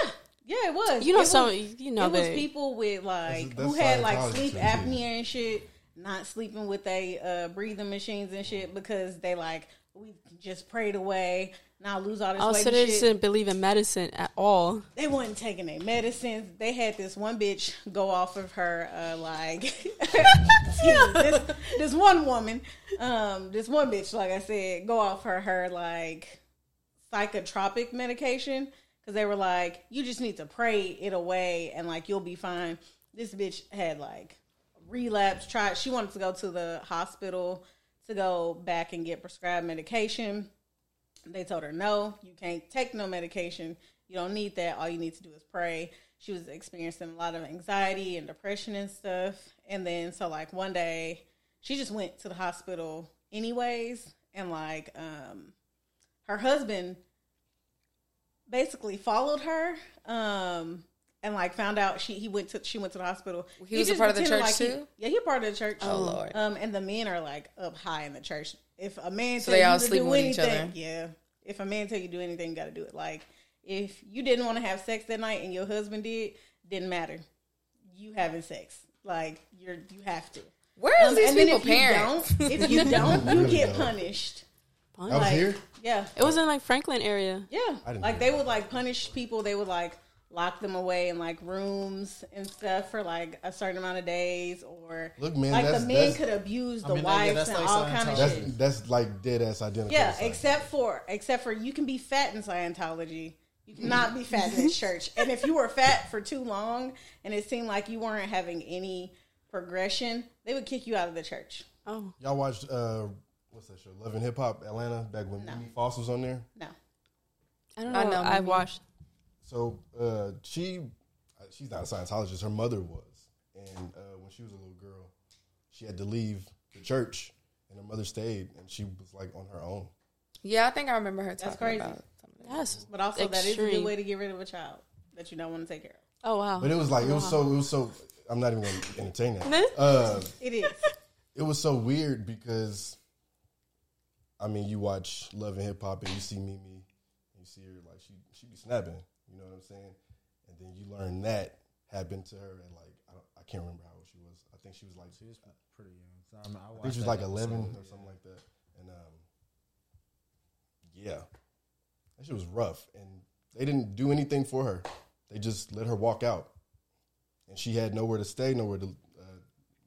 Speaker 10: it was.
Speaker 7: You know
Speaker 10: It was-
Speaker 7: some- you know
Speaker 10: it was
Speaker 7: that-
Speaker 10: people with like
Speaker 7: That's-
Speaker 10: who
Speaker 7: that's
Speaker 10: had like
Speaker 7: Scientology
Speaker 10: sleep
Speaker 7: too, yeah.
Speaker 10: apnea and shit, not sleeping with they uh, breathing machines and shit because they like we just prayed away, now lose all this weight.
Speaker 7: also,
Speaker 10: and
Speaker 7: they
Speaker 10: shit.
Speaker 7: just didn't believe in medicine at all.
Speaker 10: They wasn't taking their medicines. They had this one bitch go off of her, uh, like Excuse me. this, this one woman, um, this one bitch, like I said, go off her her like psychotropic medication because they were like, you just need to pray it away and like you'll be fine. This bitch had like relapse. Tried. She wanted to go to the hospital to go back and get prescribed medication. They told her, no, you can't take no medication. You don't need that. All you need to do is pray. She was experiencing a lot of anxiety and depression and stuff. And then, so like one day, she just went to the hospital anyways. And like, um, her husband basically followed her. Um, and like found out she he went to she went to the hospital.
Speaker 8: He was a part of the
Speaker 10: pretended
Speaker 8: church
Speaker 10: he-
Speaker 8: too?
Speaker 10: yeah, he a part of the church.
Speaker 8: Oh, Lord.
Speaker 10: Um, and the men are like up high in the church. If a man
Speaker 8: So
Speaker 10: tell
Speaker 8: they
Speaker 10: you
Speaker 8: all
Speaker 10: to
Speaker 8: sleeping
Speaker 10: do
Speaker 8: with each
Speaker 10: anything-
Speaker 8: other?
Speaker 10: yeah. If a man tell you to do anything, you got to do it. Like if you didn't want to have sex that night and your husband did, didn't matter. You having sex, like you're you have to.
Speaker 8: Where is these
Speaker 10: and then
Speaker 8: people
Speaker 10: if you
Speaker 8: parents?
Speaker 10: don't- If you don't, you
Speaker 1: Really
Speaker 10: get
Speaker 1: don't.
Speaker 10: punished.
Speaker 1: That was here?
Speaker 10: Yeah,
Speaker 7: It was in like Franklin area.
Speaker 10: yeah,
Speaker 1: I didn't
Speaker 10: like
Speaker 1: hear
Speaker 10: they would like punish people. They would like lock them away in like rooms and stuff for like a certain amount of days, or
Speaker 1: Look, man,
Speaker 10: like
Speaker 1: that's-
Speaker 10: the men
Speaker 1: that's-
Speaker 10: could abuse
Speaker 1: I
Speaker 10: the
Speaker 1: mean, like, yeah,
Speaker 10: wives
Speaker 1: that's
Speaker 10: and
Speaker 1: like
Speaker 10: all kind of
Speaker 1: That's
Speaker 10: shit.
Speaker 1: that's like dead ass identical.
Speaker 10: Yeah,
Speaker 1: It's like-
Speaker 10: except for except for you can be fat in Scientology. You cannot be fat in this church. And if you were fat for too long and it seemed like you weren't having any progression, they would kick you out of the church.
Speaker 7: Oh.
Speaker 1: y'all watched uh, what's that show? Love and Hip Hop Atlanta back when
Speaker 10: No.
Speaker 1: Mimi Foss was on there.
Speaker 10: No.
Speaker 7: I don't know.
Speaker 8: I
Speaker 7: I
Speaker 8: know,
Speaker 7: have
Speaker 8: maybe.
Speaker 7: watched.
Speaker 1: So uh, she, uh, she's not a Scientologist. Her mother was, and uh, when she was a little girl, she had to leave the church, and her mother stayed, and she was like on her own.
Speaker 8: Yeah, I think I remember her talking
Speaker 10: That's crazy.
Speaker 8: about.
Speaker 7: Yes,
Speaker 10: But also that is a
Speaker 7: Extreme.
Speaker 10: good way to get rid of a child that you don't want to take care of.
Speaker 7: Oh wow.
Speaker 1: But it was like it was so it was so. I'm not even going to entertain that. Uh,
Speaker 10: It is.
Speaker 1: it was so weird because, I mean, you watch Love and Hip Hop and you see Mimi, you see her like she she be snapping. You know what I'm saying? And then you learn that happened to her and like I, don't, I can't remember how old she was. I think she was like she was
Speaker 12: pretty young. So I'm- I
Speaker 1: I think
Speaker 12: watched
Speaker 1: she was
Speaker 12: that
Speaker 1: like
Speaker 12: episode,
Speaker 1: 11 or
Speaker 12: yeah.
Speaker 1: something like that. And um, yeah, that shit was rough. And they didn't do anything for her. They just let her walk out, and she had nowhere to stay, nowhere to, uh,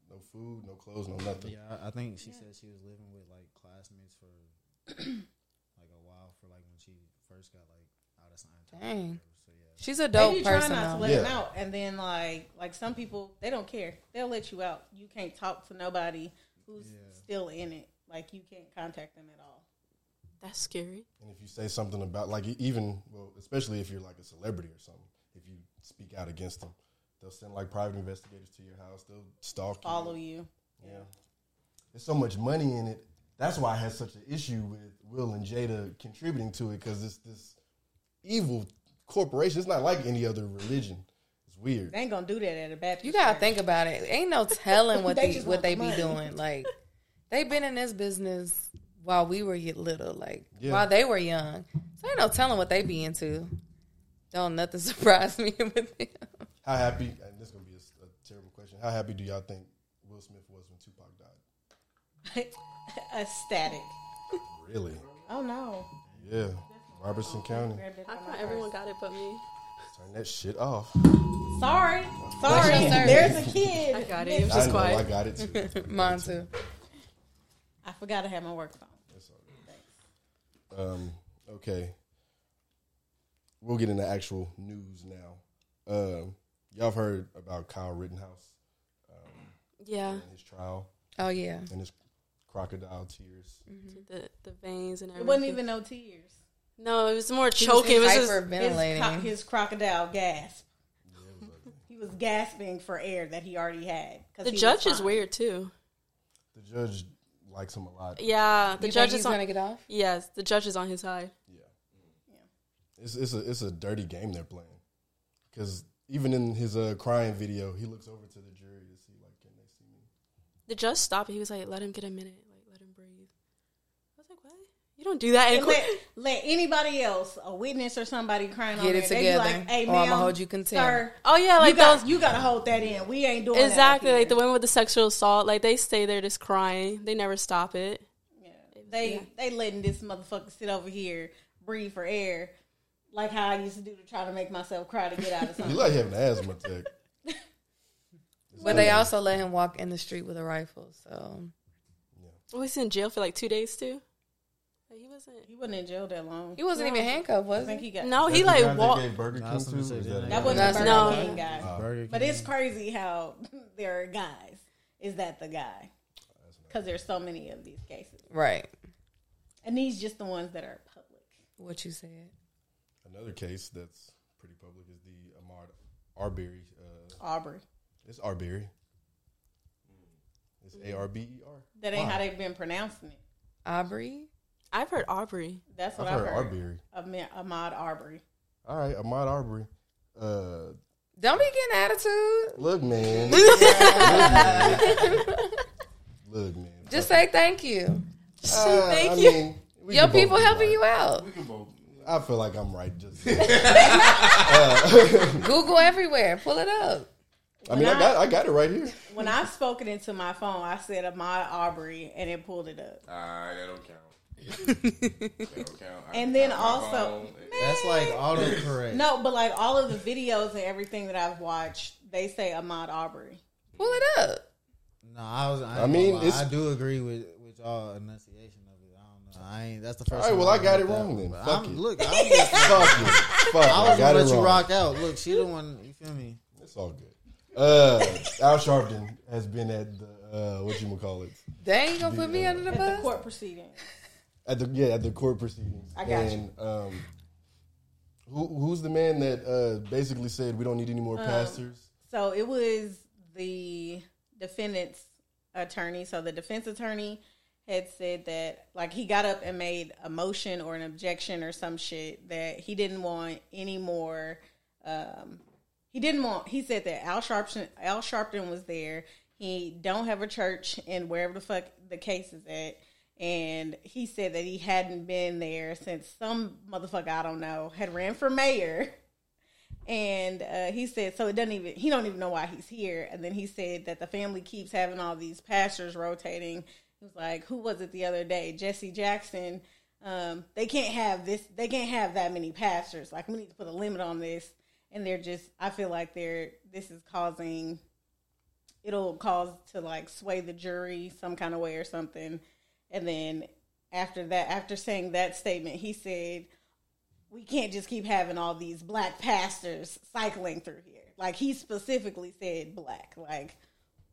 Speaker 1: no food, no clothes, no nothing.
Speaker 12: Yeah, I- I think she said she was living with like classmates for like a while for like when she first got like out of Scientology.
Speaker 8: Dang. She's
Speaker 12: a
Speaker 8: a
Speaker 10: they
Speaker 8: dope
Speaker 10: be trying
Speaker 8: person.
Speaker 10: not to
Speaker 8: though.
Speaker 10: let them out, and then like like some people they don't care. They'll let you out. You can't talk to nobody who's still in it. Like you can't contact them at all.
Speaker 7: That's scary.
Speaker 1: And if you say something about, like, e- even, well, especially if you're like a celebrity or something, if you speak out against them, they'll send like private investigators to your house. They'll stalk you.
Speaker 10: Follow you.
Speaker 1: Yeah. There's so much money in it. That's why I had such an issue with Will and Jada contributing to it because it's this evil corporation. It's not like any other religion. It's weird.
Speaker 10: They ain't gonna do that at a Baptist.
Speaker 8: You gotta think about it. Ain't no telling what
Speaker 10: They
Speaker 8: they,
Speaker 10: just want
Speaker 8: what they
Speaker 10: the
Speaker 8: be
Speaker 10: money.
Speaker 8: doing. Like they been in this business while we were y- little, like
Speaker 1: Yeah.
Speaker 8: while they were young. So ain't no telling what they be into. Don't nothing surprise me with them.
Speaker 1: How happy, and this is going to be a, s- a terrible question, how happy do y'all think Will Smith was when Tupac died?
Speaker 10: Ecstatic.
Speaker 1: Really?
Speaker 10: Oh no.
Speaker 1: Yeah. Robertson County.
Speaker 10: Grabbed it
Speaker 7: How
Speaker 10: from
Speaker 7: come
Speaker 10: my
Speaker 7: everyone
Speaker 10: purse.
Speaker 7: got it but me?
Speaker 1: Turn that shit off.
Speaker 10: Sorry. Sorry. There's a kid.
Speaker 7: I got it. It was
Speaker 1: I
Speaker 7: just
Speaker 1: know,
Speaker 7: quiet.
Speaker 1: I got it too.
Speaker 8: Mine too.
Speaker 10: I forgot I had my work phone.
Speaker 1: Um, okay. We'll get into actual news now. Um, y'all have heard about Kyle Rittenhouse
Speaker 7: Yeah.
Speaker 1: and his trial
Speaker 8: Oh yeah.
Speaker 1: and his crocodile tears.
Speaker 7: The the veins and
Speaker 10: It
Speaker 7: everything.
Speaker 10: wasn't even no tears.
Speaker 7: No, it was more choking. It was
Speaker 10: His,
Speaker 7: just-
Speaker 8: hyperventilating.
Speaker 10: co- his crocodile gasp. he was gasping for air that he already had. 'cause
Speaker 7: the
Speaker 10: he was
Speaker 7: judge is
Speaker 10: fine.
Speaker 7: weird too.
Speaker 1: The judge likes him a lot.
Speaker 7: Yeah, the
Speaker 8: You think
Speaker 7: judge
Speaker 8: he's
Speaker 7: is on.
Speaker 8: gonna get off?
Speaker 7: Yes, the judge is on his side.
Speaker 1: It's it's a it's a dirty game they're playing. Because even in his uh, crying video, he looks over to the jury to see like, can they see me?
Speaker 7: The judge stopped. He was like, "Let him get a minute. Like, let him breathe." I was like, "What? You don't do that." And
Speaker 10: And let,
Speaker 7: quick,
Speaker 10: let anybody else, a witness or somebody crying on
Speaker 8: Get
Speaker 10: there,
Speaker 8: it
Speaker 10: they be
Speaker 8: together,
Speaker 10: like, hey,
Speaker 8: or I'ma
Speaker 10: ma'am,
Speaker 8: hold you content."
Speaker 10: sir,
Speaker 7: Oh, yeah, like
Speaker 10: you got,
Speaker 7: those-
Speaker 10: you got to hold that in. We ain't doing
Speaker 7: exactly
Speaker 10: That up
Speaker 7: like the
Speaker 10: here."
Speaker 7: women with the sexual assault. Like they stay there just crying. They never stop it.
Speaker 10: they they letting this motherfucker sit over here breathe for air, like how I used to do to try to make myself cry to get out of
Speaker 1: He
Speaker 10: something.
Speaker 1: like having an asthma attack.
Speaker 8: But they also let him walk in the street with a rifle. So
Speaker 7: Well, Oh, he's in jail for like two days too. Like, he wasn't.
Speaker 10: he wasn't in jail that long.
Speaker 8: he wasn't even handcuffed, was
Speaker 10: I think
Speaker 8: he?
Speaker 10: he got
Speaker 7: No, he
Speaker 1: That's the guy
Speaker 7: like
Speaker 1: they
Speaker 7: walked.
Speaker 1: gave Burger
Speaker 12: Nah,
Speaker 1: King
Speaker 12: that's what I'm
Speaker 1: to?
Speaker 12: saying.
Speaker 1: Is that-
Speaker 10: That wasn't
Speaker 8: That's
Speaker 10: the Burger
Speaker 7: not-
Speaker 10: King guy.
Speaker 1: Uh,
Speaker 12: Burger
Speaker 10: But it's
Speaker 12: King.
Speaker 10: crazy how there are guys. Is that the guy? because there's so many of these cases.
Speaker 8: Right.
Speaker 10: And these just the ones that are public.
Speaker 8: What you said.
Speaker 1: Another case that's pretty public is the Ahmad Arbery. Uh,
Speaker 10: Aubrey.
Speaker 1: It's Arbery.
Speaker 8: Mm-hmm.
Speaker 1: It's A R B E R.
Speaker 10: That ain't how they've been pronouncing it.
Speaker 8: Aubrey.
Speaker 7: I've heard Aubrey.
Speaker 10: That's what
Speaker 1: I've
Speaker 10: I've
Speaker 1: heard
Speaker 10: heard.
Speaker 1: Arbery.
Speaker 10: Ahmed- Ahmad Arbery.
Speaker 1: All right, Ahmad Arbery. Uh,
Speaker 8: Don't be getting attitude.
Speaker 1: look, man. look, man. Look, man.
Speaker 8: Just say thank you.
Speaker 1: Uh,
Speaker 8: thank
Speaker 1: I
Speaker 8: you.
Speaker 1: mean, we
Speaker 8: Your
Speaker 1: can both
Speaker 8: people
Speaker 1: be
Speaker 8: helping
Speaker 1: right.
Speaker 8: you out.
Speaker 1: I feel like I'm right. Just
Speaker 8: Google everywhere. Pull it up.
Speaker 1: I mean, I got I got it right here.
Speaker 10: When I've spoken into my phone, I said Ahmad Aubrey and it pulled it up.
Speaker 9: Ah, that don't count. that don't count. I
Speaker 10: And then
Speaker 9: got my
Speaker 10: also-
Speaker 9: phone.
Speaker 12: That's like autocorrect.
Speaker 10: No, but like all of the videos and everything that I've watched, they say Ahmad Aubrey.
Speaker 8: Pull it up.
Speaker 12: No, I was. I,
Speaker 1: I mean,
Speaker 12: mean,
Speaker 1: it's-
Speaker 12: I do agree with with y'all enunciation of it. I don't know. I ain't. That's the first.
Speaker 1: All right,
Speaker 12: time
Speaker 1: well, I
Speaker 12: heard
Speaker 1: got it
Speaker 12: that,
Speaker 1: wrong then.
Speaker 12: but
Speaker 1: Fuck
Speaker 12: I'm-
Speaker 1: it.
Speaker 12: Look, I'm just,
Speaker 1: Fuck you. Fuck
Speaker 12: I
Speaker 1: you. I
Speaker 12: was
Speaker 1: got
Speaker 12: gonna
Speaker 1: it
Speaker 12: let you
Speaker 1: wrong.
Speaker 12: rock out. Look, she the one. You feel me?
Speaker 1: It's all good. Uh, Al Sharpton has been at the uh, what you call it
Speaker 8: Dang, you gonna put me under the
Speaker 10: At the
Speaker 8: bus?
Speaker 10: court proceeding.
Speaker 1: at the yeah at the court proceedings.
Speaker 10: I got you.
Speaker 1: and, Um, who who's the man that uh, basically said we don't need any more
Speaker 10: Um,
Speaker 1: pastors?
Speaker 10: So it was the defendant's attorney. So the defense attorney had said that, like, he got up and made a motion or an objection or some shit that he didn't want any more. Um, he didn't want. He said that Al Sharpton, Al Sharpton was there. He don't have a church in wherever the fuck the case is at. And he said that he hadn't been there since some motherfucker I don't know had ran for mayor and uh, he said so it doesn't even he don't even know why he's here and then he said that the family keeps having all these pastors rotating he was like who was it the other day jesse jackson um, they can't have this they can't have that many pastors like we need to put a limit on this and they're just i feel like they're this is causing it'll cause to like sway the jury some kind of way or something and then after that after saying that statement he said we can't just keep having all these black pastors cycling through here. Like he specifically said black. Like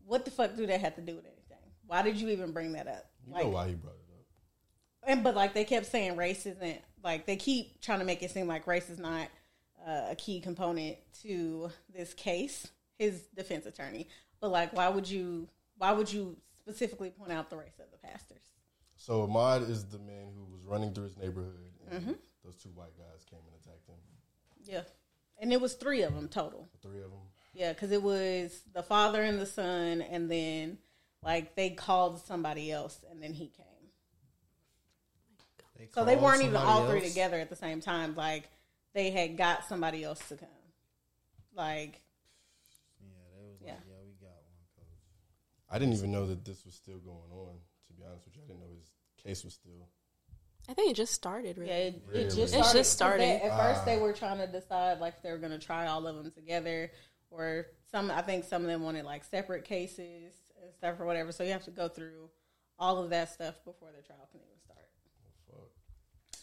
Speaker 10: what the fuck do that have to do with anything? Why did you even bring that up?
Speaker 1: You
Speaker 10: Like
Speaker 1: know why he brought it up.
Speaker 10: and but like they kept saying race isn't like they keep trying to make it seem like race is not uh, a key component to this case. His defense attorney, but like why would you why would you specifically point out the race of the pastors?
Speaker 1: So Ahmad is the man who was running through his neighborhood, and
Speaker 10: Mm-hmm.
Speaker 1: those two white guys came and attacked him.
Speaker 10: Yeah, and it was three of them total.
Speaker 1: The three of them.
Speaker 10: Yeah, because it was the father and the son, and then like they called somebody else, and then he came. So they
Speaker 12: called
Speaker 10: weren't even all
Speaker 12: somebody
Speaker 10: three
Speaker 12: else?
Speaker 10: together at the same time. Like they had got somebody else to come. Like yeah,
Speaker 1: I didn't even know that this was still going on. To be honest with you, I didn't know his case was still.
Speaker 7: I think it just started. Really.
Speaker 10: yeah, it,
Speaker 1: Really?
Speaker 10: it just
Speaker 7: It's
Speaker 10: started. 'cause
Speaker 7: just
Speaker 10: they-
Speaker 7: started.
Speaker 10: at first, they were trying to decide like if they were going to try all of them together, or some. I think some of them wanted like separate cases and stuff or whatever. So you have to go through all of that stuff before the trial can even start.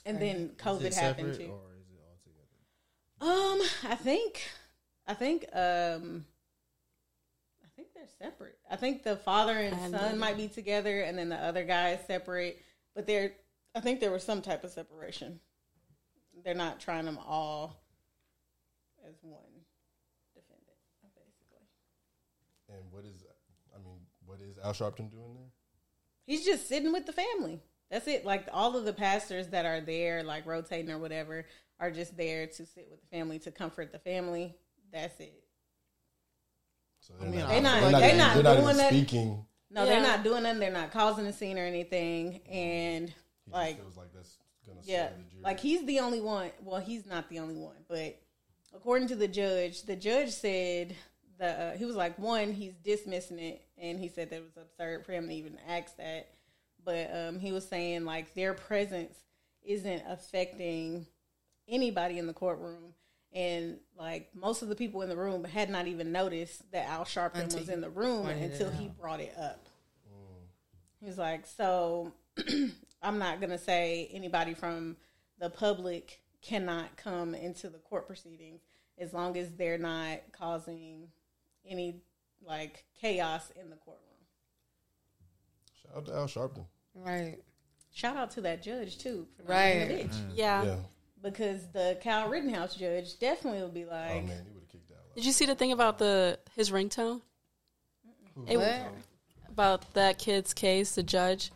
Speaker 10: And then COVID happened too.
Speaker 12: or is it all together?
Speaker 10: Um, I think, I think, um, I think they're separate. I think the father and
Speaker 7: And
Speaker 10: son
Speaker 7: the-
Speaker 10: might be together, and then the other guy is separate. But they're, I think there was some type of separation. They're not trying them all as one defendant, basically.
Speaker 1: And what is, I mean, what is Al Sharpton doing there?
Speaker 10: He's just sitting with the family. That's it. Like all of the pastors that are there, like rotating or whatever, are just there to sit with the family to comfort the family. That's it.
Speaker 1: So they're
Speaker 12: mean,
Speaker 1: not,
Speaker 12: I
Speaker 1: Um,
Speaker 12: feel
Speaker 1: they're not,
Speaker 12: like
Speaker 1: even-
Speaker 10: they not
Speaker 1: they're not
Speaker 10: doing
Speaker 1: even
Speaker 10: that.
Speaker 1: speaking.
Speaker 10: No,
Speaker 7: Yeah.
Speaker 10: they're not doing nothing. They're not causing a scene or anything. And
Speaker 1: He just
Speaker 10: like,
Speaker 1: feels like that's gonna
Speaker 10: yeah,
Speaker 1: sway the jury.
Speaker 10: like he's the only one. Well, he's not the only one, but according to the judge, the judge said the uh, he was like one, he's dismissing it, and he said that it was absurd for him to even ask that. But um, he was saying like their presence isn't affecting anybody in the courtroom. And like most of the people in the room had not even noticed that Al Sharpton
Speaker 8: Until
Speaker 10: was
Speaker 8: he
Speaker 10: in the room
Speaker 8: pointed it
Speaker 10: until he
Speaker 8: out.
Speaker 10: brought it up.
Speaker 1: Mm.
Speaker 10: He was like, so I'm not gonna say anybody from the public cannot come into the court proceedings as long as they're not causing any like chaos in the courtroom.
Speaker 1: Shout out to Al Sharpton.
Speaker 8: Right.
Speaker 10: Shout out to that judge too. For not
Speaker 8: Right.
Speaker 10: being a
Speaker 7: Mm-hmm.
Speaker 10: bitch.
Speaker 1: Mm. Yeah. Yeah.
Speaker 10: Because the Kyle Rittenhouse judge definitely would be like,
Speaker 7: Did you see the thing about the his ringtone? It,
Speaker 10: What?
Speaker 7: about that kid's case, the judge,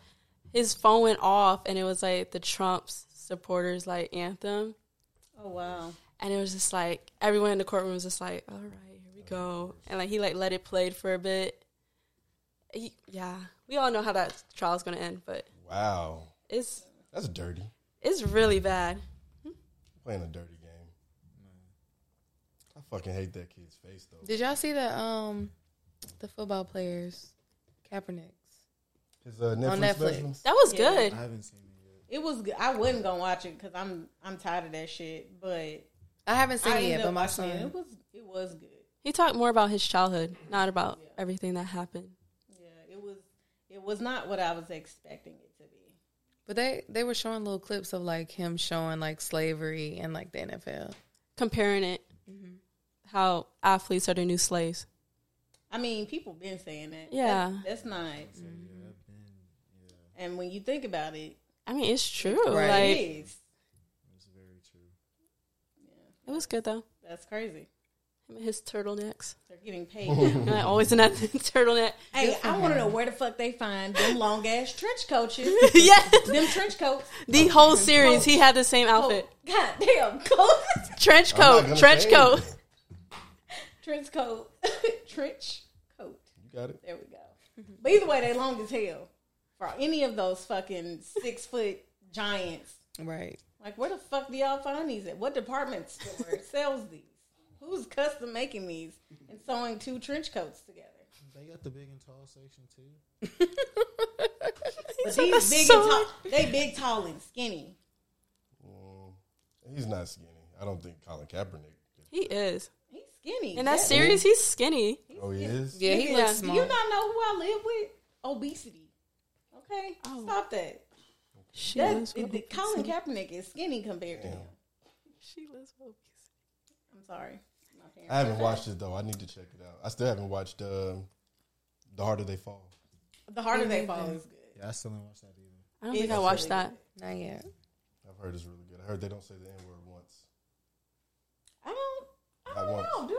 Speaker 7: his phone went off, and it was like the Trump's supporters like anthem,
Speaker 10: oh wow.
Speaker 7: and it was just like everyone in the courtroom was just like, all right, here we go, and like he like let it play for a bit. He- yeah, we all know how that trial's gonna end, but
Speaker 1: Wow,
Speaker 7: it's
Speaker 1: that's dirty.
Speaker 7: it's really bad.
Speaker 1: Playing a dirty game. I fucking hate that kid's face though.
Speaker 8: Did y'all see the um the football players Kaepernick?
Speaker 1: His uh, Netflix,
Speaker 8: On Netflix.
Speaker 1: special?
Speaker 8: That was
Speaker 10: Yeah.
Speaker 8: good.
Speaker 12: I haven't seen
Speaker 10: It was. good. I wasn't gonna watch it because I'm I'm tired of that shit. But
Speaker 8: I haven't
Speaker 7: seen it yet,
Speaker 10: ended up
Speaker 7: but my
Speaker 10: watching it.
Speaker 7: son-
Speaker 10: It was it was good.
Speaker 7: He talked more about his childhood, not about everything that happened.
Speaker 10: Yeah, it was it was not what I was expecting it to be.
Speaker 8: But they they were showing little clips of like him showing like slavery and like the NFL.
Speaker 7: comparing it
Speaker 10: Mm-hmm.
Speaker 7: how athletes are the new slaves.
Speaker 10: I mean, people been saying that.
Speaker 7: Yeah.
Speaker 10: that's, that's not. And when you think about it,
Speaker 7: I mean, it's true.
Speaker 10: Right.
Speaker 7: Like,
Speaker 10: It is.
Speaker 7: It was good though.
Speaker 10: That's crazy.
Speaker 7: Him and his turtlenecks.
Speaker 10: They're getting paid.
Speaker 7: And I always in that turtleneck.
Speaker 10: Hey,
Speaker 7: Good for
Speaker 10: I want to know
Speaker 7: him.
Speaker 10: where the fuck they find them long ass trench coaches.
Speaker 7: yeah,
Speaker 10: them trench coats. Oh,
Speaker 7: The whole series, he had the same outfit.
Speaker 10: God damn, coat.
Speaker 7: Trench coat, trench coat.
Speaker 10: trench coat, trench coat.
Speaker 1: You got it.
Speaker 10: There we go. But either way, they long as hell for any of those fucking six foot giants.
Speaker 8: Right.
Speaker 10: Like, where the fuck do y'all find these at? What department store sells these? Who's custom making these and sewing two trench coats together?
Speaker 12: it. They got the big and tall section too.
Speaker 10: But
Speaker 12: said
Speaker 10: these
Speaker 12: that's
Speaker 10: big
Speaker 12: so-
Speaker 10: and tall, they big, tall, and skinny.
Speaker 1: Mm, he's not skinny. I don't think Colin Kaepernick.
Speaker 7: He is.
Speaker 10: He's skinny.
Speaker 7: In that
Speaker 10: Yeah.
Speaker 7: series, he's skinny.
Speaker 1: Oh, he is.
Speaker 10: Nigga, Do you not know who I live with? Obesity. Okay, stop that.
Speaker 7: She
Speaker 10: That,
Speaker 7: lives with
Speaker 10: the- Colin Kaepernick is skinny compared to him.
Speaker 7: She lives with obesity.
Speaker 10: I'm sorry. My parents-
Speaker 1: I haven't watched it though. I need to check it out. I still haven't watched uh, The Harder They Fall.
Speaker 10: The harder
Speaker 12: Me
Speaker 10: they fall
Speaker 12: neither.
Speaker 10: is good.
Speaker 12: Yeah, I still didn't watch that either.
Speaker 7: I don't think I watched that.
Speaker 8: Not yet.
Speaker 1: I've heard it's really good. I heard they don't say the N word once.
Speaker 10: I don't.
Speaker 1: I don't
Speaker 10: know. Do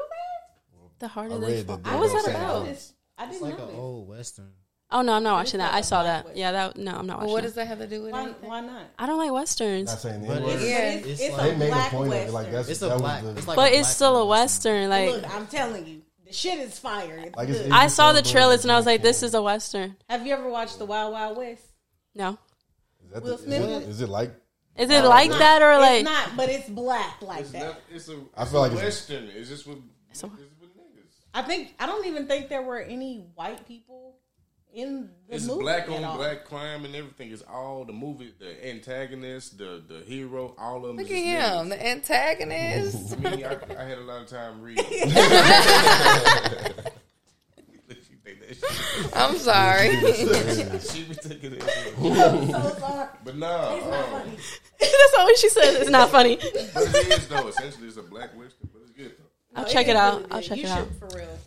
Speaker 7: The harder
Speaker 1: I
Speaker 7: they
Speaker 1: read
Speaker 7: fall.
Speaker 1: that they
Speaker 7: What was
Speaker 1: don't
Speaker 7: that
Speaker 1: say it
Speaker 7: about?
Speaker 1: once.
Speaker 10: I
Speaker 12: It's
Speaker 10: didn't
Speaker 12: like
Speaker 10: know
Speaker 12: an
Speaker 10: this.
Speaker 12: old western.
Speaker 7: Oh no, I'm not watching
Speaker 10: like
Speaker 7: that.
Speaker 10: a
Speaker 7: I saw
Speaker 10: black
Speaker 7: that. Yeah, that. No, I'm not watching.
Speaker 8: What
Speaker 7: that.
Speaker 8: does that have to do with
Speaker 10: Why,
Speaker 8: it?
Speaker 10: why not?
Speaker 7: I don't like westerns.
Speaker 1: Not saying the
Speaker 12: But
Speaker 1: N-word.
Speaker 12: it's- Yeah. it's-
Speaker 10: it's a They made a black point of it,
Speaker 1: like, that's-
Speaker 12: it's a
Speaker 1: that was
Speaker 12: black.
Speaker 1: the-
Speaker 12: It's like
Speaker 7: but
Speaker 12: a
Speaker 7: it's
Speaker 12: black
Speaker 7: still a western. Like
Speaker 10: Look, I'm telling you, the shit is fire. It's
Speaker 1: Like, it's
Speaker 10: good.
Speaker 1: Asian
Speaker 7: I saw the
Speaker 1: Cowboy
Speaker 7: trailers and I was like, this is a western.
Speaker 10: Have you ever watched the Wild Wild West?
Speaker 7: No,
Speaker 1: Is, that
Speaker 10: Will
Speaker 1: the,
Speaker 10: Smith
Speaker 1: is, it, is it like?
Speaker 7: is it like that or like?
Speaker 10: It's not, but it's black like that.
Speaker 9: It's a,
Speaker 1: I
Speaker 9: it's
Speaker 1: feel
Speaker 9: a
Speaker 1: like it's-
Speaker 9: Western. It's just with it's with
Speaker 10: I think I don't even think there were any white people in the
Speaker 9: It's
Speaker 10: movie.
Speaker 9: black
Speaker 10: at all.
Speaker 9: on black crime and everything. It's all the movie, the antagonist, the the hero, all of them.
Speaker 8: Look
Speaker 9: is
Speaker 8: at
Speaker 9: just
Speaker 8: him, the antagonist.
Speaker 9: niggas. Me, I, I had a lot of time reading.
Speaker 8: I'm sorry.
Speaker 9: she be taking it.
Speaker 8: I'm so
Speaker 10: sorry.
Speaker 9: But nah,
Speaker 8: It's not
Speaker 9: um,
Speaker 8: funny.
Speaker 7: That's not what she says. It's not funny.
Speaker 9: But it is though. Essentially, it's a black western, but it's good though.
Speaker 7: I'll check it out. I'll check it out.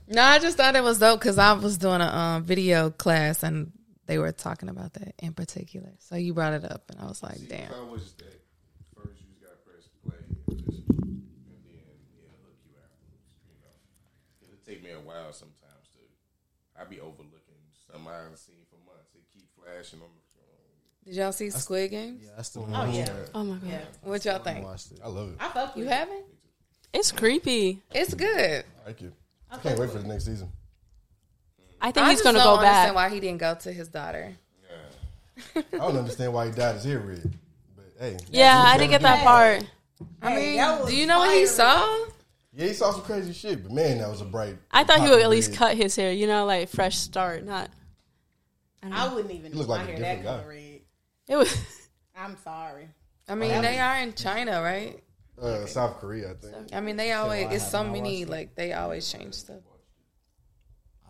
Speaker 8: no, I just thought it was dope because I was doing a um, video class and they were talking about that in particular. So you brought it up and I was like, damn.
Speaker 9: If I was that, first you just gotta press play, and just- and then it'll hook you out. You know, it'll take me a while sometimes to. I be overlooking something I haven't seen for months. It keep flashing on the
Speaker 8: Did y'all see Squid Games?
Speaker 12: Yeah, I still.
Speaker 8: Oh,
Speaker 12: haven't watched
Speaker 8: yeah.
Speaker 12: that.
Speaker 7: Oh my god,
Speaker 8: What y'all think?
Speaker 1: Mm-hmm. I love it.
Speaker 10: I fuck
Speaker 8: You haven't?
Speaker 7: It's creepy.
Speaker 8: It's good.
Speaker 1: I like it. I can't wait for the next season.
Speaker 7: I think he's
Speaker 8: just
Speaker 7: gonna
Speaker 8: don't
Speaker 7: go
Speaker 8: understand
Speaker 7: back.
Speaker 8: Why he didn't go to his daughter?
Speaker 1: I don't understand why he dyed his hair red. But hey,
Speaker 7: Yeah, I didn't get that part.
Speaker 8: I
Speaker 10: Hey, that
Speaker 8: mean,
Speaker 10: was
Speaker 8: do you know what he
Speaker 10: fiery.
Speaker 8: saw?
Speaker 1: Yeah, he saw some crazy shit, but man, that was a bright.
Speaker 7: I thought he
Speaker 1: pop
Speaker 7: would
Speaker 1: of
Speaker 7: at least
Speaker 1: red.
Speaker 7: cut his hair. You know, like fresh start. Not. I, don't
Speaker 10: I
Speaker 7: know.
Speaker 10: wouldn't even
Speaker 1: You look
Speaker 10: look
Speaker 1: like
Speaker 10: my
Speaker 1: a
Speaker 10: hair
Speaker 1: different
Speaker 10: that
Speaker 1: guy.
Speaker 10: color red.
Speaker 7: It was.
Speaker 10: I'm sorry.
Speaker 8: I mean,
Speaker 10: That
Speaker 8: they are in China, right?
Speaker 1: Uh, South Korea, I think.
Speaker 8: I mean, they always it's so many like they always change stuff.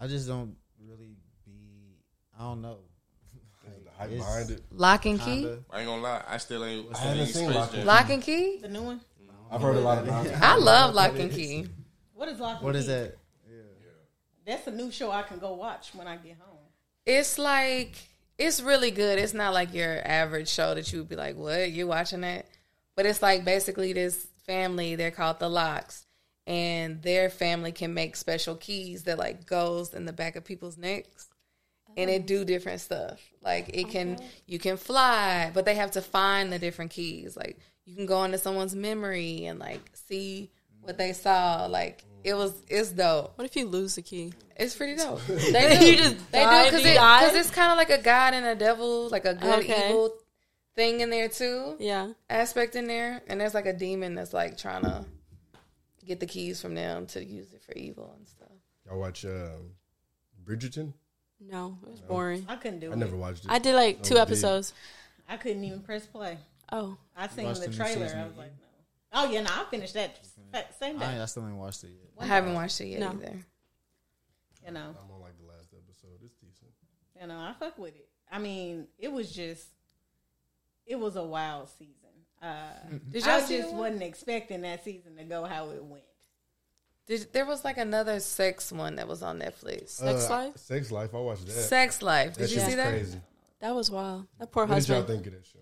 Speaker 12: I just don't really be. I don't know. the
Speaker 1: hype behind it.
Speaker 8: Lock and key?
Speaker 9: I ain't gonna lie, I still ain't.
Speaker 1: I haven't seen Lock and
Speaker 8: Lock and key.
Speaker 10: The new one.
Speaker 1: I've heard a lot of.
Speaker 8: I love lock and key.
Speaker 10: What is lock? and
Speaker 12: What is
Speaker 10: Key?
Speaker 12: that?
Speaker 10: That's a new show I can go watch when I get home.
Speaker 8: It's like it's really good. It's not like your average show that you would be like, "What? You watching that?" But it's like basically this family. They're called the Locks, and their family can make special keys that like goes in the back of people's necks, and it do different stuff. Like it can you can fly, but they have to find the different keys. Like you can go into someone's memory and like see what they saw. Like it was, it's dope.
Speaker 7: What if you lose the key?
Speaker 8: It's pretty dope. They do.
Speaker 7: You just
Speaker 8: they
Speaker 7: die
Speaker 8: do
Speaker 7: if
Speaker 8: because
Speaker 7: you die?
Speaker 8: it's kind of like a god and a devil, like a good
Speaker 7: Okay.
Speaker 8: evil thing in there too.
Speaker 7: Yeah,
Speaker 8: aspect in there, and there's like a demon that's like trying to get the keys from them to use it for evil and stuff.
Speaker 1: Y'all watch um, Bridgerton?
Speaker 7: No, it was
Speaker 1: No.
Speaker 7: boring.
Speaker 10: I couldn't do
Speaker 1: I
Speaker 10: it.
Speaker 1: never watched it.
Speaker 7: I did like
Speaker 1: No,
Speaker 7: two
Speaker 1: dude.
Speaker 7: episodes.
Speaker 10: I couldn't even press play.
Speaker 7: Oh,
Speaker 10: I seen
Speaker 12: Watched
Speaker 10: the
Speaker 12: the new
Speaker 10: trailer.
Speaker 12: season
Speaker 10: I was like, no. Oh yeah, no, I finished that fa- same
Speaker 12: I,
Speaker 10: day.
Speaker 12: I still ain't watched it yet.
Speaker 8: I haven't watched it yet
Speaker 10: No.
Speaker 8: either.
Speaker 10: You know,
Speaker 1: I'm on like the last episode. It's decent.
Speaker 10: you know, uh, I fuck with it. I mean, it was just, it was a wild season. Uh,
Speaker 8: Did
Speaker 10: I
Speaker 8: y'all see
Speaker 10: just
Speaker 8: the one?
Speaker 10: wasn't expecting that season to go how it went.
Speaker 8: Did, there was like another sex one that was on Netflix.
Speaker 1: Uh, Sex Life. I watched that.
Speaker 8: Sex Life. Did
Speaker 1: That
Speaker 8: you
Speaker 1: shit
Speaker 8: see
Speaker 1: was
Speaker 8: that?
Speaker 1: Crazy.
Speaker 7: That was wild. That poor
Speaker 1: What did y'all
Speaker 7: husband.
Speaker 1: think of that show?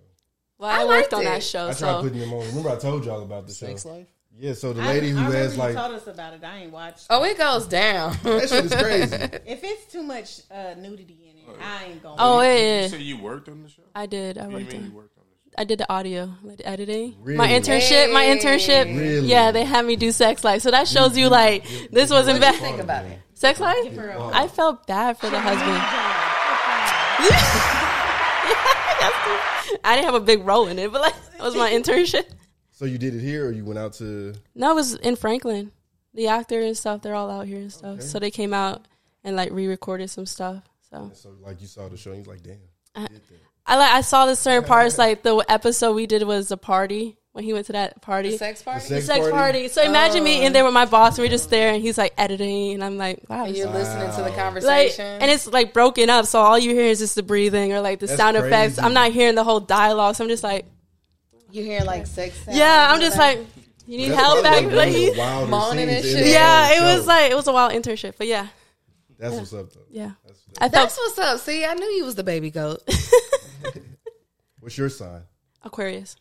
Speaker 7: Well,
Speaker 8: I
Speaker 7: I, worked
Speaker 8: liked
Speaker 7: on that
Speaker 8: it.
Speaker 7: show,
Speaker 1: I tried
Speaker 7: so
Speaker 1: putting them on. Remember, I told y'all about the show.
Speaker 12: Sex Life?
Speaker 1: Yeah. So the
Speaker 10: I-
Speaker 1: lady who
Speaker 10: I, remember
Speaker 1: has
Speaker 10: you
Speaker 1: like
Speaker 10: told us about it. I ain't watched.
Speaker 8: Oh, it goes down.
Speaker 1: that shit is crazy.
Speaker 10: If it's too much uh, nudity in it, I ain't going.
Speaker 7: Oh,
Speaker 10: to
Speaker 7: it
Speaker 9: You
Speaker 7: is.
Speaker 9: said you worked on the show.
Speaker 7: I did. I
Speaker 9: What do you
Speaker 7: worked
Speaker 9: mean
Speaker 7: on.
Speaker 9: you worked on
Speaker 7: I did the audio, like the editing. My
Speaker 1: Really?
Speaker 7: internship, my internship.
Speaker 1: Really?
Speaker 7: Yeah, they had me do sex life. So that shows you like this wasn't bad.
Speaker 8: Think about it.
Speaker 7: Sex life?
Speaker 10: her a-
Speaker 7: I felt bad for the husband. I didn't have a big role in it, but like that was my internship.
Speaker 1: So you did it here, or you went out to?
Speaker 7: No, it was in Franklin. The actor and stuff, they're all out here and stuff. So they came out and like re-recorded some stuff. So
Speaker 1: So like you saw the show, and you was like, damn.
Speaker 7: I like I saw the certain parts. Like the episode we did was a party when he went to that party.
Speaker 8: The sex party.
Speaker 1: sex-
Speaker 7: sex Oh.
Speaker 1: party.
Speaker 7: party. So imagine me in there with my boss. We're just there, and he's like editing, and I'm like, wow.
Speaker 8: And
Speaker 7: this-
Speaker 8: you're listening to the
Speaker 7: Like,
Speaker 8: conversation.
Speaker 7: and it's like broken up, so all you hear is just the breathing or like the
Speaker 1: That's
Speaker 7: sound effects.
Speaker 1: crazy.
Speaker 7: I'm not hearing the whole dialogue, so I'm just like,
Speaker 8: you hear like sex. sounds.
Speaker 7: yeah, I'm just like, you need
Speaker 1: That's
Speaker 7: help
Speaker 1: probably, like, one
Speaker 7: back, like,
Speaker 1: of
Speaker 7: he-
Speaker 1: the wilder
Speaker 8: moaning and
Speaker 1: scenes in
Speaker 8: shit.
Speaker 1: the
Speaker 7: yeah.
Speaker 1: whole
Speaker 7: It was
Speaker 1: show.
Speaker 7: like it was a wild internship, but yeah,
Speaker 1: that's what's up though.
Speaker 7: yeah.
Speaker 1: That's
Speaker 7: I
Speaker 8: That's
Speaker 7: felt
Speaker 8: what's up. See, I knew you was the baby goat.
Speaker 1: What's your sign?
Speaker 7: Aquarius.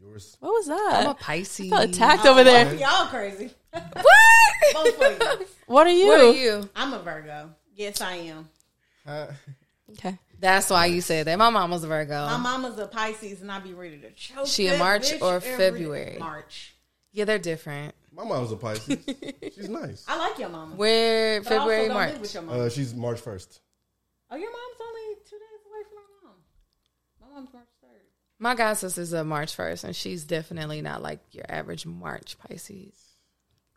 Speaker 1: Yours.
Speaker 7: What was
Speaker 8: I'm a
Speaker 7: that?
Speaker 8: Pisces.
Speaker 7: I felt attacked over there.
Speaker 10: Y'all crazy.
Speaker 8: What?
Speaker 10: Both of you.
Speaker 7: What are you?
Speaker 8: What are you?
Speaker 10: I'm a Virgo. Yes, I am.
Speaker 12: Uh,
Speaker 7: Okay.
Speaker 8: That's why you said that. My mom was a Virgo.
Speaker 10: My mama's a Pisces, and I be ready to choke.
Speaker 8: Oh. She a
Speaker 10: that
Speaker 8: March
Speaker 10: bitch
Speaker 8: or
Speaker 10: every-
Speaker 8: February?
Speaker 10: March.
Speaker 8: yeah, they're different.
Speaker 1: My mom's a Pisces. she's nice.
Speaker 10: I like your mama.
Speaker 8: We're
Speaker 10: but I also
Speaker 8: February,
Speaker 10: don't
Speaker 8: March.
Speaker 10: live with your mama.
Speaker 1: Uh, she's March first.
Speaker 10: oh, your mom's only two days away from my mom. My mom's March third.
Speaker 8: My god sister's a March first, and she's definitely not like your average March Pisces.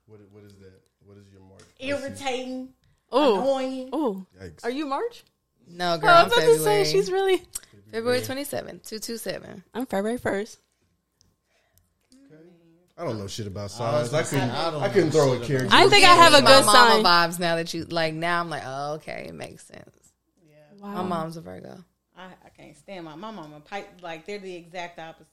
Speaker 1: What, what is that? What is your March? Pisces?
Speaker 10: Irritating,
Speaker 7: Oh,
Speaker 10: annoying.
Speaker 7: oh.
Speaker 1: Yikes.
Speaker 7: Are you March?
Speaker 8: No,
Speaker 7: Oh,
Speaker 8: girl,
Speaker 7: I
Speaker 8: I'm
Speaker 7: was about
Speaker 8: February.
Speaker 7: to say she's really.
Speaker 8: February twenty seventh, two two seven.
Speaker 7: I'm February first.
Speaker 1: I don't know shit about signs. I,
Speaker 12: gonna
Speaker 1: couldn't.
Speaker 12: say, I don't
Speaker 1: I, couldn't
Speaker 12: know
Speaker 1: throw
Speaker 12: shit
Speaker 1: a character.
Speaker 7: I think I have a
Speaker 8: my
Speaker 7: good
Speaker 8: mama
Speaker 7: sign.
Speaker 8: vibes now that you like. Now I'm like, oh, okay, it makes sense. My
Speaker 7: Mm.
Speaker 8: mom's a Virgo.
Speaker 10: I, I can't stand my my mama. Pi- Like they're the exact opposite.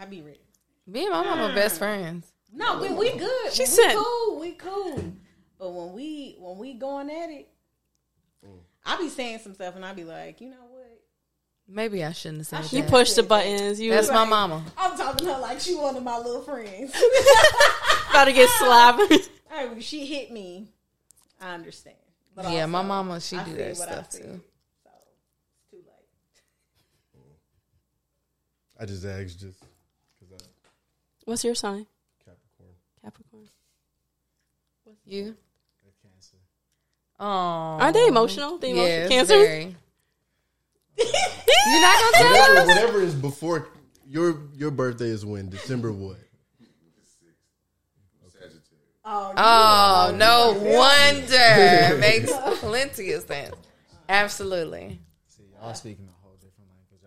Speaker 10: I be ready.
Speaker 8: Me and my mom are best friends.
Speaker 10: No, we we good.
Speaker 7: She
Speaker 10: we
Speaker 7: said-
Speaker 10: cool. We cool. But when we when we going at it,
Speaker 8: Mm.
Speaker 10: I be saying some stuff, and I be like, you know what?
Speaker 8: Maybe I shouldn't have said
Speaker 10: should-
Speaker 7: You
Speaker 8: that.
Speaker 7: push the buttons. You
Speaker 8: That's my
Speaker 10: Right.
Speaker 8: mama.
Speaker 10: I'm talking to her like she one of my little friends.
Speaker 7: about to get slapped.
Speaker 10: All right, when she hit me. I understand. But
Speaker 8: Yeah, my
Speaker 10: also,
Speaker 8: mama, she
Speaker 10: I
Speaker 8: do
Speaker 10: see
Speaker 8: that
Speaker 10: what I
Speaker 8: stuff
Speaker 10: see.
Speaker 8: too.
Speaker 10: So it's too late.
Speaker 1: I just asked just because I'm
Speaker 7: What's your sign?
Speaker 1: Capricorn.
Speaker 7: Capricorn.
Speaker 8: You?
Speaker 12: Cancer.
Speaker 8: Oh,
Speaker 7: Aren't they emotional? They emotional
Speaker 8: Yes,
Speaker 7: cancers?
Speaker 8: very. You're not gonna tell
Speaker 1: Whatever, whatever is before your your birthday is when December what?
Speaker 10: Oh,
Speaker 8: Oh, no wonder. Makes plenty of sense. Absolutely.
Speaker 12: See, y'all speaking a whole different language.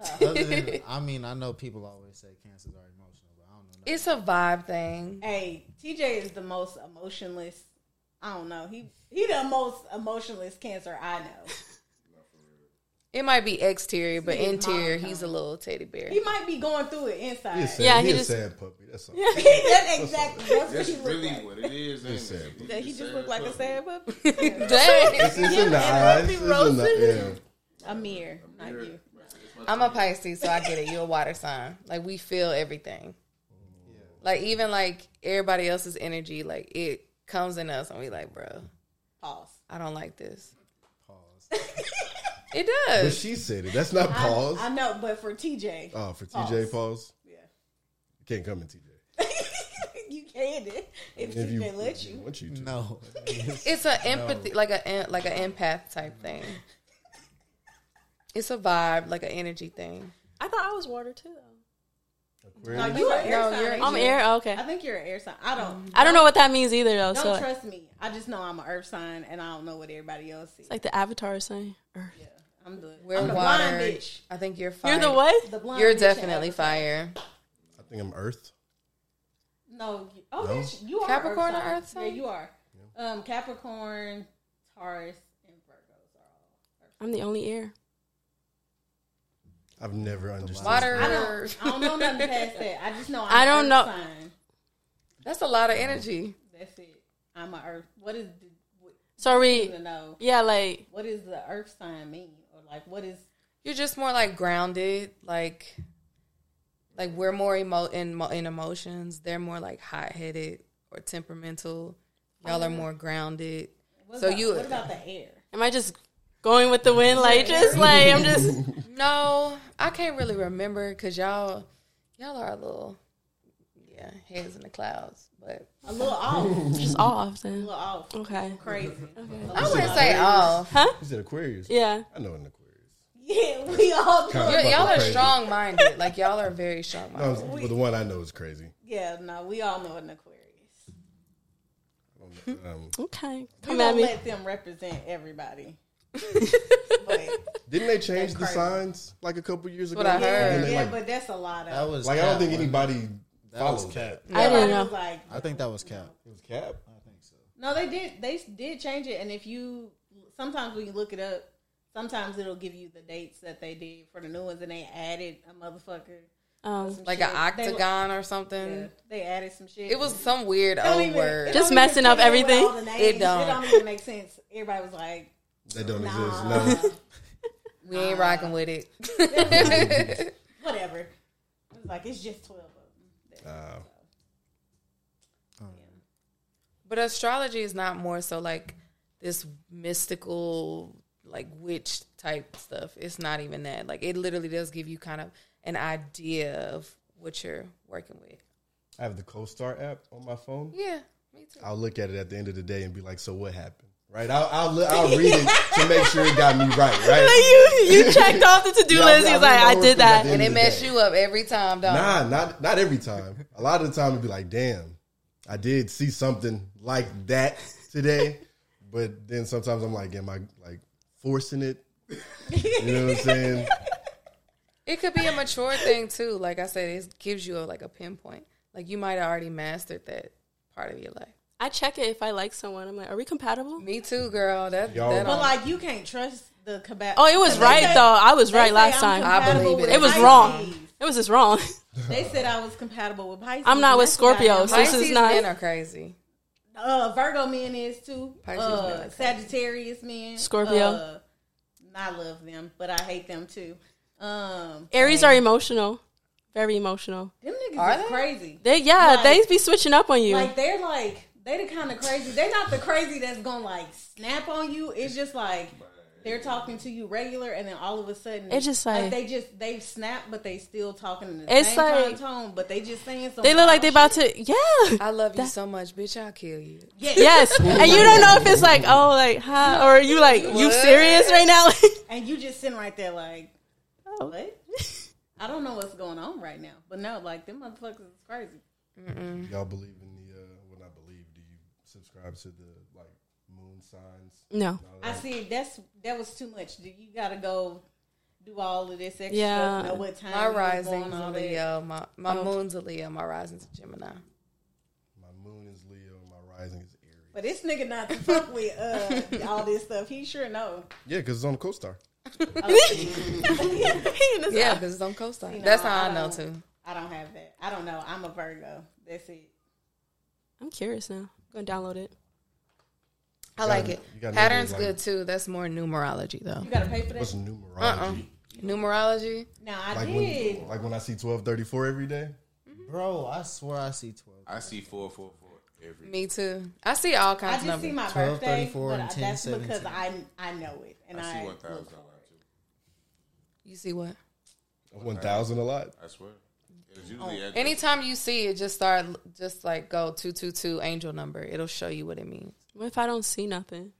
Speaker 12: I don't
Speaker 1: Oh.
Speaker 12: know. Other than, I mean, I know people always say cancers are emotional, but I don't know.
Speaker 8: It's a vibe thing.
Speaker 10: Hey, TJ is the most emotionless. I don't know. He he the most emotionless cancer I know.
Speaker 8: It might be exterior, but
Speaker 10: His mom
Speaker 8: interior,
Speaker 10: come.
Speaker 8: he's a little teddy bear.
Speaker 10: He might be going through it inside.
Speaker 1: He's sad.
Speaker 7: Yeah,
Speaker 1: he,
Speaker 7: he
Speaker 1: a
Speaker 7: just-
Speaker 1: sad puppy. That's all.
Speaker 10: That's exactly that's what
Speaker 9: That's
Speaker 10: he looked
Speaker 9: really
Speaker 10: like.
Speaker 9: what it is. ain't
Speaker 1: It's
Speaker 9: it?
Speaker 1: sad.
Speaker 9: He's
Speaker 10: That he just
Speaker 9: sad
Speaker 10: looked like a
Speaker 9: puppy.
Speaker 10: sad puppy.
Speaker 8: Dang.
Speaker 1: It's in the eyes. It's in the yeah.
Speaker 10: Amir, not you.
Speaker 8: I'm a Pisces, so I get it. You're a water sign. Like we feel everything. Like even like everybody else's energy, like it comes in us, and we like, bro,
Speaker 10: pause.
Speaker 8: I don't like this. Pause. it does.
Speaker 1: But she said it. That's not
Speaker 10: I-
Speaker 1: pause.
Speaker 10: I, know, but for TJ.
Speaker 1: oh, for TJ, pause.
Speaker 10: Yeah.
Speaker 1: Can't come in TJ.
Speaker 10: you can if, if TJ let you.
Speaker 1: want you to.
Speaker 12: No.
Speaker 8: It's an empathy, like a like an empath type thing. It's a vibe, like an energy thing.
Speaker 7: I thought I was water too, though.
Speaker 10: No, you are air
Speaker 8: No,
Speaker 10: sign.
Speaker 8: you're-
Speaker 10: ain't
Speaker 7: I'm
Speaker 10: you?
Speaker 7: air, Oh, okay.
Speaker 10: I think you're an air sign. I don't.
Speaker 7: I don't know what that means either, though.
Speaker 10: Don't
Speaker 7: so
Speaker 10: trust me. I just know I'm an earth sign, and I don't know what everybody else is.
Speaker 7: it's like the Avatar saying, Earth.
Speaker 10: I'm the
Speaker 8: We're
Speaker 10: I'm the
Speaker 8: water.
Speaker 10: blind bitch.
Speaker 8: I think you're fire.
Speaker 7: You're the what?
Speaker 10: The blind
Speaker 8: You're
Speaker 10: bitch
Speaker 8: definitely
Speaker 10: ass.
Speaker 8: fire.
Speaker 1: I think I'm Earth.
Speaker 10: No. You, oh,
Speaker 1: No?
Speaker 10: that's- you are
Speaker 8: Capricorn
Speaker 10: earth
Speaker 8: or
Speaker 10: sign.
Speaker 8: earth sign?
Speaker 10: Yeah, you are. Um, Capricorn, Taurus, and Virgos are all.
Speaker 7: I'm the only air.
Speaker 1: I've never understood.
Speaker 8: Water.
Speaker 10: I don't. I don't know nothing past that. I just know. I'm
Speaker 7: I don't
Speaker 10: an
Speaker 7: know-
Speaker 10: earth Sign.
Speaker 8: That's a lot of energy.
Speaker 10: That's it. I'm an earth. What is? The, what,
Speaker 7: So are we-
Speaker 10: To know.
Speaker 7: Yeah, like
Speaker 10: What does the earth sign mean, or like what is?
Speaker 8: You're just more like grounded, like like we're more emo- in mo- in emotions. They're more like hot headed or temperamental. Y'all are more grounded.
Speaker 10: Oh, What
Speaker 8: so
Speaker 10: about,
Speaker 8: you
Speaker 10: What about the air?
Speaker 7: am I just going with the wind? Like just like I'm just
Speaker 8: no, I can't really remember because y'all y'all are a little yeah heads in the clouds, but
Speaker 10: A little off. a
Speaker 7: just off then.
Speaker 10: little off.
Speaker 7: Okay.
Speaker 10: Crazy.
Speaker 8: I wouldn't say off.
Speaker 7: Huh?
Speaker 1: Is it Aquarius?
Speaker 7: Yeah.
Speaker 1: I know an Aquarius.
Speaker 10: Yeah, we all do.
Speaker 8: You're-
Speaker 1: Fucking
Speaker 8: y'all are
Speaker 1: crazy.
Speaker 8: strong minded. Like y'all are very strong
Speaker 1: No,
Speaker 10: Oh.
Speaker 8: minded.
Speaker 1: but the one I know is crazy.
Speaker 10: Yeah, no, we all know an Aquarius.
Speaker 1: Um,
Speaker 7: Okay.
Speaker 10: We
Speaker 7: Come at
Speaker 10: don't
Speaker 7: me.
Speaker 10: let them represent everybody. but,
Speaker 1: didn't they change the
Speaker 10: crazy.
Speaker 1: signs like a couple years ago?
Speaker 8: what I heard.
Speaker 1: And then,
Speaker 10: yeah,
Speaker 1: like,
Speaker 10: but that's a lot of.
Speaker 12: That was
Speaker 1: like I don't
Speaker 12: cap,
Speaker 1: think
Speaker 12: wasn't it?
Speaker 1: anybody
Speaker 12: That
Speaker 1: follows
Speaker 12: was
Speaker 1: that.
Speaker 12: cap.
Speaker 7: I don't
Speaker 10: I was
Speaker 7: know.
Speaker 10: like,
Speaker 12: I think that was cap.
Speaker 1: It was Cap.
Speaker 12: I think so.
Speaker 10: no, they did. They did change it, and if you sometimes when you look it up, sometimes it'll give you the dates that they did for the new ones, and they added a motherfucker.
Speaker 7: Um,
Speaker 10: some
Speaker 8: Like
Speaker 10: shit.
Speaker 8: an
Speaker 10: They-
Speaker 8: octagon or
Speaker 10: yeah,
Speaker 8: something.
Speaker 10: they added some shit.
Speaker 8: It was some weird
Speaker 10: It don't
Speaker 8: old
Speaker 10: even- it
Speaker 8: word.
Speaker 10: don't
Speaker 7: Just
Speaker 10: even
Speaker 7: messing up
Speaker 10: fit in with
Speaker 7: everything.
Speaker 10: all the names.
Speaker 8: It
Speaker 10: It
Speaker 8: don't.
Speaker 10: don't. even make sense. Everybody was like,
Speaker 1: That don't
Speaker 10: nah,
Speaker 1: exist. No.
Speaker 8: we ain't rocking
Speaker 10: Ah.
Speaker 8: with it.
Speaker 10: whatever. It was like it's just twelve of them.
Speaker 1: Uh,
Speaker 8: But astrology is not more so like this mystical, like witch type stuff. It's not even that. Like it literally does give you kind of an idea of what you're working with.
Speaker 1: I have the CoStar app on my phone.
Speaker 8: Yeah, me too.
Speaker 1: I'll look at it at the end of the day and be like, "So what happened?" Right? I'll I'll, look, I'll read it to make sure it got me right. Right?
Speaker 7: you you checked off the to do
Speaker 1: Yeah, I-
Speaker 7: list.
Speaker 1: I
Speaker 7: He's like, I
Speaker 1: remember
Speaker 7: did
Speaker 1: working at
Speaker 7: that.
Speaker 1: the end
Speaker 8: And it
Speaker 1: of the
Speaker 8: mess
Speaker 1: day.
Speaker 8: you up every time, dog.
Speaker 1: Nah, not not every time. A lot of the time, it'd be like, "Damn, I did see something like that today," but then sometimes I'm like, "Am I like forcing it?" You know what I'm saying?
Speaker 8: It could be a mature thing too. Like I said, it gives you a, like a pinpoint. Like you might have already mastered that part of your life.
Speaker 7: I check it if I like someone. I'm like, are we compatible?
Speaker 8: Me too, girl. That,
Speaker 1: Y'all-
Speaker 8: that
Speaker 1: But
Speaker 10: But
Speaker 8: don't-
Speaker 10: like you can't trust the combat.
Speaker 7: Oh, it was right though. I was right last time.
Speaker 8: I believe it.
Speaker 7: It was wrong. It was just wrong.
Speaker 10: They said I was compatible with Pisces.
Speaker 7: I'm not with
Speaker 10: That's what I am.
Speaker 7: Scorpios. This is
Speaker 8: Pisces
Speaker 7: not-
Speaker 8: men are crazy.
Speaker 10: Uh, Virgo men is too.
Speaker 8: Pisces men,
Speaker 10: uh,
Speaker 8: okay.
Speaker 10: Sagittarius men.
Speaker 7: Scorpio.
Speaker 10: Uh, I love them, but I hate them too. Um,
Speaker 7: Aries are emotional, very emotional.
Speaker 10: them niggas
Speaker 8: Are
Speaker 10: is
Speaker 8: they?
Speaker 10: crazy.
Speaker 7: They yeah,
Speaker 10: Like-
Speaker 7: they be switching up on you.
Speaker 10: Like they're like they the kind of crazy. They're not the crazy that's gonna like snap on you. It's just like they're talking to you regular, and then all of a sudden
Speaker 7: It's just like-
Speaker 10: they just they snap, but they still talking in the
Speaker 7: It's
Speaker 10: same
Speaker 7: like-
Speaker 10: kind of tone. But they just saying something.
Speaker 7: they look like they about to yeah.
Speaker 8: I love you so much, bitch. I'll kill you.
Speaker 7: Yes, and you don't know if it's like oh like huh or you like you
Speaker 8: What?
Speaker 7: serious right now.
Speaker 10: and you just sitting right there like oh, what? I don't know what's going on right now, but no, like them motherfuckers is crazy.
Speaker 1: Y'all believe in the uh, well, not believe. Do you subscribe to the like moon signs?
Speaker 7: no,
Speaker 10: I see that's that was too much. Do You gotta go do all of this extra.
Speaker 7: Yeah.
Speaker 10: Yeah, know what time
Speaker 8: My
Speaker 10: you was
Speaker 8: rising's
Speaker 10: going,
Speaker 8: a
Speaker 10: all that. Oh.
Speaker 8: Leo. My my moon's a Leo. My rising's a Gemini.
Speaker 1: My moon is Leo. My rising is Aries.
Speaker 10: But this nigga not to fuck with uh, all this stuff. He sure know.
Speaker 1: Yeah, because it's on the CoStar.
Speaker 8: Yeah, because it's on co-sign. That's
Speaker 10: No,
Speaker 8: how I know
Speaker 10: don't-
Speaker 8: too.
Speaker 10: I don't have that. I don't know. I'm a Virgo. That's it.
Speaker 7: I'm curious now. I'm gonna download it.
Speaker 8: I like it.
Speaker 1: You gotta know
Speaker 8: Pattern's
Speaker 1: what you
Speaker 8: good too. That's more numerology though.
Speaker 10: You gotta pay for that?
Speaker 1: What's numerology?
Speaker 8: Uh-uh. Numerology?
Speaker 10: No, I
Speaker 1: like
Speaker 7: Uh-uh.
Speaker 1: when, like when I see twelve thirty four every day.
Speaker 12: Bro, I swear I see 12.
Speaker 9: I see 444 every
Speaker 8: Me too. I see all
Speaker 10: I just
Speaker 8: kinds of numbers.
Speaker 10: see my
Speaker 12: 12,
Speaker 10: birthday,
Speaker 12: 34,
Speaker 10: but
Speaker 12: and
Speaker 10: I- that's
Speaker 12: 10,
Speaker 10: because
Speaker 12: 17.
Speaker 10: I I know it and
Speaker 9: I
Speaker 10: I,
Speaker 9: see 1,000 a lot too.
Speaker 8: you see what?
Speaker 1: One thousand a lot.
Speaker 9: I swear. It's usually at
Speaker 8: Anytime you see it, just start just like go two two two angel number. It'll show you what it means.
Speaker 7: What if I don't see nothing?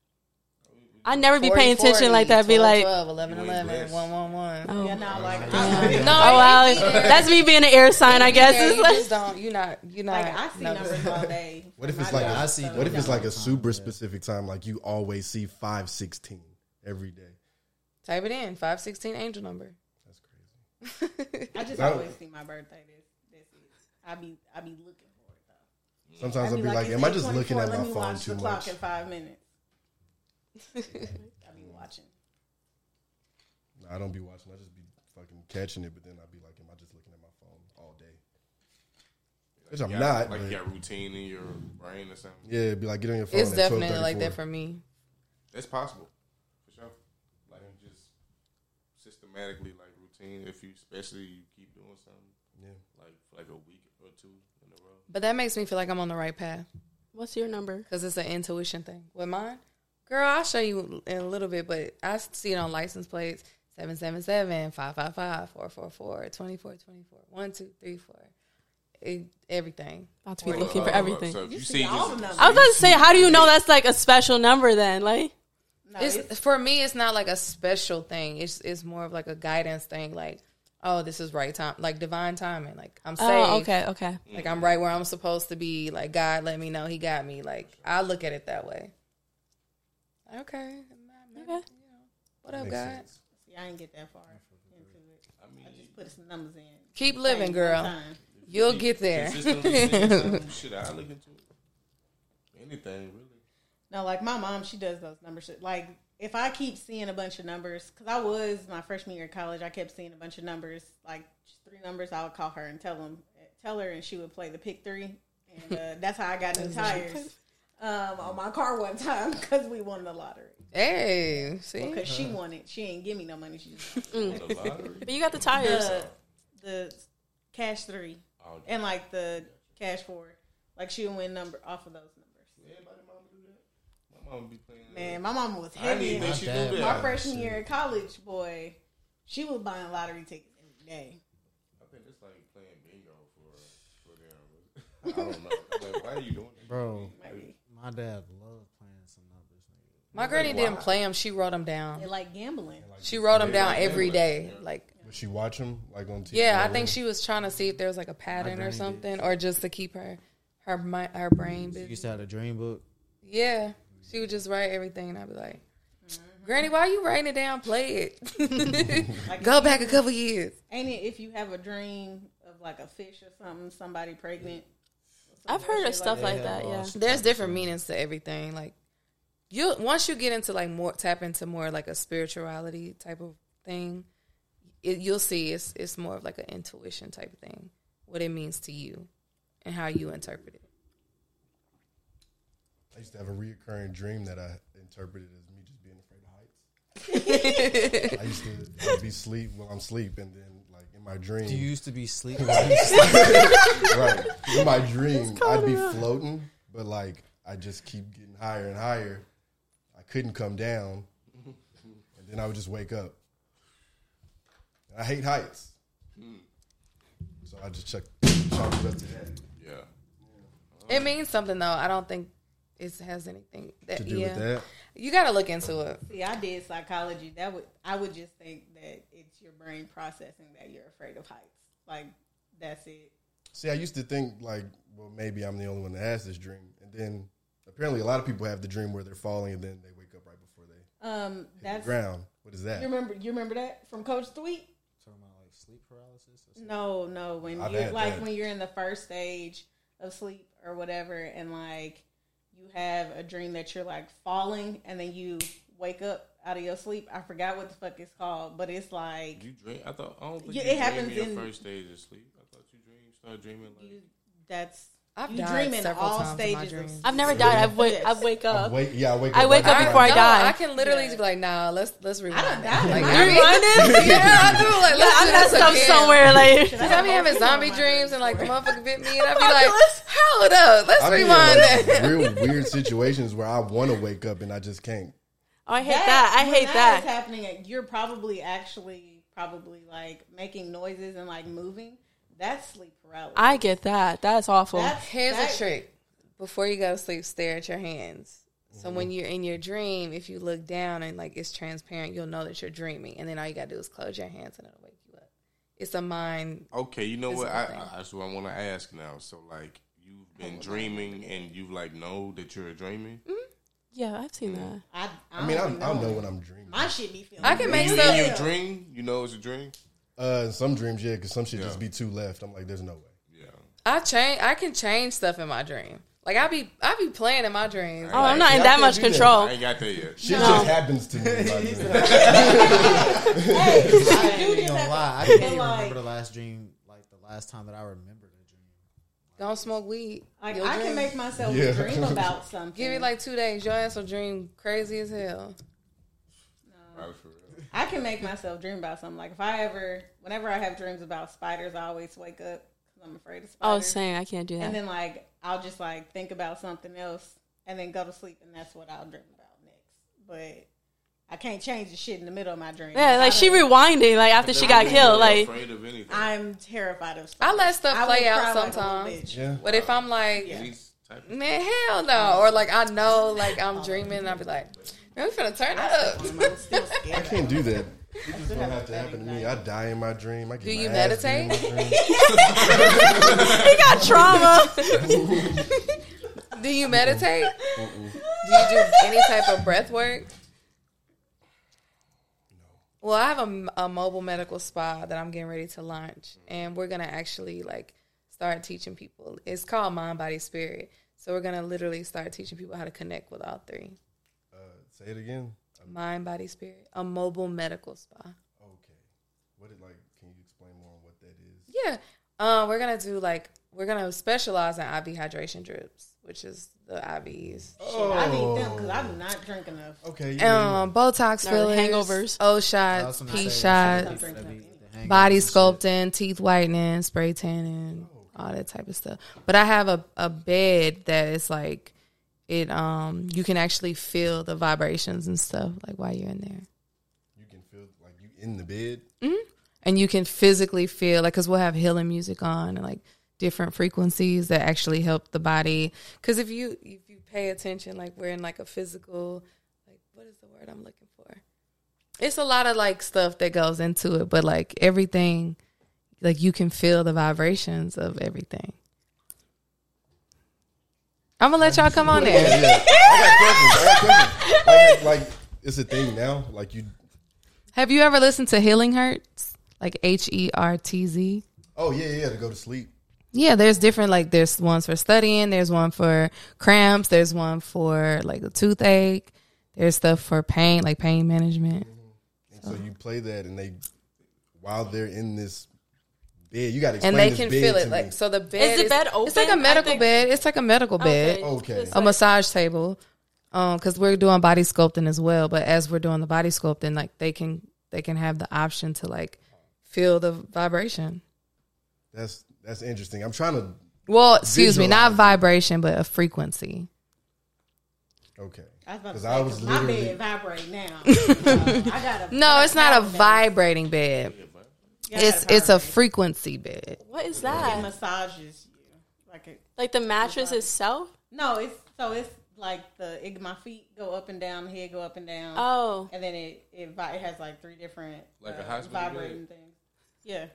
Speaker 7: I never be paying
Speaker 8: 40,
Speaker 7: attention like that. Be
Speaker 8: 12,
Speaker 7: like,
Speaker 8: 12, 11, 11, 1, 1, 1.
Speaker 7: Oh. Yeah,
Speaker 10: not like
Speaker 7: oh
Speaker 8: No,
Speaker 7: wow,
Speaker 8: you- you-
Speaker 7: that's me being an air sign. I guess
Speaker 8: Yeah,
Speaker 7: it's
Speaker 8: you
Speaker 7: like
Speaker 8: just don't. You're not. You're not.
Speaker 10: Like, I see
Speaker 8: noticing.
Speaker 10: numbers all day.
Speaker 1: What if it's like
Speaker 12: I
Speaker 1: a,
Speaker 12: see
Speaker 1: what if it's
Speaker 12: them
Speaker 1: like
Speaker 12: all
Speaker 1: a super specific time? Like you always see five sixteen every day.
Speaker 8: Type it in five sixteen angel number.
Speaker 10: I just
Speaker 1: No.
Speaker 10: always see my birthday. This this is. I be I be looking for it though.
Speaker 1: Sometimes
Speaker 10: I
Speaker 1: I'll be like,
Speaker 10: it's
Speaker 1: am I just looking
Speaker 10: 8:24,
Speaker 1: at
Speaker 10: let
Speaker 1: my
Speaker 10: me
Speaker 1: phone
Speaker 10: watch
Speaker 1: too
Speaker 10: the Clock
Speaker 1: much?
Speaker 10: in five minutes. I be watching.
Speaker 1: I don't be watching. I just be fucking catching it, but then I'll be like, am I just looking at my phone all day? Which I'm
Speaker 9: you got-
Speaker 1: not.
Speaker 9: Like
Speaker 1: but-
Speaker 9: you got routine in your brain or something.
Speaker 1: yeah, it'd be like, get on your phone.
Speaker 8: It's
Speaker 1: at
Speaker 8: definitely like that
Speaker 1: 12:34.
Speaker 8: for me.
Speaker 9: It's possible. For sure. Like you just systematically like routine if you especially you keep doing something.
Speaker 1: Yeah.
Speaker 9: Like for like a week or two in a row.
Speaker 8: But that makes me feel like I'm on the right path
Speaker 7: what's your number?
Speaker 8: because it's an intuition thing. With mine, girl, I'll show you in a little bit, but I see it on license plates 777, 555, 444, 24, 24, 1, 2, 3, 4. It- everything.
Speaker 7: About to be
Speaker 8: Or-
Speaker 7: looking
Speaker 9: Hold
Speaker 7: for
Speaker 9: up, hold up.
Speaker 7: everything.
Speaker 9: So if you,
Speaker 10: see
Speaker 9: see,
Speaker 10: all
Speaker 9: just-
Speaker 10: the
Speaker 7: I was about to say, how do you know that's like a special number then? Like,
Speaker 10: No,
Speaker 8: it's,
Speaker 10: it's-
Speaker 8: for me it's not like a special thing it's it's more of like a guidance thing like oh this is right time like divine timing like i'm safe
Speaker 7: oh, okay, okay.
Speaker 8: like i'm right where i'm supposed to be like god let me know he got me like i look at it that way okay
Speaker 7: Okay.
Speaker 8: what up
Speaker 1: Makes
Speaker 8: god
Speaker 1: sense.
Speaker 10: see, I didn't get that far into it. I, just put some numbers in.
Speaker 8: keep living
Speaker 10: Same
Speaker 8: girl
Speaker 10: time.
Speaker 8: you'll get there
Speaker 9: consistently seeing something, Shit, I look into it. Anything really.
Speaker 10: No, like my mom, she does those number shit. Like if I keep seeing a bunch of numbers, because I was my freshman year of college, I kept seeing a bunch of numbers, like just three numbers. I would call her and tell them, tell her, and she would play the pick three, and uh, that's how I got new tires um, on my car one time because we won the lottery.
Speaker 8: hey see
Speaker 10: Because she won it, she ain't give me no money. She just
Speaker 9: The lottery.
Speaker 7: But you got the tires.
Speaker 10: the, the cash three
Speaker 9: Oh,
Speaker 10: and like the cash four, like she would win number off of those numbers.
Speaker 9: Everybody mama do that. My mama be playing. that.
Speaker 10: Man, my mom was
Speaker 9: I didn't
Speaker 10: heavy.
Speaker 9: even
Speaker 10: in
Speaker 9: think she
Speaker 12: dad
Speaker 9: do
Speaker 10: My
Speaker 9: that.
Speaker 10: freshman year in college, boy, she was buying lottery tickets every day.
Speaker 9: I think it's like playing bingo for for them. I don't know. I'm like, why are you doing that?
Speaker 12: Bro,
Speaker 10: Maybe.
Speaker 12: my dad loved playing some numbers. nigga.
Speaker 8: my granny didn't play them she wrote them down
Speaker 10: They like gambling.
Speaker 8: she wrote them down every day like
Speaker 1: Would she watch them like on TV?
Speaker 8: Yeah, I think
Speaker 1: already?
Speaker 8: she was trying to see if there was like a pattern or something, or just to keep her her mi- her brain
Speaker 12: You
Speaker 8: busy.
Speaker 12: used to have a dream book.
Speaker 8: Yeah, she would just write everything, and I'd be like, "Granny, why you writing it down? Play it. Go back a couple years."
Speaker 10: Ain't it if you have a dream of like a fish or something, somebody pregnant?
Speaker 7: I've heard of stuff like that. Yeah,
Speaker 8: There's different meanings to everything. Like you, once you get into like more tap into more like a spirituality type of thing, it, you'll see it's it's more of like an intuition type of thing. What it means to you, and how you interpret it.
Speaker 1: I used to have a reoccurring dream that I interpreted as me just being afraid of heights. I used to I'd be sleep while I'm sleep, and then like in my dream,
Speaker 12: You used to be sleep.
Speaker 1: right? In my dream, I'd be floating, but like I just keep getting higher and higher. I couldn't come down, and then I would just wake up. And I hate heights, so I just check chalk it up to that.
Speaker 9: Yeah.
Speaker 8: It means something though. I don't think it has anything that,
Speaker 1: To do
Speaker 8: Uh, yeah.
Speaker 1: with that,
Speaker 8: You gotta look into it.
Speaker 10: See, I did psychology. That would I would just think that it's your brain processing that you're afraid of heights. Like that's it.
Speaker 1: See, I used to think like, well, maybe I'm the only one that has this dream, and then apparently a lot of people have the dream where they're falling and then they wake up right before they hit
Speaker 10: Um,
Speaker 1: the
Speaker 10: that's you
Speaker 1: ground. What is that?
Speaker 10: remember. You remember that from Coach Tweet?
Speaker 12: Talking about like sleep paralysis. Or
Speaker 10: No, no. When
Speaker 1: I've
Speaker 10: you're
Speaker 1: had
Speaker 10: like
Speaker 1: that.
Speaker 10: when you're in the first stage of sleep or whatever, and like you have a dream that you're like falling, and then you wake up out of your sleep. I forgot what the fuck it's called, but it's like
Speaker 9: You dream? I thought I don't think
Speaker 10: Yeah,
Speaker 9: you
Speaker 10: it
Speaker 9: dream
Speaker 10: happens
Speaker 9: in your
Speaker 10: in-
Speaker 9: first stage of sleep. I thought you dream start dreaming like
Speaker 10: that's
Speaker 8: I've
Speaker 10: you
Speaker 8: died
Speaker 10: dream in
Speaker 8: several
Speaker 10: all
Speaker 8: times in my
Speaker 10: stages.
Speaker 8: dreams.
Speaker 7: I've never died. I've wake. I wake up.
Speaker 1: Wait, yeah, I wake up.
Speaker 7: uh, I wake
Speaker 1: like
Speaker 7: up
Speaker 1: that.
Speaker 7: before I
Speaker 8: No,
Speaker 7: die.
Speaker 8: I can literally just be like, nah, let's let's rewind. I
Speaker 10: don't
Speaker 8: like,
Speaker 7: Am I blinded?
Speaker 8: yeah, I do. Like,
Speaker 7: Yeah,
Speaker 8: let's
Speaker 7: I
Speaker 8: do
Speaker 7: messed
Speaker 8: this
Speaker 7: up
Speaker 8: again.
Speaker 7: somewhere, like-
Speaker 8: Cause I be having zombie dreams and like the motherfucker bit me, and I be like, hold up, let's
Speaker 1: I be in,
Speaker 8: rewind.
Speaker 1: like,
Speaker 8: that.
Speaker 1: real weird situations where I want to wake up and I just can't.
Speaker 7: Oh, I hate that. I
Speaker 10: when
Speaker 7: hate that.
Speaker 10: Is happening. You're probably actually probably like making noises and like moving. That's sleep paralysis.
Speaker 7: I get that. That's awful.
Speaker 8: Here's a trick: before you go to sleep, stare at your hands. So when you're in your dream, if you look down and like it's transparent, you'll know that you're dreaming, and then all you gotta do is close your hands and it'll wake you up. It's a mind.
Speaker 9: Okay, you know what?
Speaker 8: physical
Speaker 9: I,
Speaker 8: thing.
Speaker 9: I, that's what I want to ask now. So, like, you've been dreaming and you've like know that you're dreaming.
Speaker 7: Yeah, I've seen that.
Speaker 10: I,
Speaker 1: I mean, I, I know when I'm dreaming.
Speaker 10: My shit be feeling.
Speaker 8: I can make
Speaker 9: you,
Speaker 8: stuff-
Speaker 9: You dream? You know it's a dream.
Speaker 1: Uh, some dreams, yeah, because some shit just be too left. I'm like, there's no way.
Speaker 8: I change. I can change stuff in my dream. Like I be, I be playing in my dreams.
Speaker 7: Oh, I'm not in that much control.
Speaker 9: I ain't got there yet.
Speaker 1: Shit
Speaker 7: No.
Speaker 1: just happens to me. in my dreams.
Speaker 12: I ain't even gonna lie. I can't even remember the last dream, like the last time that I remembered it.
Speaker 8: Don't smoke weed.
Speaker 10: Like
Speaker 8: You'll
Speaker 10: I
Speaker 8: dream.
Speaker 10: can make myself
Speaker 12: Yeah.
Speaker 10: dream about something.
Speaker 8: Give it like two days. Your ass will dream crazy as hell.
Speaker 10: I can make myself dream about something. Like if I ever, whenever I have dreams about spiders, I always wake up because I'm afraid of
Speaker 7: Oh,
Speaker 10: spiders.
Speaker 7: same. I can't do that.
Speaker 10: And then like I'll just like think about something else and then go to sleep, and that's what I'll dream about next. But I can't change the shit in the middle of my dream.
Speaker 7: Yeah, like
Speaker 10: I
Speaker 7: she
Speaker 10: don't-
Speaker 7: rewinding like after she got killed. Like
Speaker 9: of anything.
Speaker 10: I'm terrified of.
Speaker 8: I let
Speaker 10: I
Speaker 8: stuff
Speaker 10: will
Speaker 8: play out
Speaker 10: cry like a little
Speaker 8: sometimes.
Speaker 10: bitch. Yeah.
Speaker 8: But if I'm like,
Speaker 9: type
Speaker 8: man, hell no, or like I know, like I'm dreaming, and I'll be like, man, we finna turn it up.
Speaker 1: I can't do that. It just don't have to happen to me. I die in my dream. I get
Speaker 8: Do
Speaker 1: my
Speaker 8: you
Speaker 1: ass beat in
Speaker 8: meditate?
Speaker 1: my dream.
Speaker 8: he
Speaker 7: got trauma.
Speaker 8: do you meditate? Do you do any type of breath work? Well, I have a, m- a mobile medical spa that I'm getting ready to launch, and we're gonna actually like start teaching people. It's called Mind, Body, Spirit. So we're gonna literally start teaching people how to connect with all three:
Speaker 1: Uh, say it again.
Speaker 8: mind, body, spirit. A mobile medical spa.
Speaker 1: What it like? Can you explain more on what that is?
Speaker 8: Yeah. Um, we're gonna do like we're gonna specialize in IV hydration drips, which is the IVs.
Speaker 10: I need
Speaker 12: Oh.
Speaker 10: them because I do not drink enough.
Speaker 1: Okay.
Speaker 8: Um, Botox
Speaker 10: No,
Speaker 8: fillers,
Speaker 10: hangovers.
Speaker 8: O
Speaker 10: I was
Speaker 8: shots,
Speaker 10: gonna
Speaker 8: P
Speaker 10: say,
Speaker 8: shots,
Speaker 10: something like
Speaker 8: body sculpting, teeth whitening, spray tanning, all that type of stuff. But I have a, a bed that is like it um you can actually feel the vibrations and stuff like while you're in there.
Speaker 1: You can feel like you in the bed.
Speaker 8: and you can physically feel like because we'll have healing music on and like different frequencies that actually help the body because if you if you pay attention like we're in like a physical like what is the word i'm looking for it's a lot of like stuff that goes into it but like everything like you can feel the vibrations of everything i'm gonna let y'all come on
Speaker 1: Yeah,
Speaker 8: there
Speaker 1: yeah. I got questions. I got questions. Like, like, it's a thing now. Like you.
Speaker 8: have you ever listened to healing hurts like E h-e-r-t-z
Speaker 1: Oh yeah, yeah. To go to sleep.
Speaker 8: Yeah, there's different like there's ones for studying, there's one for cramps, there's one for like a toothache, there's stuff for pain, like pain management.
Speaker 1: And so
Speaker 8: Uh-huh.
Speaker 1: you play that, and they while they're in this bed, you got to explain
Speaker 8: And they
Speaker 1: this
Speaker 8: can
Speaker 1: bed
Speaker 8: feel
Speaker 1: to
Speaker 8: it.
Speaker 1: me.
Speaker 8: Like so the bed
Speaker 7: the bed
Speaker 8: It's like a
Speaker 7: open? I
Speaker 8: medical
Speaker 7: think-
Speaker 8: bed. It's like a medical bed.
Speaker 1: Okay.
Speaker 8: A massage table. Um, because we're doing body sculpting as well, but as we're doing the body sculpting, like they can they can have the option to like feel the vibration.
Speaker 1: that's that's interesting. I'm trying to.
Speaker 8: Well, excuse me, not vibration, but a frequency.
Speaker 1: Okay.
Speaker 10: I was about to
Speaker 1: 'Cause
Speaker 10: say,
Speaker 1: I was
Speaker 10: my
Speaker 1: literally-
Speaker 10: bed vibrate now. Uh, I gotta.
Speaker 8: No, it's not a vibrating bed. It's it's a frequency bed.
Speaker 7: what is that?
Speaker 10: It massages you like it.
Speaker 7: like the mattress itself.
Speaker 10: No, it's so it's like the it, my feet go up and down, head go up and down.
Speaker 7: Oh.
Speaker 10: and then it it, vi- it has like three different
Speaker 9: Like a
Speaker 10: uh,
Speaker 9: hospital
Speaker 10: vibrating things. Yeah.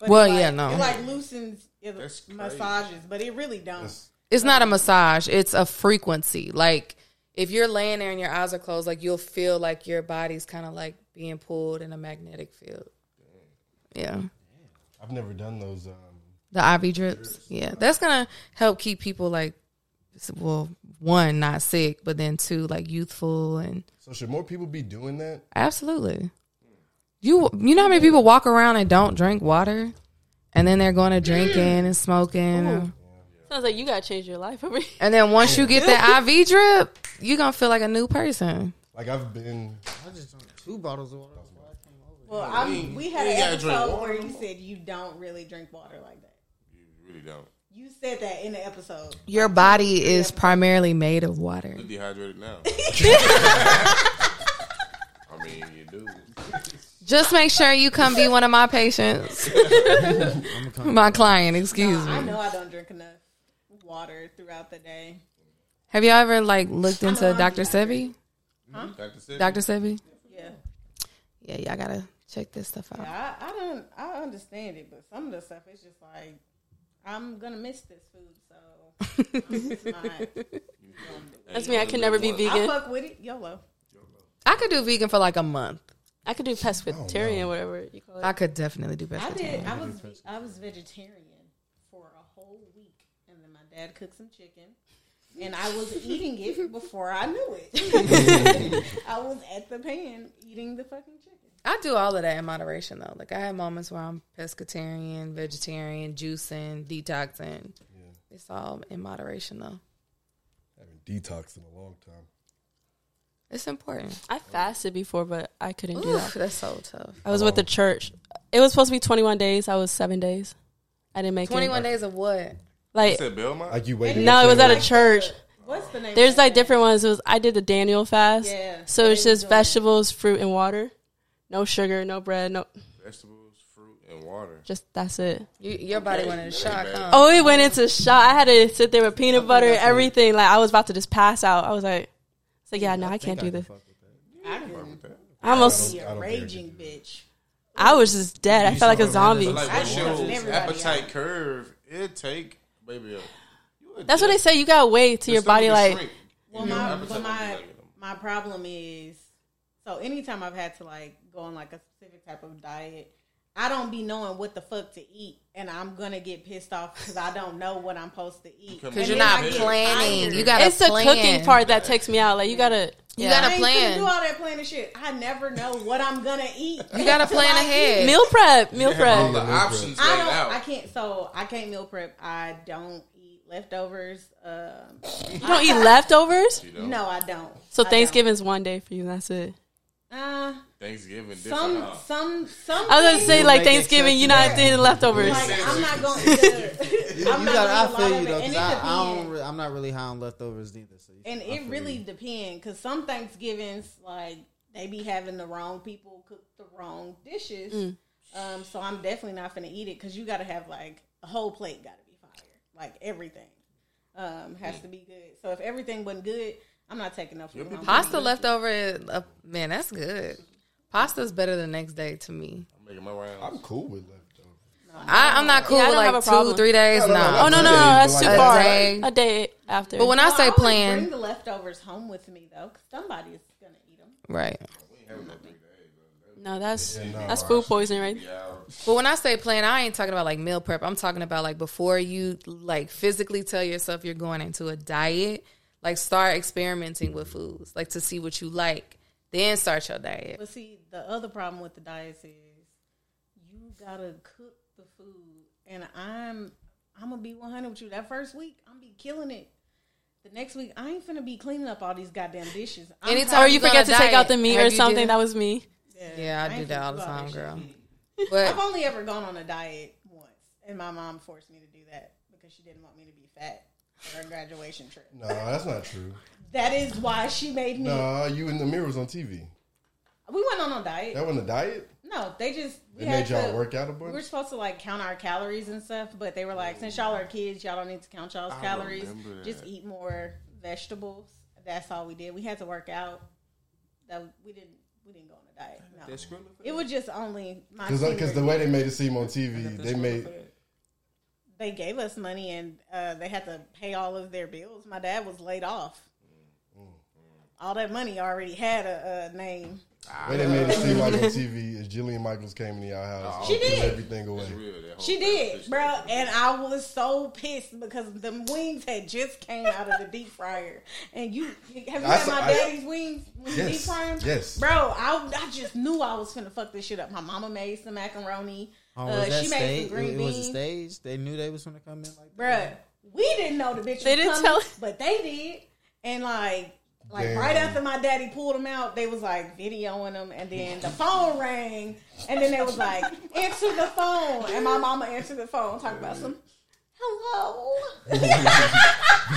Speaker 10: But
Speaker 8: Well,
Speaker 10: it, like,
Speaker 8: yeah, no.
Speaker 10: It like loosens, it massages, but it really don't.
Speaker 8: It's not a massage. It's a frequency. Like if you're laying there and your eyes are closed, like you'll feel like your body's kind of like being pulled in a magnetic field. Yeah,
Speaker 1: I've never done those. Um,
Speaker 8: the IV drips. Yeah, that's gonna help keep people like, s- well, one not sick, but then two like youthful and
Speaker 1: so should more people be doing that?
Speaker 8: absolutely. You you know how many people walk around and don't drink water, and then they're going to drinking and smoking. and
Speaker 7: Sounds like you gotta change your life over here.
Speaker 8: And then once you get that IV drip, you gonna feel like a new person.
Speaker 1: Like I've been.
Speaker 12: I just drank two bottles of water.
Speaker 10: Well, I'm, we had
Speaker 12: You
Speaker 10: an
Speaker 12: ain't gotta drink
Speaker 10: episode
Speaker 12: water
Speaker 10: where
Speaker 12: no
Speaker 10: you said you don't really drink water like that.
Speaker 9: You really don't.
Speaker 10: You said that in the episode.
Speaker 8: Your body is primarily made of water.
Speaker 9: You dehydrated now. I mean, you do.
Speaker 8: Just make sure you come be one of my patients. my client, excuse
Speaker 10: I
Speaker 8: me.
Speaker 10: know I don't drink enough water throughout the day.
Speaker 8: Have y'all ever like looked into Dr. Sebi?
Speaker 10: Huh?
Speaker 9: Dr. Sebi.
Speaker 8: Dr. Sebi?
Speaker 10: Yeah.
Speaker 8: Yeah, y'all gotta check this stuff out.
Speaker 10: Yeah, I, I don't. I understand it, but some of the stuff it's just like I'm gonna miss this food. So it's not.
Speaker 7: That's me, I can never be
Speaker 10: I
Speaker 7: vegan.
Speaker 10: fuck with it. YOLO.
Speaker 8: I could do vegan for like a month.
Speaker 7: I could do pescatarian, whatever you call it.
Speaker 8: I could definitely
Speaker 10: I
Speaker 8: do
Speaker 10: did.
Speaker 8: vegetarian.
Speaker 10: I was ve- I was vegetarian for a whole week, and then my dad cooked some chicken, and I was eating it before I knew it. I was at the pan eating the fucking chicken.
Speaker 8: I do all of that in moderation though. Like I have moments where I'm pescatarian, vegetarian, juicing, detoxing. It's all in moderation though.
Speaker 1: Detox in a long time.
Speaker 8: It's important.
Speaker 7: I fasted before, but I couldn't do
Speaker 8: Oof,
Speaker 7: that.
Speaker 8: that's so tough.
Speaker 7: I was with the church. It was supposed to be 21 days. I was seven days. I didn't make it.
Speaker 8: 21 days of what?
Speaker 7: Like
Speaker 9: You said Belmont?
Speaker 1: Like you waited.
Speaker 7: No, it was at a
Speaker 1: Like
Speaker 7: church.
Speaker 10: What's the name?
Speaker 7: There's like different ones. It was I did the Daniel fast.
Speaker 10: Yeah,
Speaker 7: So it's just vegetables, fruit, and water. No sugar, no bread, no.
Speaker 9: Vegetables, fruit, and water.
Speaker 7: Just that's it.
Speaker 8: You, your body went in shock. Huh?
Speaker 7: Oh, it went into shot. I had to sit there with peanut butter and everything. Like I was about to just pass out. I was like, so yeah, no, I can't do this.
Speaker 10: I couldn't.
Speaker 7: I almost-
Speaker 10: be
Speaker 7: I don't- I
Speaker 10: a
Speaker 7: don't care.
Speaker 10: raging bitch.
Speaker 7: I was just dead. I felt like a zombie.
Speaker 9: But like once
Speaker 10: I
Speaker 9: your
Speaker 10: know. Everybody
Speaker 9: appetite curve, it take baby. uh, you a
Speaker 7: That's what
Speaker 9: dick.
Speaker 7: they say. You gotta wait till
Speaker 9: Your
Speaker 7: your body
Speaker 9: stomach
Speaker 7: like.
Speaker 9: will shrink.
Speaker 10: Well,
Speaker 9: You know,
Speaker 10: my
Speaker 9: appetite
Speaker 10: but my
Speaker 9: will be like-
Speaker 10: my problem is so anytime I've had to like go on like a specific type of diet, I don't be knowing what the fuck to eat, and I'm gonna get pissed off because I don't know what I'm supposed to eat.
Speaker 8: Because
Speaker 10: And then
Speaker 8: you're not
Speaker 10: I get
Speaker 8: planning.
Speaker 10: tired.
Speaker 8: You gotta
Speaker 7: it's the
Speaker 8: plan.
Speaker 7: cooking part that takes me out. Like you gotta.
Speaker 8: You
Speaker 7: yeah.
Speaker 8: gotta
Speaker 10: I ain't
Speaker 8: plan.
Speaker 10: finna do all that planning shit. I never know what I'm gonna eat.
Speaker 8: You gotta
Speaker 10: until
Speaker 8: plan
Speaker 10: I
Speaker 8: ahead.
Speaker 10: eat.
Speaker 7: Meal prep, meal
Speaker 9: You um, have
Speaker 7: prep.
Speaker 9: all the options
Speaker 10: I
Speaker 9: laid
Speaker 10: don't.
Speaker 9: out.
Speaker 10: I can't. So I can't meal prep. I don't eat leftovers. Um,
Speaker 7: You don't eat leftovers.
Speaker 10: no, I don't.
Speaker 7: So
Speaker 10: I
Speaker 7: Thanksgiving's one day for you. and That's it.
Speaker 10: Don't. Uh,
Speaker 9: Thanksgiving different.
Speaker 10: some
Speaker 9: huh?
Speaker 10: some some.
Speaker 7: I was gonna say
Speaker 10: things-
Speaker 7: like Thanksgiving, you're not doing leftovers.
Speaker 10: Like, I'm not going to.
Speaker 12: You
Speaker 10: I'm not
Speaker 12: got. I
Speaker 10: gonna eat a lot
Speaker 12: feel
Speaker 10: of
Speaker 12: you
Speaker 10: it.
Speaker 12: though, because
Speaker 10: And it
Speaker 12: I, I
Speaker 10: depends.
Speaker 12: don't. Re- I'm not really high on leftovers either. So you-
Speaker 10: And
Speaker 12: I
Speaker 10: it
Speaker 12: feel
Speaker 10: really
Speaker 12: you.
Speaker 10: depends because some Thanksgivings, like they be having the wrong people cook the wrong dishes.
Speaker 7: Mm.
Speaker 10: Um, so I'm definitely not gonna eat it because you got to have like a whole plate got to be fire, like everything um, has
Speaker 12: Mm.
Speaker 10: to be good. So if everything wasn't good, I'm not taking no food. home.
Speaker 8: Pasta leftover, is, uh, man, that's good. Pasta's better the next day to me.
Speaker 9: I'm making my rounds.
Speaker 1: I'm cool with that.
Speaker 8: I, I'm not cool
Speaker 7: Yeah, I
Speaker 8: with
Speaker 7: don't have
Speaker 8: like
Speaker 7: a
Speaker 8: two,
Speaker 7: problem.
Speaker 8: three days. No,
Speaker 7: Oh no no, that's too
Speaker 8: A
Speaker 7: far.
Speaker 8: day.
Speaker 7: A day after.
Speaker 8: But when I
Speaker 10: Well,
Speaker 8: say
Speaker 10: always
Speaker 8: plan,
Speaker 10: "Oh, bring the leftovers home with me though, because somebody is gonna eat them.
Speaker 8: right?
Speaker 7: no, that's that's food poisoning right there.
Speaker 8: But when I say plan, I ain't talking about like meal prep. I'm talking about like before you like physically tell yourself you're going into a diet, like start experimenting with foods, like to see what you like, then start your diet.
Speaker 10: But see, the other problem with the diets is you gotta cook the food, and I'm I'm gonna be 100 with you. That first week, I'm gonna be killing it. The next week, I ain't finna be cleaning up all these goddamn dishes. I'm
Speaker 8: Anytime
Speaker 10: tired
Speaker 7: Or
Speaker 8: I'm
Speaker 7: you
Speaker 8: gonna
Speaker 7: forget to take out the
Speaker 8: diet.
Speaker 7: meat
Speaker 8: Have
Speaker 7: or
Speaker 8: you
Speaker 7: something.
Speaker 8: did-
Speaker 7: That was me.
Speaker 10: of-
Speaker 8: Yeah, I,
Speaker 10: ain't
Speaker 8: do that
Speaker 10: finna
Speaker 8: all the
Speaker 10: do
Speaker 8: time,
Speaker 10: that shit.
Speaker 8: girl.
Speaker 10: I've
Speaker 8: But
Speaker 10: only ever gone on a diet once, and my mom forced me to do that because she didn't want me to be fat at her graduation trip.
Speaker 1: No, that's not true.
Speaker 10: That is why she made me.
Speaker 1: Nah, you and the mirrors on TV.
Speaker 10: We went on a diet.
Speaker 1: That wasn't a diet.
Speaker 10: No, they just we
Speaker 1: They
Speaker 10: had
Speaker 1: made y'all
Speaker 10: to-
Speaker 1: work out a
Speaker 10: We
Speaker 1: bunch?
Speaker 10: were supposed to like count our calories and stuff, but they were like, since y'all are kids, y'all don't need to count y'all's
Speaker 9: I
Speaker 10: calories.
Speaker 9: remember that.
Speaker 10: Just eat more vegetables. That's all we did. We had to work out. That we didn't. We didn't go on a diet. No,
Speaker 9: That's screwing up.
Speaker 10: it was just only my
Speaker 1: Because uh, the
Speaker 10: senior
Speaker 1: way they
Speaker 10: year.
Speaker 1: made it seem on TV,
Speaker 9: That's
Speaker 1: they
Speaker 9: screwing
Speaker 1: made
Speaker 9: up for that.
Speaker 10: they gave us money and uh, they had to pay all of their bills. My dad was laid off.
Speaker 1: Mm,
Speaker 10: All that money already had a, a name.
Speaker 1: way they made it seem like on TV is Jillian Michaels came into our house,
Speaker 10: She
Speaker 1: and threw
Speaker 10: did.
Speaker 1: everything away.
Speaker 9: Real, that whole
Speaker 10: She did, bro, and I was so pissed because the wings had just came out of the deep fryer, and you have you
Speaker 1: I
Speaker 10: had
Speaker 1: saw-
Speaker 10: my
Speaker 1: I-
Speaker 10: daddy's wings when you
Speaker 1: Yes,
Speaker 10: deep fry 'em?
Speaker 1: yes.
Speaker 10: bro. I, I just knew I was finna fuck this shit up. My mama made some macaroni.
Speaker 12: Oh,
Speaker 10: uh,
Speaker 12: was that
Speaker 10: she made
Speaker 12: staged?
Speaker 10: some green
Speaker 12: it, it was a
Speaker 10: beans,
Speaker 12: stage. They knew they was going to come in like
Speaker 10: bro. we didn't know the bitch
Speaker 7: They
Speaker 10: was
Speaker 7: didn't
Speaker 10: coming,
Speaker 7: tell-
Speaker 10: but they did. And like, like
Speaker 7: Damn.
Speaker 10: right after my daddy pulled them out, they was like videoing them, and then the phone rang, and then they was like, answer the phone, and my mama answered the phone, talking about some. Hello.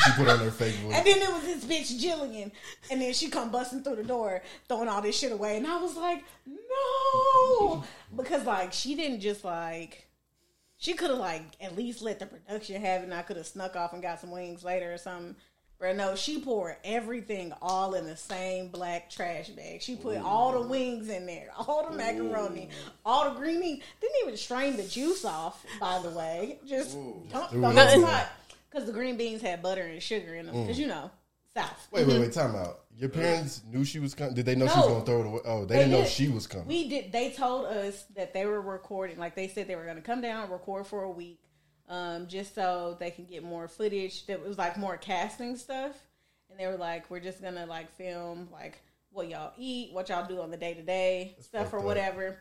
Speaker 1: she put on her fake voice.
Speaker 10: And then it was this bitch Jillian, and then she come busting through the door, throwing all this shit away, and I was like, no, because like she didn't just like, she could have like at least let the production have it, and I could have snuck off and got some wings later or something. But no, she poured everything all in the same black trash bag. She put all the wings in there, all the macaroni, all the green beans. Didn't even strain the juice off, by the way. Just dumped
Speaker 1: Ooh.
Speaker 10: on
Speaker 1: Nothing.
Speaker 10: the pot because the green beans had butter and sugar in them. Because
Speaker 1: Mm.
Speaker 10: you know, South.
Speaker 1: Wait, wait, wait. Time out. Your parents knew she was coming. Did they know she was
Speaker 10: Mm-hmm. No.
Speaker 1: going to throw it away? Oh, they, didn't know
Speaker 10: did-
Speaker 1: she was coming.
Speaker 10: We did. They told us that they were recording. Like they said, they were going to come down and record for a week, um, just so they can get more footage. That was like more casting stuff. And they were like, "We're just going to like film like what y'all eat, what y'all do on the day to day stuff
Speaker 7: fucked
Speaker 10: or
Speaker 7: up.
Speaker 10: whatever."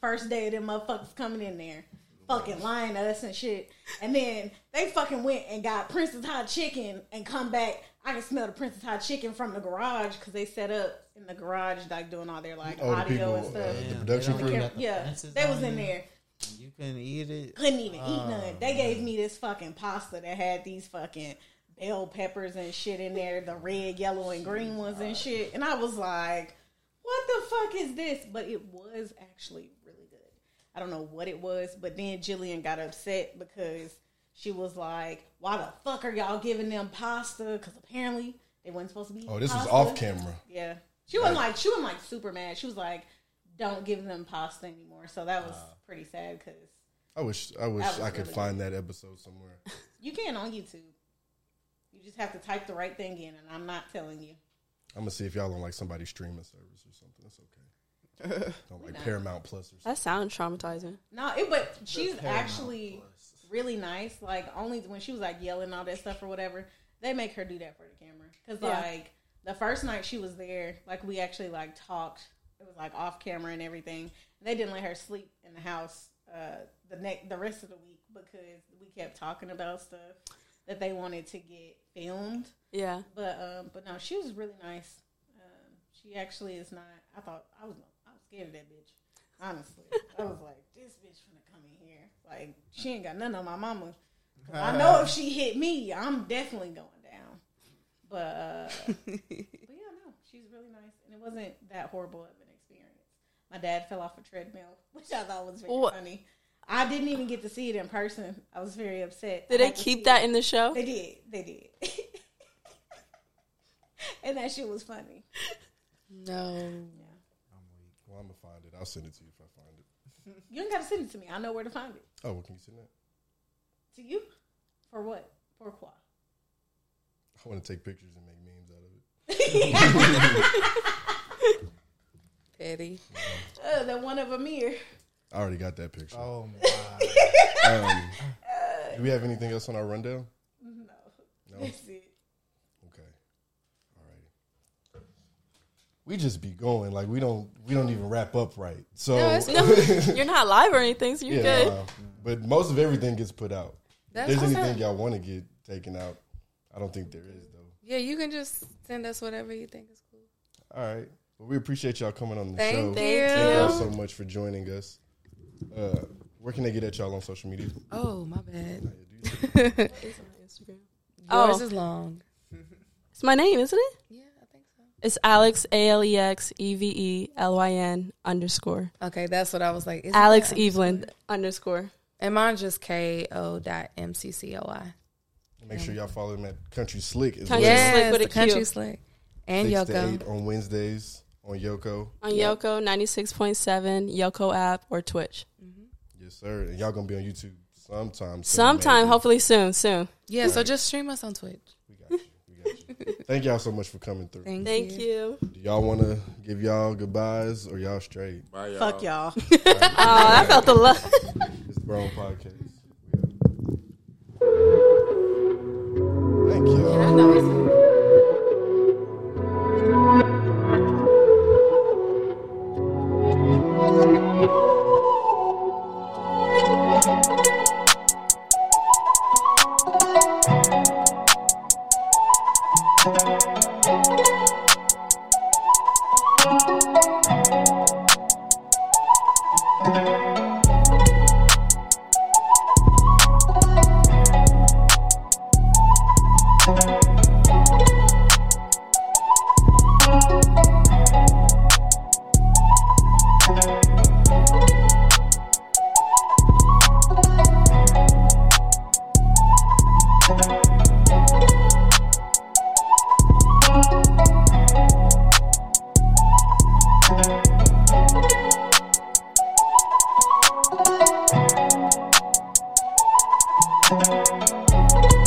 Speaker 10: First day, them motherfuckers coming in there, fucking lying to us and shit. And then they fucking went and got Prince's hot chicken and come back. I can smell the Prince's hot chicken from the garage because they set up in the garage, like doing all their like
Speaker 1: Oh, the
Speaker 10: audio and
Speaker 1: people,
Speaker 10: stuff.
Speaker 1: uh, the Yeah, production
Speaker 10: The
Speaker 1: crew?
Speaker 10: cam-
Speaker 1: got the
Speaker 10: yeah,
Speaker 12: fences
Speaker 10: they was
Speaker 12: on
Speaker 10: in
Speaker 12: you.
Speaker 10: there.
Speaker 12: You couldn't eat it.
Speaker 10: Couldn't even eat
Speaker 12: Oh,
Speaker 10: none. They gave me this fucking pasta that had these fucking bell peppers and shit in there, the red, yellow, and green ones and shit. And I was like, what the fuck is this? But it was actually really good. I don't know what it was, but then Jillian got upset because she was like, why the fuck are y'all giving them pasta? Because apparently they wasn't supposed to be.
Speaker 1: Oh,
Speaker 10: eating
Speaker 1: this was
Speaker 10: pasta.
Speaker 1: off camera.
Speaker 10: Yeah. She wasn't like, she wasn't like super mad. She was like, don't give them pasta anymore. So that was pretty sad because
Speaker 1: I wish I wish
Speaker 10: That was
Speaker 1: I could
Speaker 10: really
Speaker 1: find that episode somewhere.
Speaker 10: you can on YouTube. You just have to type the right thing in, and I'm not telling you.
Speaker 1: I'm gonna see if y'all on like somebody's streaming service or something. That's okay. on like
Speaker 10: Nah.
Speaker 1: Paramount Plus or
Speaker 7: That sounds traumatizing.
Speaker 10: No, it, but she's
Speaker 7: Paramount
Speaker 10: actually really nice. Like only when she was like yelling all that stuff or whatever, they make her do that for the camera. Cause
Speaker 7: Yeah.
Speaker 10: like the first night she was there, like we actually like talked. It was like off camera and everything. They didn't let her sleep in the house uh, the next the rest of the week because we kept talking about stuff that they wanted to get filmed.
Speaker 7: Yeah.
Speaker 10: But um, but no, she was really nice. Um, she actually is not. I thought I was I was scared of that bitch. Honestly, I was like, this bitch finna come in here. Like she ain't got none on my mama. 'Cause I know if she hit me, I'm definitely going down. But uh, but yeah, no, she's really nice, and it wasn't that horrible of an experience. My dad fell off a treadmill, which I thought was very
Speaker 7: What?
Speaker 10: funny. I didn't even get to see it in person. I was very upset.
Speaker 7: Did
Speaker 10: I
Speaker 7: they
Speaker 10: had to see
Speaker 7: keep that
Speaker 10: it.
Speaker 7: in the show?
Speaker 10: They did. They did. and that shit was funny.
Speaker 8: No.
Speaker 1: Well, I'm gonna find it. I'll send it to you if I find it.
Speaker 10: You ain't got to send it to me. I know where to find it.
Speaker 1: Oh, well, can you send that?
Speaker 10: To you? For what? For quoi?
Speaker 1: I want to take pictures and make memes out of it.
Speaker 8: Petty.
Speaker 10: Uh, the one of Amir.
Speaker 1: I already got that picture.
Speaker 12: Oh
Speaker 1: Um, do we have anything else on our rundown?
Speaker 10: No.
Speaker 1: No.
Speaker 10: That's it.
Speaker 1: Okay. All right. We just be going like we don't we don't even wrap up right. So
Speaker 7: No, it's good. You're not live or anything, so you're good.
Speaker 1: uh, but most of everything gets put out.
Speaker 8: That's
Speaker 1: if there's
Speaker 8: what's
Speaker 1: anything
Speaker 8: up.
Speaker 1: y'all want to get taken out, I don't think there is though.
Speaker 8: Yeah, you can just send us whatever you think is cool.
Speaker 1: All right. Well, we appreciate y'all coming on the
Speaker 8: Thank
Speaker 1: show.
Speaker 8: you.
Speaker 1: Thank y'all so much for joining us. Uh, where can they get at y'all on social media?
Speaker 8: Oh, my bad.
Speaker 7: It's on Instagram.
Speaker 8: Yours
Speaker 7: Oh.
Speaker 8: is long.
Speaker 7: It's my name, isn't it? Yeah, I think so. It's Alex A L E X E V E L Y N underscore.
Speaker 8: Okay, that's what I was like. isn't
Speaker 7: Alex
Speaker 8: that
Speaker 7: Evelyn underscore.
Speaker 8: And mine just K O dot M C C O I.
Speaker 1: Make sure y'all follow them at Country Slick as well.
Speaker 8: Yes,
Speaker 7: Slick with
Speaker 8: the
Speaker 7: a Q.
Speaker 8: country slick. And
Speaker 1: Six to
Speaker 8: Yoko.
Speaker 1: eight on Wednesdays on Yoko.
Speaker 7: On Yoko ninety six point seven Yoko app or Twitch.
Speaker 1: Yes, sir. And y'all gonna be on YouTube sometime. soon,
Speaker 7: Sometime,
Speaker 1: maybe.
Speaker 7: hopefully soon, soon.
Speaker 8: Yeah, so just stream us on Twitch.
Speaker 1: Thank y'all so much for coming through.
Speaker 8: Thank,
Speaker 7: Thank
Speaker 8: you.
Speaker 7: you.
Speaker 1: Do y'all want to give y'all goodbyes or y'all straight?
Speaker 9: Bye, y'all.
Speaker 10: Fuck y'all.
Speaker 7: oh, I felt the love.
Speaker 1: It's the Brown Podcast. Thank you.
Speaker 11: Thank you.
Speaker 13: Thank you.